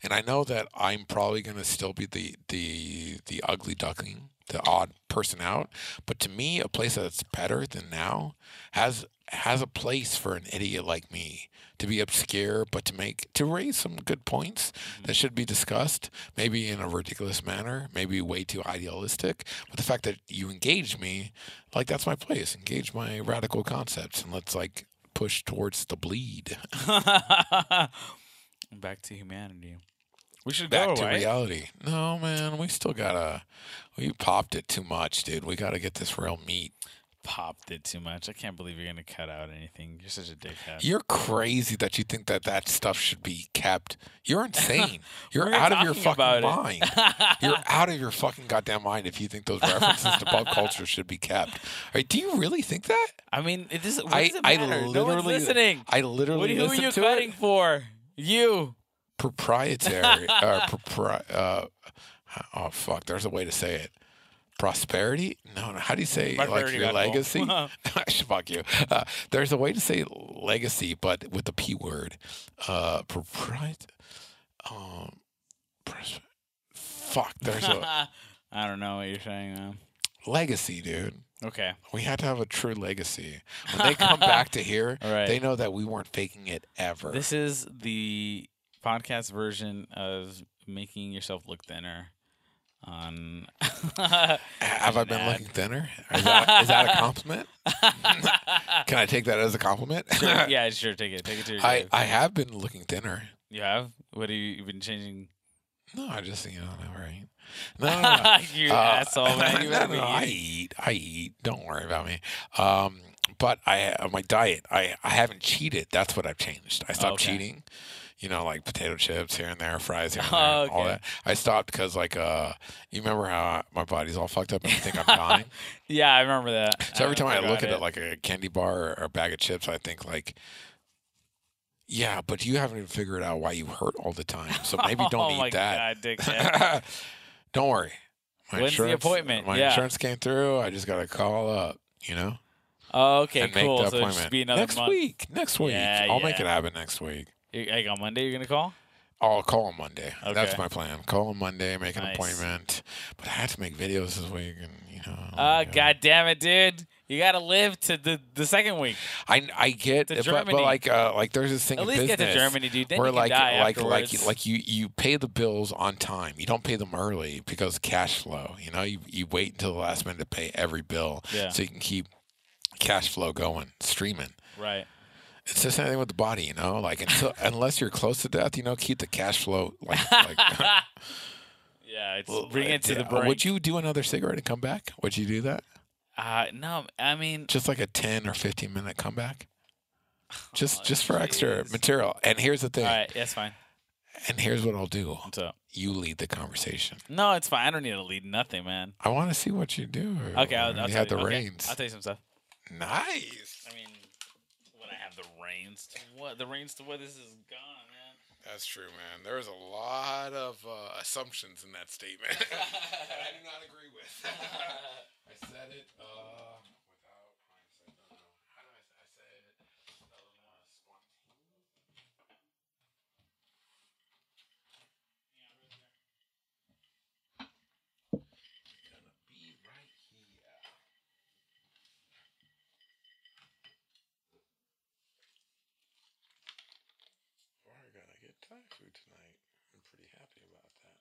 [SPEAKER 1] And I know that I'm probably gonna still be the the the ugly duckling, the odd person out. But to me, a place that's better than now has has a place for an idiot like me to be obscure, but to make to raise some good points that should be discussed, maybe in a ridiculous manner, maybe way too idealistic. But the fact that you engage me, like that's my place. Engage my radical concepts, and let's like push towards the bleed
[SPEAKER 2] Mm-hmm. Back to humanity. We should
[SPEAKER 1] back
[SPEAKER 2] go
[SPEAKER 1] to
[SPEAKER 2] Oh, right?
[SPEAKER 1] reality. No, man, we still gotta. We popped it too much, dude. We gotta get this real meat.
[SPEAKER 2] popped it too much. I can't believe you're gonna cut out anything. You're such a dickhead.
[SPEAKER 1] You're crazy that you think that that stuff should be kept. You're insane. You're
[SPEAKER 2] were
[SPEAKER 1] out of your
[SPEAKER 2] talking
[SPEAKER 1] fucking
[SPEAKER 2] about it.
[SPEAKER 1] mind. You're out of your fucking goddamn mind if you think those references to pop culture should be kept. Right, do you really think that?
[SPEAKER 2] I mean, it doesn't. What
[SPEAKER 1] I,
[SPEAKER 2] does it
[SPEAKER 1] I
[SPEAKER 2] matter?
[SPEAKER 1] literally
[SPEAKER 2] no one's listening.
[SPEAKER 1] I
[SPEAKER 2] What,
[SPEAKER 1] literally
[SPEAKER 2] who are
[SPEAKER 1] listened
[SPEAKER 2] you
[SPEAKER 1] to
[SPEAKER 2] cutting
[SPEAKER 1] it.
[SPEAKER 2] for? You.
[SPEAKER 1] Proprietary or propri- uh, oh fuck, there's a way to say it. Prosperity? No, no. How do you say like
[SPEAKER 2] Prosperity
[SPEAKER 1] your
[SPEAKER 2] got old.
[SPEAKER 1] legacy? fuck you. Uh, there's a way to say legacy, but with the p word. Uh, propriet. Um, pros- fuck. There's a
[SPEAKER 2] I don't know what you're saying. Man.
[SPEAKER 1] legacy, dude.
[SPEAKER 2] Okay.
[SPEAKER 1] We had to have a true legacy. When they come back to here,
[SPEAKER 2] All right.
[SPEAKER 1] they know that we weren't faking it ever.
[SPEAKER 2] This is the podcast version of making yourself look thinner. On.
[SPEAKER 1] Have I been
[SPEAKER 2] Mad.
[SPEAKER 1] looking thinner? Is that, is that a compliment? Can I take that as a compliment?
[SPEAKER 2] Sure, yeah, sure. Take it. Take it to your
[SPEAKER 1] I,
[SPEAKER 2] grave.
[SPEAKER 1] I have been looking thinner.
[SPEAKER 2] you have. What have you been changing?
[SPEAKER 1] No, I just you know, never right? No, no, no.
[SPEAKER 2] you
[SPEAKER 1] Uh,
[SPEAKER 2] asshole, man. You
[SPEAKER 1] no,
[SPEAKER 2] better be
[SPEAKER 1] no, I
[SPEAKER 2] eating.
[SPEAKER 1] eat. I eat. Don't worry about me. Um, but I uh, my diet. I I haven't cheated. That's what I've changed. I stopped
[SPEAKER 2] okay.
[SPEAKER 1] cheating. You know, like potato chips here and there, fries here and there,
[SPEAKER 2] Oh,
[SPEAKER 1] and all
[SPEAKER 2] okay.
[SPEAKER 1] that. I stopped because like uh, you remember how my body's all fucked up and I think I'm dying.
[SPEAKER 2] Yeah, I remember that.
[SPEAKER 1] So every time I look
[SPEAKER 2] forgot
[SPEAKER 1] at it like a candy bar or a bag of chips, I think like, yeah, but you haven't even figured out why you hurt all the time. So maybe
[SPEAKER 2] oh
[SPEAKER 1] don't
[SPEAKER 2] my
[SPEAKER 1] eat that.
[SPEAKER 2] God, dickhead.
[SPEAKER 1] don't worry. My
[SPEAKER 2] When's the
[SPEAKER 1] insurance-
[SPEAKER 2] appointment?
[SPEAKER 1] My
[SPEAKER 2] Yeah.
[SPEAKER 1] insurance came through. I just got to call up, you know,
[SPEAKER 2] Oh, okay,
[SPEAKER 1] and
[SPEAKER 2] cool.
[SPEAKER 1] make the
[SPEAKER 2] So it'll
[SPEAKER 1] appointment
[SPEAKER 2] just be another
[SPEAKER 1] next
[SPEAKER 2] month.
[SPEAKER 1] week. Next week,
[SPEAKER 2] Yeah,
[SPEAKER 1] I'll make
[SPEAKER 2] yeah.
[SPEAKER 1] it happen next week.
[SPEAKER 2] You- Like on Monday, you're gonna call.
[SPEAKER 1] I'll call on Monday. That's
[SPEAKER 2] Okay.
[SPEAKER 1] my plan. Call on Monday, make an
[SPEAKER 2] Nice.
[SPEAKER 1] appointment. But I had to make videos this week, and you know.
[SPEAKER 2] Oh,
[SPEAKER 1] you know.
[SPEAKER 2] god damn it, dude! You gotta live to the the second week.
[SPEAKER 1] I I get,
[SPEAKER 2] To
[SPEAKER 1] it, but, but
[SPEAKER 2] Germany.
[SPEAKER 1] like uh, like there's this thing
[SPEAKER 2] At
[SPEAKER 1] in
[SPEAKER 2] least
[SPEAKER 1] business
[SPEAKER 2] get to Germany, dude. Then
[SPEAKER 1] where
[SPEAKER 2] you can
[SPEAKER 1] like
[SPEAKER 2] die
[SPEAKER 1] like
[SPEAKER 2] afterwards.
[SPEAKER 1] like like you you pay the bills on time. You don't pay them early because cash flow. You know, you you wait until the last minute to pay every bill
[SPEAKER 2] Yeah.
[SPEAKER 1] so you can keep cash flow going, streaming.
[SPEAKER 2] right.
[SPEAKER 1] It's the same thing with the body, you know. Like until, unless you're close to death, you know, keep the cash flow like. like uh,
[SPEAKER 2] yeah, it's bring it to the
[SPEAKER 1] Yeah.
[SPEAKER 2] brink.
[SPEAKER 1] Would you do another cigarette and come back? Would you do that?
[SPEAKER 2] Uh, no, I mean,
[SPEAKER 1] Just like a ten or fifteen minute comeback. Just
[SPEAKER 2] Oh,
[SPEAKER 1] just for extra
[SPEAKER 2] jeez.
[SPEAKER 1] material. And here's the
[SPEAKER 2] all
[SPEAKER 1] thing.
[SPEAKER 2] right, that's fine.
[SPEAKER 1] And here's what I'll do.
[SPEAKER 2] What's up?
[SPEAKER 1] You lead the conversation.
[SPEAKER 2] No, it's fine. I don't need to lead nothing, man.
[SPEAKER 1] I want to see what you do.
[SPEAKER 2] Okay, I'll,
[SPEAKER 1] when
[SPEAKER 2] I'll
[SPEAKER 1] you
[SPEAKER 2] tell
[SPEAKER 1] have the
[SPEAKER 2] okay,
[SPEAKER 1] reins.
[SPEAKER 2] I'll tell you some stuff.
[SPEAKER 1] nice.
[SPEAKER 2] I mean, when I have the reins to what? The reins to what? This is gone, man.
[SPEAKER 1] That's true, man. There's a lot of uh, assumptions in that statement that I do not agree with. I said it uh, without. I said, uh, how do I, say- I said it? Uh, We're gonna get Thai food tonight. I'm pretty happy about that.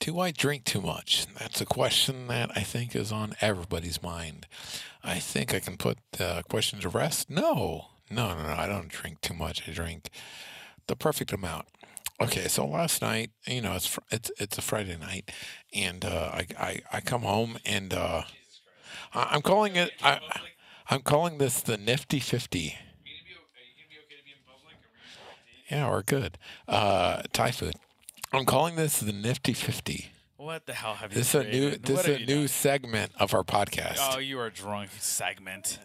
[SPEAKER 1] Do I drink too much? That's a question that I think is on everybody's mind. I think I can put the question to rest. No, no, no, no. I don't drink too much. I drink the perfect amount. Okay, so last night, you know, it's fr- it's it's a Friday night, and uh, I, I I come home and uh, I, I'm calling it. I, I'm calling this the Nifty Fifty. Yeah, we're good. Uh, Thai food. I'm calling this the Nifty Fifty.
[SPEAKER 2] What the hell have you?
[SPEAKER 1] This is a new
[SPEAKER 2] created?
[SPEAKER 1] this
[SPEAKER 2] What
[SPEAKER 1] is
[SPEAKER 2] have
[SPEAKER 1] a
[SPEAKER 2] you
[SPEAKER 1] new
[SPEAKER 2] done?
[SPEAKER 1] segment of our podcast.
[SPEAKER 2] Oh, you are drunk. Segment.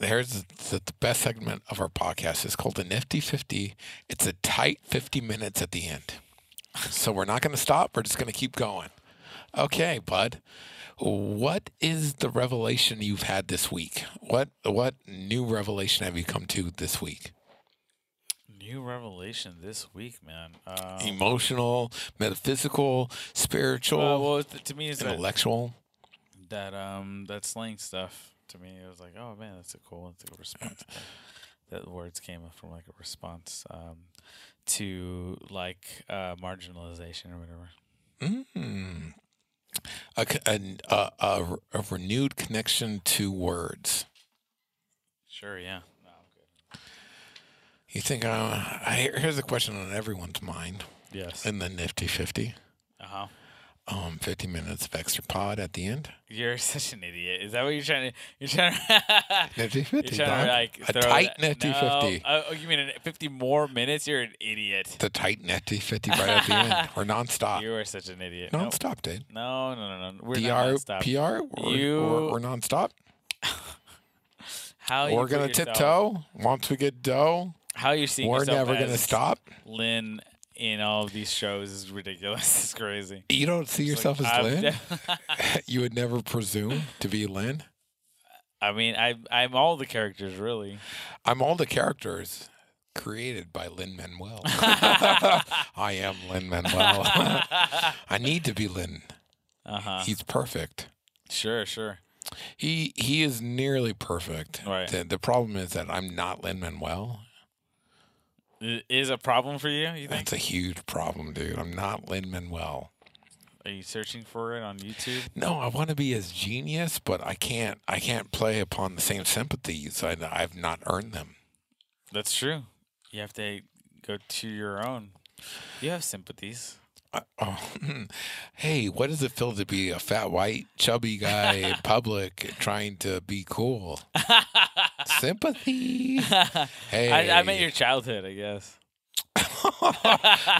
[SPEAKER 1] Here's the, the best segment of our podcast. It's called the Nifty Fifty. It's a tight fifty minutes at the end, so we're not going to stop. We're just going to keep going. Okay, bud. What is the revelation you've had this week? What what new revelation have you come to this week?
[SPEAKER 2] New revelation this week, man. Um,
[SPEAKER 1] Emotional, metaphysical, spiritual,
[SPEAKER 2] uh, well, well, it's- to me, is that
[SPEAKER 1] intellectual.
[SPEAKER 2] that um that slang stuff to me it was like oh man that's a cool that's a good response to that. that words came from like a response um to like uh marginalization or whatever
[SPEAKER 1] Mm. A, c- an- a, a, a renewed connection to words.
[SPEAKER 2] sure yeah no, I'm
[SPEAKER 1] You think uh, I, here's a question on everyone's mind
[SPEAKER 2] good. yes
[SPEAKER 1] in the nifty 50.
[SPEAKER 2] uh-huh
[SPEAKER 1] Um, 50 minutes of extra pod at the end.
[SPEAKER 2] you're such an idiot is that what you're trying to you're trying to
[SPEAKER 1] Nifty
[SPEAKER 2] You're
[SPEAKER 1] 50.
[SPEAKER 2] trying
[SPEAKER 1] dog.
[SPEAKER 2] to like
[SPEAKER 1] a
[SPEAKER 2] throw
[SPEAKER 1] tight
[SPEAKER 2] that-
[SPEAKER 1] nifty
[SPEAKER 2] No.
[SPEAKER 1] 50.
[SPEAKER 2] Oh, oh, you mean in 50 more minutes? You're an idiot.
[SPEAKER 1] The tight nifty 50 right at the end. We're nonstop.
[SPEAKER 2] You are such an idiot. Nope.
[SPEAKER 1] Nonstop, dude.
[SPEAKER 2] No, no, no, no. We're
[SPEAKER 1] DR,
[SPEAKER 2] not nonstop.
[SPEAKER 1] PR, we're,
[SPEAKER 2] You-
[SPEAKER 1] we're, we're nonstop.
[SPEAKER 2] How you
[SPEAKER 1] We're
[SPEAKER 2] put
[SPEAKER 1] going to
[SPEAKER 2] yourself-
[SPEAKER 1] tiptoe. Once we get dough,
[SPEAKER 2] How you're seeing
[SPEAKER 1] we're
[SPEAKER 2] yourself
[SPEAKER 1] never going to
[SPEAKER 2] as
[SPEAKER 1] stop.
[SPEAKER 2] Lynn in all of these shows is ridiculous. It's crazy.
[SPEAKER 1] You don't see
[SPEAKER 2] It's like,
[SPEAKER 1] yourself as
[SPEAKER 2] I'm
[SPEAKER 1] Lynn?
[SPEAKER 2] de-
[SPEAKER 1] you would never presume to be Lynn.
[SPEAKER 2] I mean, I I'm all the characters really.
[SPEAKER 1] I'm all the characters created by Lynn Manuel. I am Lynn Manuel.
[SPEAKER 2] uh
[SPEAKER 1] I need to be Lynn.
[SPEAKER 2] huh.
[SPEAKER 1] He's perfect.
[SPEAKER 2] Uh-huh. Sure, sure.
[SPEAKER 1] He he is nearly perfect.
[SPEAKER 2] Right.
[SPEAKER 1] The, the problem is that I'm not Lynn Manuel.
[SPEAKER 2] I- Is a problem for you? You think?
[SPEAKER 1] That's a huge problem, dude. I'm not Lynn Manuel.
[SPEAKER 2] Are you searching for it on YouTube?
[SPEAKER 1] No, I want to be his genius, but I can't. I can't play upon the same sympathies. I, I've not earned them.
[SPEAKER 2] That's true. You have to go to your own. You have sympathies.
[SPEAKER 1] I- oh, hey, what does it feel to be a fat, white, chubby guy in public trying to be cool? Sympathy. Hey,
[SPEAKER 2] I, I meant your childhood, I guess.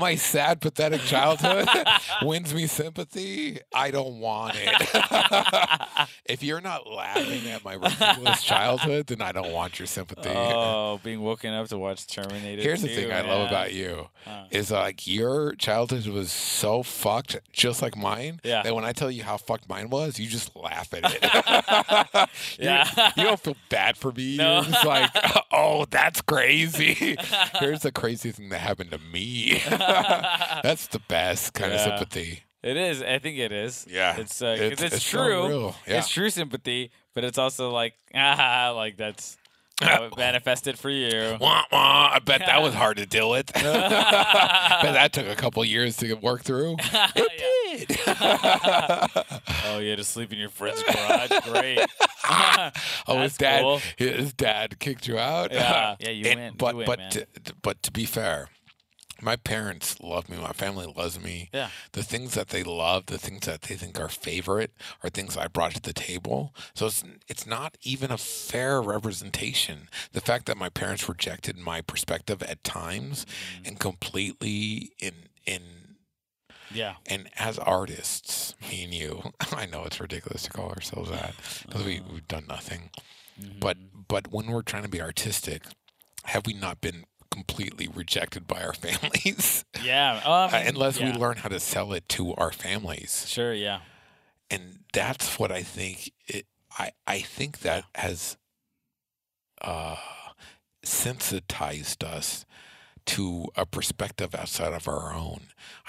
[SPEAKER 1] my sad, pathetic childhood wins me sympathy. I don't want it. if you're not laughing at my ridiculous childhood, then I don't want your sympathy.
[SPEAKER 2] oh, being woken up to watch Terminator.
[SPEAKER 1] Here's the
[SPEAKER 2] 2,
[SPEAKER 1] thing I love
[SPEAKER 2] man.
[SPEAKER 1] about you
[SPEAKER 2] Huh.
[SPEAKER 1] is like your childhood was so fucked, just like mine.
[SPEAKER 2] Yeah.
[SPEAKER 1] That when I tell you how fucked mine was, you just laugh at it. You-
[SPEAKER 2] Yeah.
[SPEAKER 1] You, don't feel bad for me.
[SPEAKER 2] No.
[SPEAKER 1] You're just like, oh, that's crazy. Here's the crazy thing that happened to me. that's the best kind
[SPEAKER 2] Yeah.
[SPEAKER 1] of sympathy.
[SPEAKER 2] It is. I think it is.
[SPEAKER 1] Yeah.
[SPEAKER 2] It's uh, 'cause it's,
[SPEAKER 1] so
[SPEAKER 2] true.
[SPEAKER 1] real. Yeah.
[SPEAKER 2] It's true sympathy, but it's also like ah, like that's how it manifested for you.
[SPEAKER 1] Wah, wah. I bet that was hard to deal with. but that took a couple years to work through. It did.
[SPEAKER 2] Oh, you had to sleep in your friend's garage. Great.
[SPEAKER 1] Oh,
[SPEAKER 2] That's
[SPEAKER 1] his dad,
[SPEAKER 2] cool.
[SPEAKER 1] his dad kicked you out.
[SPEAKER 2] Yeah. Yeah, you win. You
[SPEAKER 1] But
[SPEAKER 2] win,
[SPEAKER 1] but
[SPEAKER 2] man.
[SPEAKER 1] To, but to be fair, my parents love me. My family loves me.
[SPEAKER 2] Yeah.
[SPEAKER 1] The things that they love, the things that they think are favorite, are things I brought to the table. So it's it's not even a fair representation. The fact that my parents rejected my perspective at times
[SPEAKER 2] Mm-hmm.
[SPEAKER 1] and completely in in
[SPEAKER 2] Yeah.
[SPEAKER 1] and as artists, me and you, I know it's ridiculous to call ourselves that because
[SPEAKER 2] Uh.
[SPEAKER 1] we, we've done nothing.
[SPEAKER 2] Mm-hmm.
[SPEAKER 1] But but when we're trying to be artistic, have we not been completely rejected by our families?
[SPEAKER 2] Yeah. Um,
[SPEAKER 1] Uh, Unless
[SPEAKER 2] yeah.
[SPEAKER 1] we learn how to sell it to our families,
[SPEAKER 2] Sure. Yeah.
[SPEAKER 1] and that's what I think. It, I I think that has uh, sensitized us to a perspective outside of our own.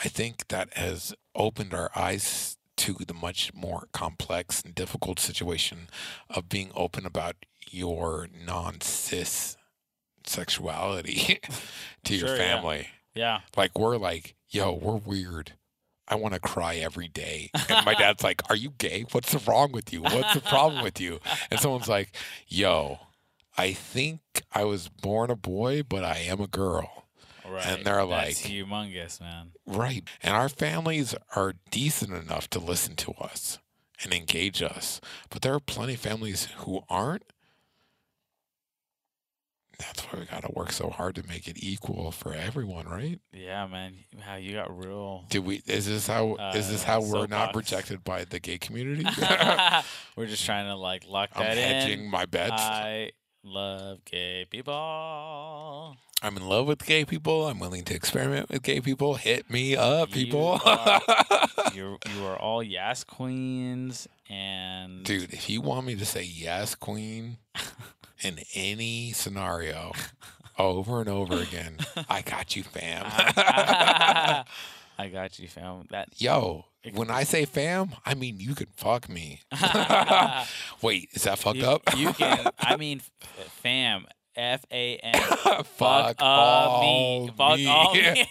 [SPEAKER 1] I think that has opened our eyes to the much more complex and difficult situation of being open about your non cis sexuality to your
[SPEAKER 2] Sure, yeah.
[SPEAKER 1] family.
[SPEAKER 2] Yeah.
[SPEAKER 1] Like, we're like, yo, we're weird. I want to cry every day. And my dad's like, Are you gay? What's wrong with you? What's the problem with you? And someone's like, Yo, I think I was born a boy, but I am a girl.
[SPEAKER 2] Right.
[SPEAKER 1] they're
[SPEAKER 2] That's
[SPEAKER 1] like-
[SPEAKER 2] humongous, man.
[SPEAKER 1] Right. And our families are decent enough to listen to us and engage us. But there are plenty of families who aren't. That's why we got to work so hard to make it equal for everyone, right?
[SPEAKER 2] Yeah, man. Wow, you got real.
[SPEAKER 1] Do we is this how is this
[SPEAKER 2] Uh,
[SPEAKER 1] how we're not
[SPEAKER 2] soapbox.
[SPEAKER 1] rejected by the gay community? I'm
[SPEAKER 2] We're just trying to like lock that
[SPEAKER 1] hedging
[SPEAKER 2] in.
[SPEAKER 1] my bets.
[SPEAKER 2] I love gay people.
[SPEAKER 1] I'm in love with gay people. I'm willing to experiment with gay people. Hit me up,
[SPEAKER 2] You
[SPEAKER 1] people.
[SPEAKER 2] are- You you are all yes queens and
[SPEAKER 1] Dude, if you want me to say yes, queen, in any scenario, over and over again, I got you, fam.
[SPEAKER 2] I got you, fam. That
[SPEAKER 1] Yo, when I say fam, I mean you can fuck me. Wait, is that fucked
[SPEAKER 2] you,
[SPEAKER 1] up?
[SPEAKER 2] you can. I mean, f- fam. F A M.
[SPEAKER 1] fuck,
[SPEAKER 2] fuck all me. Fuck all me.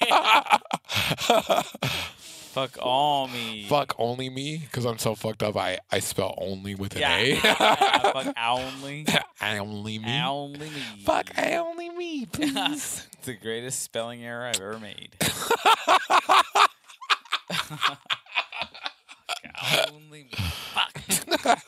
[SPEAKER 2] Fuck all me.
[SPEAKER 1] fuck only me, because I'm so fucked up. I I spell only with an
[SPEAKER 2] yeah.
[SPEAKER 1] A.
[SPEAKER 2] fuck only.
[SPEAKER 1] I only me.
[SPEAKER 2] Only me.
[SPEAKER 1] Fuck, I only me, please.
[SPEAKER 2] It's the greatest spelling error I've ever made. Only me. Fuck.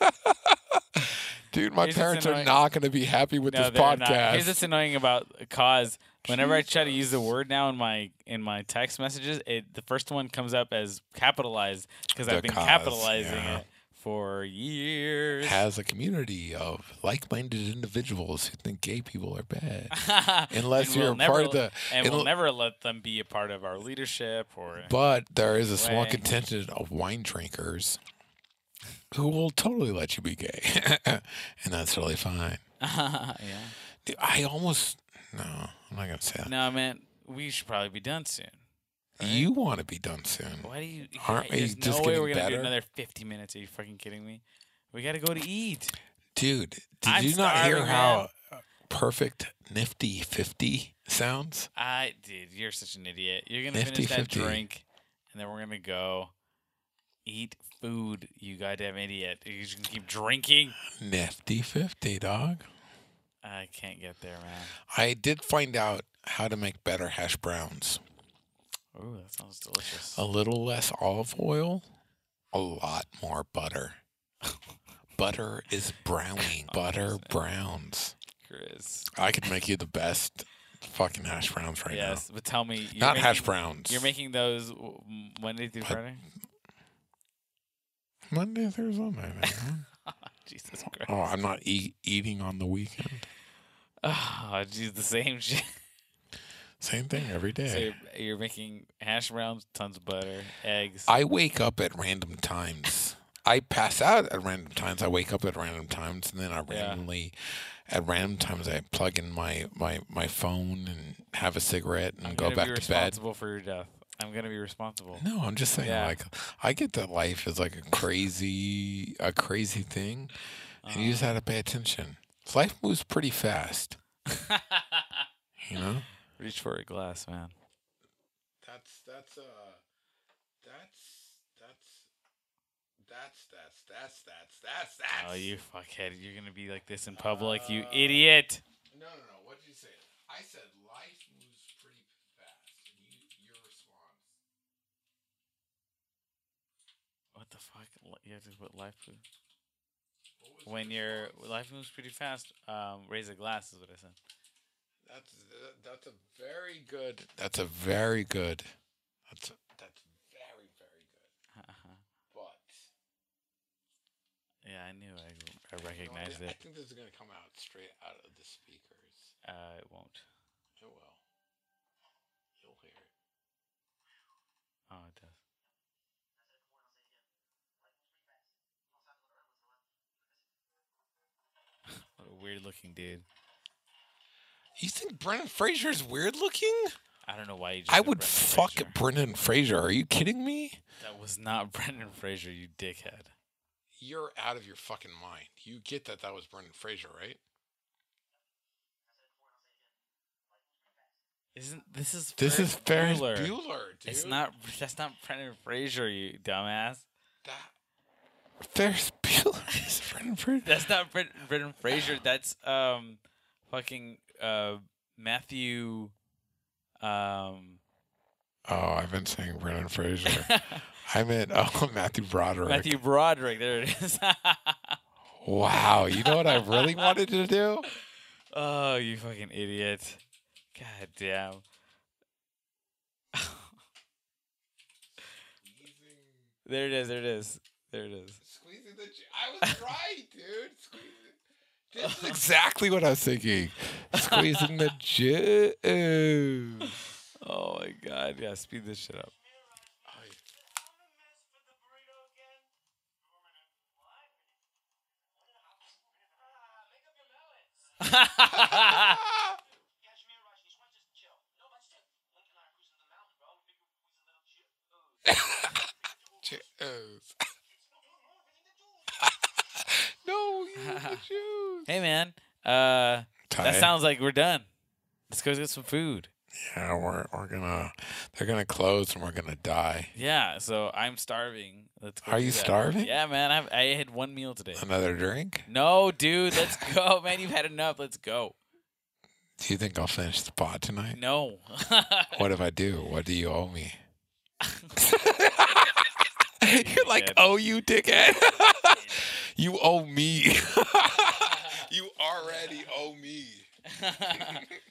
[SPEAKER 1] Dude, my
[SPEAKER 2] Here's what's
[SPEAKER 1] parents are
[SPEAKER 2] annoying.
[SPEAKER 1] not going to be happy with
[SPEAKER 2] No,
[SPEAKER 1] this
[SPEAKER 2] they're not. Here's
[SPEAKER 1] podcast.
[SPEAKER 2] what's annoying about cause. Whenever I try to use the word now in my in my text messages, it the first one comes up as capitalized because
[SPEAKER 1] The
[SPEAKER 2] I've been
[SPEAKER 1] cause,
[SPEAKER 2] capitalizing
[SPEAKER 1] yeah.
[SPEAKER 2] it for years.
[SPEAKER 1] Has a community of like-minded individuals who think gay people are bad, unless
[SPEAKER 2] And
[SPEAKER 1] you're
[SPEAKER 2] we'll
[SPEAKER 1] a part of
[SPEAKER 2] never-
[SPEAKER 1] the.
[SPEAKER 2] and we'll
[SPEAKER 1] unl-
[SPEAKER 2] never let them be a part of our leadership or
[SPEAKER 1] But there is a small
[SPEAKER 2] Way.
[SPEAKER 1] contingent of wine drinkers who will totally let you be gay, and that's really fine.
[SPEAKER 2] yeah.
[SPEAKER 1] Dude, I almost no, I'm not gonna say that.
[SPEAKER 2] No, I mean we should probably be done soon.
[SPEAKER 1] You want to be done soon.
[SPEAKER 2] Why do you?
[SPEAKER 1] Aren't we
[SPEAKER 2] there's
[SPEAKER 1] just
[SPEAKER 2] no way
[SPEAKER 1] getting
[SPEAKER 2] we're gonna
[SPEAKER 1] better?
[SPEAKER 2] do another 50 minutes. Are you fucking kidding me? We gotta go to eat.
[SPEAKER 1] Dude, did
[SPEAKER 2] I'm
[SPEAKER 1] you not hear
[SPEAKER 2] starving,
[SPEAKER 1] how perfect nifty 50 sounds?
[SPEAKER 2] I, dude, you're such an idiot. You're gonna
[SPEAKER 1] Nifty
[SPEAKER 2] finish that
[SPEAKER 1] 50.
[SPEAKER 2] drink, and then we're gonna go eat food. You goddamn idiot! You're just gonna keep drinking.
[SPEAKER 1] Nifty 50, dog.
[SPEAKER 2] I can't get there, man.
[SPEAKER 1] I did find out how to make better hash browns.
[SPEAKER 2] Ooh, that sounds delicious.
[SPEAKER 1] A little less olive oil, a lot more butter. butter is browning. Butter
[SPEAKER 2] Amazing.
[SPEAKER 1] browns.
[SPEAKER 2] Chris.
[SPEAKER 1] I could make you the best fucking hash browns right
[SPEAKER 2] yes, but tell me, you're
[SPEAKER 1] now. Not
[SPEAKER 2] making,
[SPEAKER 1] hash browns.
[SPEAKER 2] You're making those w- m- Monday through
[SPEAKER 1] But-
[SPEAKER 2] Friday.
[SPEAKER 1] Monday, Thursday, maybe. huh?
[SPEAKER 2] Jesus Christ.
[SPEAKER 1] oh, I'm not e- eating on the weekend.
[SPEAKER 2] Oh, geez, the same shit.
[SPEAKER 1] Same thing every day.
[SPEAKER 2] So you're, you're making hash browns, tons of butter, eggs.
[SPEAKER 1] I wake up at random times. I pass out at random times. I wake up at random times, and then I
[SPEAKER 2] Yeah.
[SPEAKER 1] randomly, at random times, I plug in my my my phone and have a cigarette and
[SPEAKER 2] I'm
[SPEAKER 1] go
[SPEAKER 2] gonna be
[SPEAKER 1] back to bed.
[SPEAKER 2] responsible for your death. I'm gonna be responsible.
[SPEAKER 1] No, I'm just saying.
[SPEAKER 2] Yeah.
[SPEAKER 1] Like, I get that life is like a crazy a crazy thing, and
[SPEAKER 2] Um,
[SPEAKER 1] you just have to pay attention. Life moves pretty fast, you know.
[SPEAKER 2] Reach for a glass, man.
[SPEAKER 1] That's that's uh that's that's that's that's that's that's that's that's
[SPEAKER 2] Oh, you fuckhead! You're gonna be like this in public, you idiot!
[SPEAKER 1] No no no what did you say? I said life moves pretty fast and you your response.
[SPEAKER 2] What the fuck? Li- You have to put life. food.
[SPEAKER 1] What was
[SPEAKER 2] When
[SPEAKER 1] your
[SPEAKER 2] your
[SPEAKER 1] response?
[SPEAKER 2] life moves pretty fast, um, raise a glass is what I said.
[SPEAKER 1] That's that's a very good that's a very good that's a, that's very, very good. But
[SPEAKER 2] yeah, I knew I, I
[SPEAKER 1] you know what?
[SPEAKER 2] recognized
[SPEAKER 1] I
[SPEAKER 2] it.
[SPEAKER 1] think this is gonna come out straight out of the speakers.
[SPEAKER 2] Uh, it won't.
[SPEAKER 1] It will. You'll hear it.
[SPEAKER 2] Oh, it does. What a weird looking dude.
[SPEAKER 1] You think Brendan Fraser is weird looking?
[SPEAKER 2] I don't know why you. Just
[SPEAKER 1] I
[SPEAKER 2] said
[SPEAKER 1] would
[SPEAKER 2] Brendan
[SPEAKER 1] fuck
[SPEAKER 2] Fraser.
[SPEAKER 1] Brendan Fraser. Are you kidding me?
[SPEAKER 2] That was not Brendan Fraser, you dickhead.
[SPEAKER 1] You're out of your fucking mind. You get that that was Brendan Fraser, right?
[SPEAKER 2] Isn't this is
[SPEAKER 1] This
[SPEAKER 2] Ferris
[SPEAKER 1] is Ferris
[SPEAKER 2] Bueller.
[SPEAKER 1] Bueller, dude.
[SPEAKER 2] It's not. That's not Brendan Fraser, you dumbass.
[SPEAKER 1] that. Ferris Bueller is Brendan Fraser.
[SPEAKER 2] That's not Brendan, Brendan Fraser. That's um, fucking uh, Matthew. Um,
[SPEAKER 1] Oh, I've been saying Brendan Fraser. I meant oh Matthew Broderick.
[SPEAKER 2] Matthew Broderick. There it is.
[SPEAKER 1] Wow, you know what I really wanted to do?
[SPEAKER 2] oh, you fucking idiot! God damn. There it is. There it is. There it is.
[SPEAKER 1] Squeezing the. J- I was right, dude. Squeezing. This is exactly what I was thinking. Squeezing the juice.
[SPEAKER 2] Oh my god! Yeah, speed this shit up.
[SPEAKER 1] Ah, Juice. no, you the juice.
[SPEAKER 2] hey man, uh, that
[SPEAKER 1] Ty?
[SPEAKER 2] sounds like we're done. Let's go get some food.
[SPEAKER 1] Yeah, we're we're gonna. They're gonna close and we're gonna die.
[SPEAKER 2] Yeah, so I'm starving. Let's go.
[SPEAKER 1] Are
[SPEAKER 2] do
[SPEAKER 1] you
[SPEAKER 2] that.
[SPEAKER 1] starving? Um,
[SPEAKER 2] Yeah, man. I've, I had one meal today.
[SPEAKER 1] Another drink?
[SPEAKER 2] No, dude, let's go, man. You've had enough. Let's go.
[SPEAKER 1] Do you think I'll finish the pot tonight?
[SPEAKER 2] No.
[SPEAKER 1] What if I do? What do you owe me? You're like,
[SPEAKER 2] Dickhead.
[SPEAKER 1] oh, you dickhead. you owe me. you already owe me.